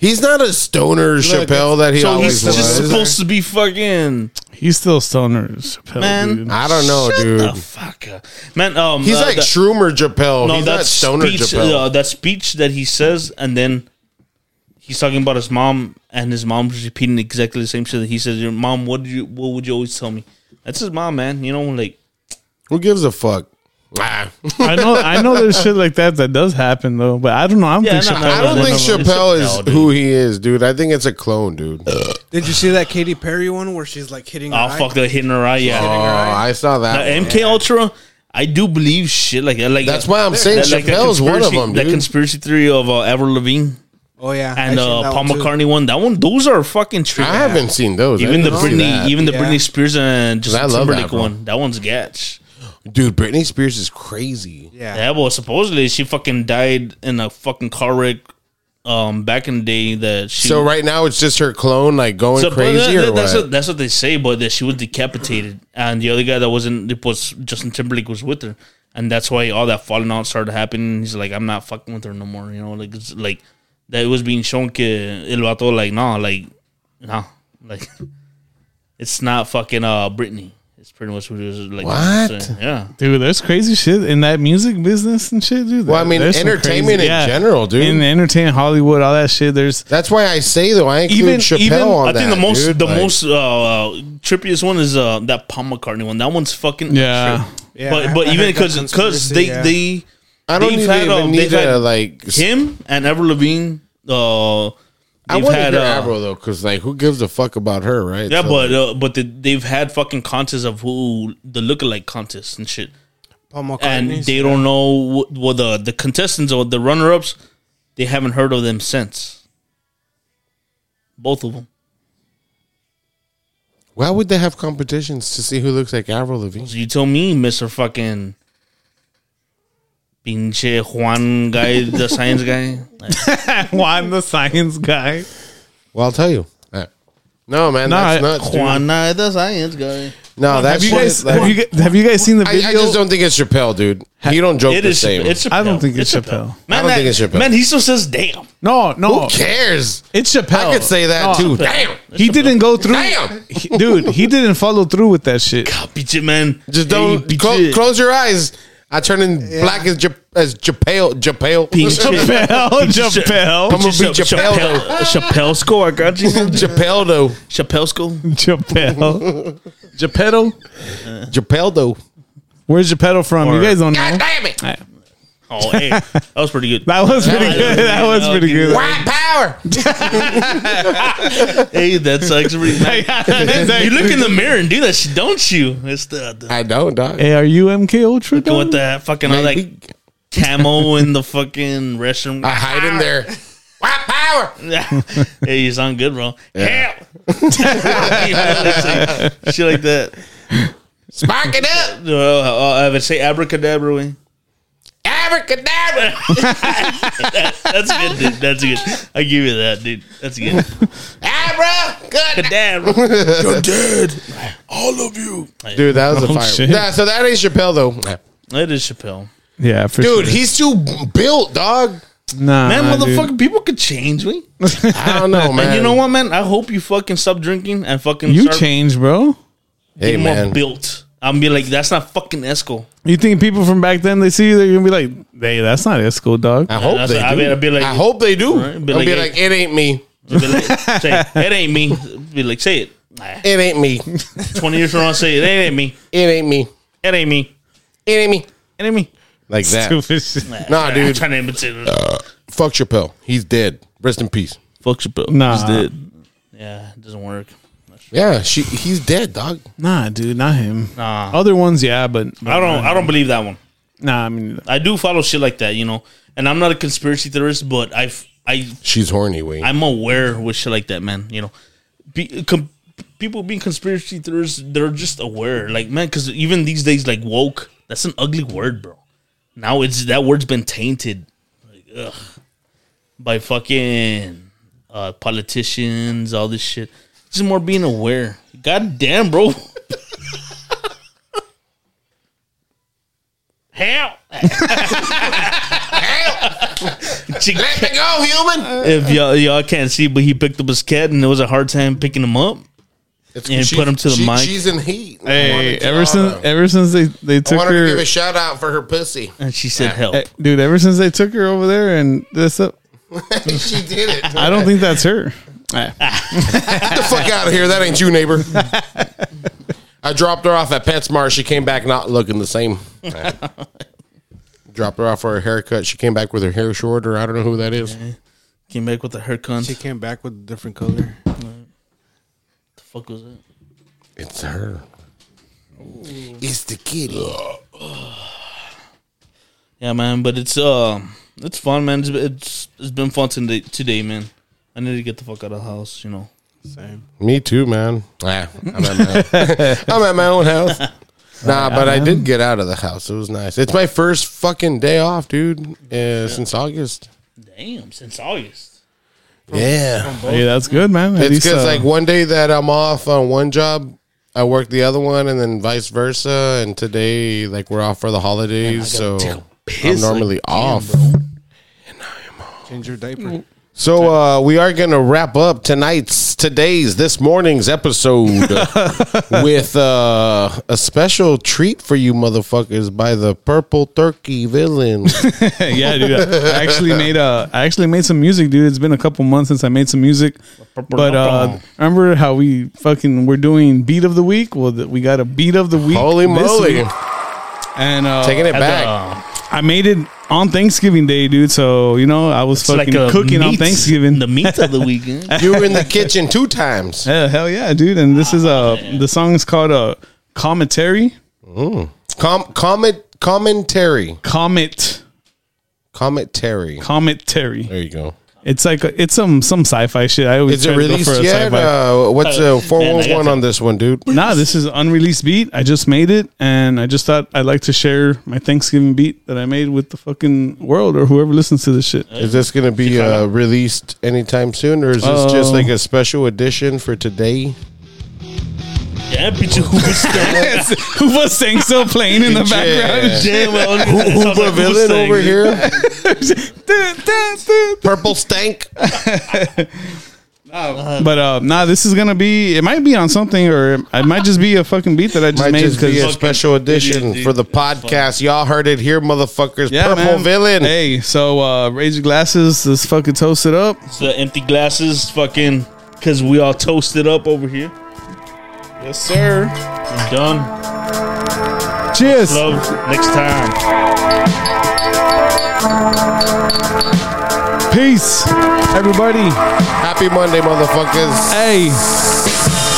[SPEAKER 2] He's not a stoner Chappelle that he
[SPEAKER 3] so
[SPEAKER 2] always
[SPEAKER 3] he's
[SPEAKER 2] was.
[SPEAKER 3] just supposed to be fucking
[SPEAKER 1] He's still stoner, Chappelle,
[SPEAKER 3] Man.
[SPEAKER 1] dude.
[SPEAKER 2] I don't know,
[SPEAKER 3] the
[SPEAKER 2] Oh, dude.
[SPEAKER 3] fuck, up. man. Um,
[SPEAKER 2] He's
[SPEAKER 3] uh,
[SPEAKER 2] like
[SPEAKER 3] the-
[SPEAKER 2] Shroomer Chappelle.
[SPEAKER 3] no,
[SPEAKER 2] Oh, He's
[SPEAKER 3] that
[SPEAKER 2] not stoner
[SPEAKER 3] speech,
[SPEAKER 2] Chappelle.
[SPEAKER 3] uh, that speech that he says, and then he's talking about his mom, and his mom's repeating exactly the same shit that he says. Your mom, what did you, what would you always tell me? That's his mom, man. You know, like
[SPEAKER 2] Who gives a fuck? Ah.
[SPEAKER 1] I know. I know. There's shit like that that does happen though, but I don't know. I don't
[SPEAKER 3] Yeah,
[SPEAKER 1] think
[SPEAKER 3] no,
[SPEAKER 1] Chappelle.
[SPEAKER 3] no,
[SPEAKER 2] I don't
[SPEAKER 3] no,
[SPEAKER 2] think
[SPEAKER 3] no, no.
[SPEAKER 2] Chappelle
[SPEAKER 3] It's
[SPEAKER 2] is
[SPEAKER 3] Chappelle, dude.
[SPEAKER 2] who he is, dude. I think it's a clone, dude. oh,
[SPEAKER 4] Did you see that Katy Perry one where she's like hitting? her
[SPEAKER 3] oh
[SPEAKER 4] eye?
[SPEAKER 3] fuck, they're hitting her eye. Yeah,
[SPEAKER 2] Oh, I saw that.
[SPEAKER 3] Uh,
[SPEAKER 2] one.
[SPEAKER 3] MK Ultra. I do believe shit like that. Like
[SPEAKER 2] That's why I'm saying
[SPEAKER 3] that- like that
[SPEAKER 2] Chappelle's one of
[SPEAKER 3] conspiracy-
[SPEAKER 2] them,
[SPEAKER 3] That
[SPEAKER 2] dude.
[SPEAKER 3] conspiracy theory of uh, Avril Lavigne
[SPEAKER 4] Oh yeah,
[SPEAKER 3] and
[SPEAKER 4] I seen
[SPEAKER 3] uh,
[SPEAKER 4] that
[SPEAKER 3] Paul
[SPEAKER 4] one, too.
[SPEAKER 3] McCartney one. That one, those are fucking tricky.
[SPEAKER 2] I haven't seen those. I
[SPEAKER 3] Even the
[SPEAKER 2] didn't see
[SPEAKER 3] Britney,
[SPEAKER 2] that.
[SPEAKER 3] even the
[SPEAKER 4] Yeah.
[SPEAKER 3] Britney Spears and
[SPEAKER 2] I
[SPEAKER 3] Justin
[SPEAKER 2] love that,
[SPEAKER 3] Timberlake
[SPEAKER 2] bro.
[SPEAKER 3] one. That one's gatch.
[SPEAKER 2] dude, Britney Spears is crazy.
[SPEAKER 4] Yeah.
[SPEAKER 3] Yeah, well, supposedly she fucking died in a fucking car wreck um, back in the day that she.
[SPEAKER 2] So right now it's just her clone, like going
[SPEAKER 3] So, but
[SPEAKER 2] crazy
[SPEAKER 3] that-
[SPEAKER 2] or
[SPEAKER 3] that's,
[SPEAKER 2] what?
[SPEAKER 3] What, that's what they say, but that she was decapitated, and the other guy that wasn't it was Justin Timberlake was with her, and that's why all that falling out started happening. He's like, I'm not fucking with her no more, you know, like it's like that it was being shown que el vato like nah, like nah, like it's not fucking uh Britney, it's pretty much what he was like.
[SPEAKER 2] What?
[SPEAKER 3] saying. Yeah.
[SPEAKER 1] dude. There's crazy shit in that music business and shit, dude.
[SPEAKER 2] Well, I mean,
[SPEAKER 1] There's some
[SPEAKER 2] entertainment
[SPEAKER 1] crazy-
[SPEAKER 2] in
[SPEAKER 1] yeah.
[SPEAKER 2] general, dude.
[SPEAKER 1] in entertainment, Hollywood, all that shit. There's
[SPEAKER 2] That's why I say though, I include
[SPEAKER 1] Even-
[SPEAKER 2] Chappelle
[SPEAKER 1] even-
[SPEAKER 2] on
[SPEAKER 3] I
[SPEAKER 2] that.
[SPEAKER 3] think the most
[SPEAKER 2] dude.
[SPEAKER 3] the
[SPEAKER 2] Like,
[SPEAKER 3] most uh, trippiest one is uh, that Paul McCartney one. That one's fucking
[SPEAKER 1] Yeah.
[SPEAKER 3] trip.
[SPEAKER 4] Yeah,
[SPEAKER 3] but
[SPEAKER 4] I-
[SPEAKER 3] but
[SPEAKER 4] I
[SPEAKER 3] even
[SPEAKER 4] heard that
[SPEAKER 3] because because
[SPEAKER 4] conspiracy,
[SPEAKER 3] they
[SPEAKER 4] yeah.
[SPEAKER 3] they
[SPEAKER 2] I don't
[SPEAKER 3] they've
[SPEAKER 2] even,
[SPEAKER 3] had,
[SPEAKER 2] even
[SPEAKER 3] um,
[SPEAKER 2] need
[SPEAKER 3] they've
[SPEAKER 2] to
[SPEAKER 3] had
[SPEAKER 2] like. s-
[SPEAKER 3] him and Avril Lavigne. Uh,
[SPEAKER 2] I
[SPEAKER 3] they've
[SPEAKER 2] want to
[SPEAKER 3] had,
[SPEAKER 2] hear
[SPEAKER 3] uh,
[SPEAKER 2] Avril though, because like, who gives a fuck about her, right?
[SPEAKER 3] Yeah,
[SPEAKER 2] So,
[SPEAKER 3] but uh, but the, they've had fucking contests of who the lookalike contests and shit,
[SPEAKER 4] Paul
[SPEAKER 3] and
[SPEAKER 4] McCartney's-
[SPEAKER 3] they don't know what, what the the contestants or the runner ups. They haven't heard of them since. Both of them.
[SPEAKER 2] why would they have competitions to see who looks like Avril Lavigne?
[SPEAKER 3] So you tell me, Mister Fucking Pinche Juan guy, the science guy. Like,
[SPEAKER 1] Juan the science guy.
[SPEAKER 2] Well, I'll tell you. Uh, No, man,
[SPEAKER 1] Nah,
[SPEAKER 2] that's nuts. dude.
[SPEAKER 3] Juan, uh, the science guy.
[SPEAKER 2] No, that's
[SPEAKER 1] Have you guys
[SPEAKER 2] like,
[SPEAKER 1] have you gu- have you guys seen the
[SPEAKER 2] I,
[SPEAKER 1] video?
[SPEAKER 2] I just don't think it's Chappelle, dude. He don't joke
[SPEAKER 3] It
[SPEAKER 2] the
[SPEAKER 3] is.
[SPEAKER 2] same.
[SPEAKER 3] It's Chappelle.
[SPEAKER 1] I don't think it's Chappelle.
[SPEAKER 3] Man,
[SPEAKER 2] I don't
[SPEAKER 3] that-
[SPEAKER 2] think it's Chappelle.
[SPEAKER 3] Man, he still says "damn." oh,
[SPEAKER 1] no, no,
[SPEAKER 2] who cares?
[SPEAKER 1] it's Chappelle.
[SPEAKER 2] I could say that
[SPEAKER 1] No,
[SPEAKER 2] too. Oh. Damn.
[SPEAKER 1] He didn't go through,
[SPEAKER 2] Damn.
[SPEAKER 1] He- dude. He didn't follow through with that shit.
[SPEAKER 3] God, bitch, man.
[SPEAKER 2] Just don't
[SPEAKER 3] Hey,
[SPEAKER 2] clo-
[SPEAKER 3] bitch.
[SPEAKER 2] close your eyes. I turn in black as Ja- as Chappelle. Chappelle.
[SPEAKER 3] Pinche-
[SPEAKER 1] Chappelle,
[SPEAKER 3] Pinche-
[SPEAKER 1] Chappelle.
[SPEAKER 2] I'm gonna
[SPEAKER 3] Pinche
[SPEAKER 2] be Chappelle,
[SPEAKER 3] Chappelle, Chappelle score, I got you.
[SPEAKER 2] Chappelle though.
[SPEAKER 3] Chappelle school.
[SPEAKER 1] Geppetto. Geppetto.
[SPEAKER 2] Chappelle though.
[SPEAKER 1] Where's Geppetto from? you
[SPEAKER 3] Or-
[SPEAKER 1] guys don't know.
[SPEAKER 2] God damn it!
[SPEAKER 3] Oh, hey, that was pretty good.
[SPEAKER 1] That was pretty
[SPEAKER 3] Yeah,
[SPEAKER 1] good.
[SPEAKER 3] yeah,
[SPEAKER 1] That was
[SPEAKER 3] yeah,
[SPEAKER 1] pretty
[SPEAKER 3] yeah.
[SPEAKER 1] good.
[SPEAKER 2] White power.
[SPEAKER 3] Hey, that's actually pretty nice. you look in the mirror and do that shit, don't you? It's the, the
[SPEAKER 2] I don't dog.
[SPEAKER 1] Hey, are you MK Ultra?
[SPEAKER 3] fucking
[SPEAKER 1] dog?
[SPEAKER 3] with the fucking all that
[SPEAKER 2] Maybe.
[SPEAKER 3] camo in the fucking restroom.
[SPEAKER 2] I hide in there. White power.
[SPEAKER 3] hey, you sound good, bro. Help! You know, it's like- shit like that.
[SPEAKER 2] Spark it up.
[SPEAKER 3] Uh, uh, I would say abracadabra. way.
[SPEAKER 2] Abracadabra.
[SPEAKER 3] That's good, dude. That's good. I give you that, dude. That's good.
[SPEAKER 2] Abra.
[SPEAKER 3] Cadabra.
[SPEAKER 2] You're dead.
[SPEAKER 3] All of you.
[SPEAKER 2] Dude, that was a
[SPEAKER 1] Oh,
[SPEAKER 2] fire.
[SPEAKER 1] shit.
[SPEAKER 2] Nah, so that ain't Chappelle though.
[SPEAKER 3] That is Chappelle.
[SPEAKER 1] Yeah, for
[SPEAKER 2] Dude,
[SPEAKER 1] sure.
[SPEAKER 2] he's too built, dog.
[SPEAKER 1] nah,
[SPEAKER 3] Man,
[SPEAKER 1] nah, dude.
[SPEAKER 3] motherfucking people could change me.
[SPEAKER 2] I don't know, man.
[SPEAKER 3] And you know what, man? I hope you fucking stop drinking and fucking
[SPEAKER 1] You
[SPEAKER 3] start
[SPEAKER 1] changed, bro.
[SPEAKER 2] Hey,
[SPEAKER 3] getting more
[SPEAKER 2] man.
[SPEAKER 3] built. I'm be like, that's not fucking Esco.
[SPEAKER 1] You think people from back then they see you, they're gonna be like, "Hey, that's not Esco, dog."
[SPEAKER 2] I hope
[SPEAKER 3] that's
[SPEAKER 2] they
[SPEAKER 3] what I
[SPEAKER 2] do.
[SPEAKER 3] mean, I'd be like-
[SPEAKER 2] I hope they do.
[SPEAKER 3] Right,
[SPEAKER 2] I'll
[SPEAKER 3] be
[SPEAKER 2] be
[SPEAKER 3] like,
[SPEAKER 2] like,
[SPEAKER 3] hey.
[SPEAKER 2] it ain't me.
[SPEAKER 3] Be like, say, it ain't me. Be like, say it. Nah,
[SPEAKER 2] It ain't me.
[SPEAKER 3] 20 years from now, say it. It ain't me.
[SPEAKER 2] It ain't me.
[SPEAKER 3] It ain't me.
[SPEAKER 2] It ain't me.
[SPEAKER 1] It ain't me.
[SPEAKER 2] Like that.
[SPEAKER 1] Stupid shit.
[SPEAKER 2] Nah,
[SPEAKER 3] I'm
[SPEAKER 2] dude.
[SPEAKER 3] trying to imitate it.
[SPEAKER 2] Fuck Chappelle. He's dead. Rest in peace.
[SPEAKER 3] Fuck Chappelle.
[SPEAKER 1] Nah.
[SPEAKER 3] He's dead. Yeah, it doesn't work.
[SPEAKER 2] Yeah, she. He's dead, dog.
[SPEAKER 1] Nah, dude, not him.
[SPEAKER 3] Nah.
[SPEAKER 1] Other ones, yeah, but
[SPEAKER 3] I don't I don't believe that one.
[SPEAKER 1] Nah, I mean,
[SPEAKER 3] I do follow shit like that, you know. And I'm not a conspiracy theorist, but I I
[SPEAKER 2] She's horny. Wayne.
[SPEAKER 3] I'm aware with shit like that, man. You know, Be, com- people being conspiracy theorists, they're just aware. Like, man, because even these days, like woke, that's an ugly word, bro. Now it's that word's been tainted, like, ugh, by fucking uh, politicians, all this shit. Just more being aware. God damn, bro. Hell. Chick-
[SPEAKER 2] Let me go, human.
[SPEAKER 3] if y'all y'all can't see, but he picked up his cat and it was a hard time picking him up.
[SPEAKER 2] It's-
[SPEAKER 3] And
[SPEAKER 2] she-
[SPEAKER 3] put him to the
[SPEAKER 2] she-
[SPEAKER 3] mic.
[SPEAKER 2] She's in heat. I wanted
[SPEAKER 1] hey,
[SPEAKER 2] to-
[SPEAKER 1] ever since ever since they they
[SPEAKER 2] I
[SPEAKER 1] took
[SPEAKER 2] wanted to give
[SPEAKER 1] her,
[SPEAKER 2] a shout out for her pussy.
[SPEAKER 3] And she said, "Help."
[SPEAKER 1] eh, dude, ever since they took her over there and this up,
[SPEAKER 2] she did it.
[SPEAKER 1] I don't think that's her.
[SPEAKER 2] Get the fuck out of here. That ain't you, neighbor. I dropped her off at PetSmart. She came back not looking the same. dropped her off for a haircut. She came back with her hair shorter. I don't know who that is.
[SPEAKER 3] Came back with a haircut.
[SPEAKER 4] She came back with a different color.
[SPEAKER 3] the fuck was it?
[SPEAKER 2] It's her. It's the kitty.
[SPEAKER 3] Yeah, man. But it's um, it's fun, man. It's it's, it's been fun today, today, man. I need to get the fuck out of the house, you know.
[SPEAKER 4] Same.
[SPEAKER 2] Me too, man. Ah, I'm, at my own. I'm at my own house. Nah, but I did get out of the house. It was nice. It's my first fucking day off, dude, uh, since August.
[SPEAKER 3] Damn, since August.
[SPEAKER 2] Yeah.
[SPEAKER 1] Hey, that's good, man. At
[SPEAKER 2] It's
[SPEAKER 1] least,
[SPEAKER 2] because
[SPEAKER 1] uh,
[SPEAKER 2] like one day that I'm off on one job, I work the other one, and then vice versa. And today, like we're off for the holidays,
[SPEAKER 3] take
[SPEAKER 2] so
[SPEAKER 3] a
[SPEAKER 2] I'm
[SPEAKER 3] piss,
[SPEAKER 2] normally off.
[SPEAKER 4] Change your diaper.
[SPEAKER 2] so uh, we are gonna wrap up tonight's today's this morning's episode with uh, a special treat for you motherfuckers by the Purple Turkey villain.
[SPEAKER 1] yeah, dude. I actually made a, I actually made some music, dude. It's been a couple months since I made some music, but uh, remember how we fucking we're doing beat of the week? Well, th- we got a beat of the week.
[SPEAKER 2] Holy
[SPEAKER 1] this
[SPEAKER 2] moly!
[SPEAKER 1] week. And uh,
[SPEAKER 2] Taking it
[SPEAKER 3] At
[SPEAKER 2] back.
[SPEAKER 1] I made it on Thanksgiving Day, dude. So you know, I was
[SPEAKER 3] the,
[SPEAKER 1] fucking
[SPEAKER 3] a
[SPEAKER 1] cooking on
[SPEAKER 3] meat-
[SPEAKER 1] Thanksgiving.
[SPEAKER 3] The meat of the weekend.
[SPEAKER 2] you were in the kitchen two times.
[SPEAKER 1] Yeah, hell yeah, dude. And this is uh the song is called uh commentary.
[SPEAKER 2] Com- comment commentary.
[SPEAKER 1] Comet
[SPEAKER 2] Commentary.
[SPEAKER 1] commentary.
[SPEAKER 2] There you go.
[SPEAKER 1] It's like a, it's some some sci-fi shit. I always
[SPEAKER 2] Is it
[SPEAKER 1] try to go for
[SPEAKER 2] released
[SPEAKER 1] a
[SPEAKER 2] yet?
[SPEAKER 1] sci-fi.
[SPEAKER 2] Uh, what's uh,
[SPEAKER 3] Man, I
[SPEAKER 2] 411
[SPEAKER 3] got
[SPEAKER 2] on this one, dude?
[SPEAKER 1] Nah, this is an unreleased beat. I just made it, and I just thought I'd like to share my Thanksgiving beat that I made with the fucking world or whoever listens to this shit.
[SPEAKER 2] Is this going to be uh, released anytime soon, or is this just
[SPEAKER 1] Uh,
[SPEAKER 2] like a special edition for today?
[SPEAKER 3] Yeah, bitch, who was that?
[SPEAKER 1] Who was saying still playing in the
[SPEAKER 2] Yeah.
[SPEAKER 3] Damn, I was- I was
[SPEAKER 2] Uber
[SPEAKER 3] like, who's
[SPEAKER 2] villain
[SPEAKER 3] saying
[SPEAKER 2] over
[SPEAKER 3] it?
[SPEAKER 2] here,
[SPEAKER 1] background?
[SPEAKER 2] purple stank.
[SPEAKER 1] but uh, nah, this is gonna be. It might be on something, or it might just be a fucking beat that I just
[SPEAKER 2] Might
[SPEAKER 1] made.
[SPEAKER 2] just be a
[SPEAKER 1] Because
[SPEAKER 2] special edition
[SPEAKER 3] idiot, dude.
[SPEAKER 2] for the podcast. Y'all heard it here, motherfuckers.
[SPEAKER 1] yeah,
[SPEAKER 2] purple
[SPEAKER 1] man.
[SPEAKER 2] villain.
[SPEAKER 1] Hey, so uh, raise your glasses. Let's fucking toast it up.
[SPEAKER 3] The empty glasses, fucking, because we all toasted up over here.
[SPEAKER 1] Yes, sir.
[SPEAKER 3] I'm done.
[SPEAKER 1] Cheers.
[SPEAKER 3] Love. Next time.
[SPEAKER 1] Peace, everybody.
[SPEAKER 2] Happy Monday, motherfuckers.
[SPEAKER 1] Hey.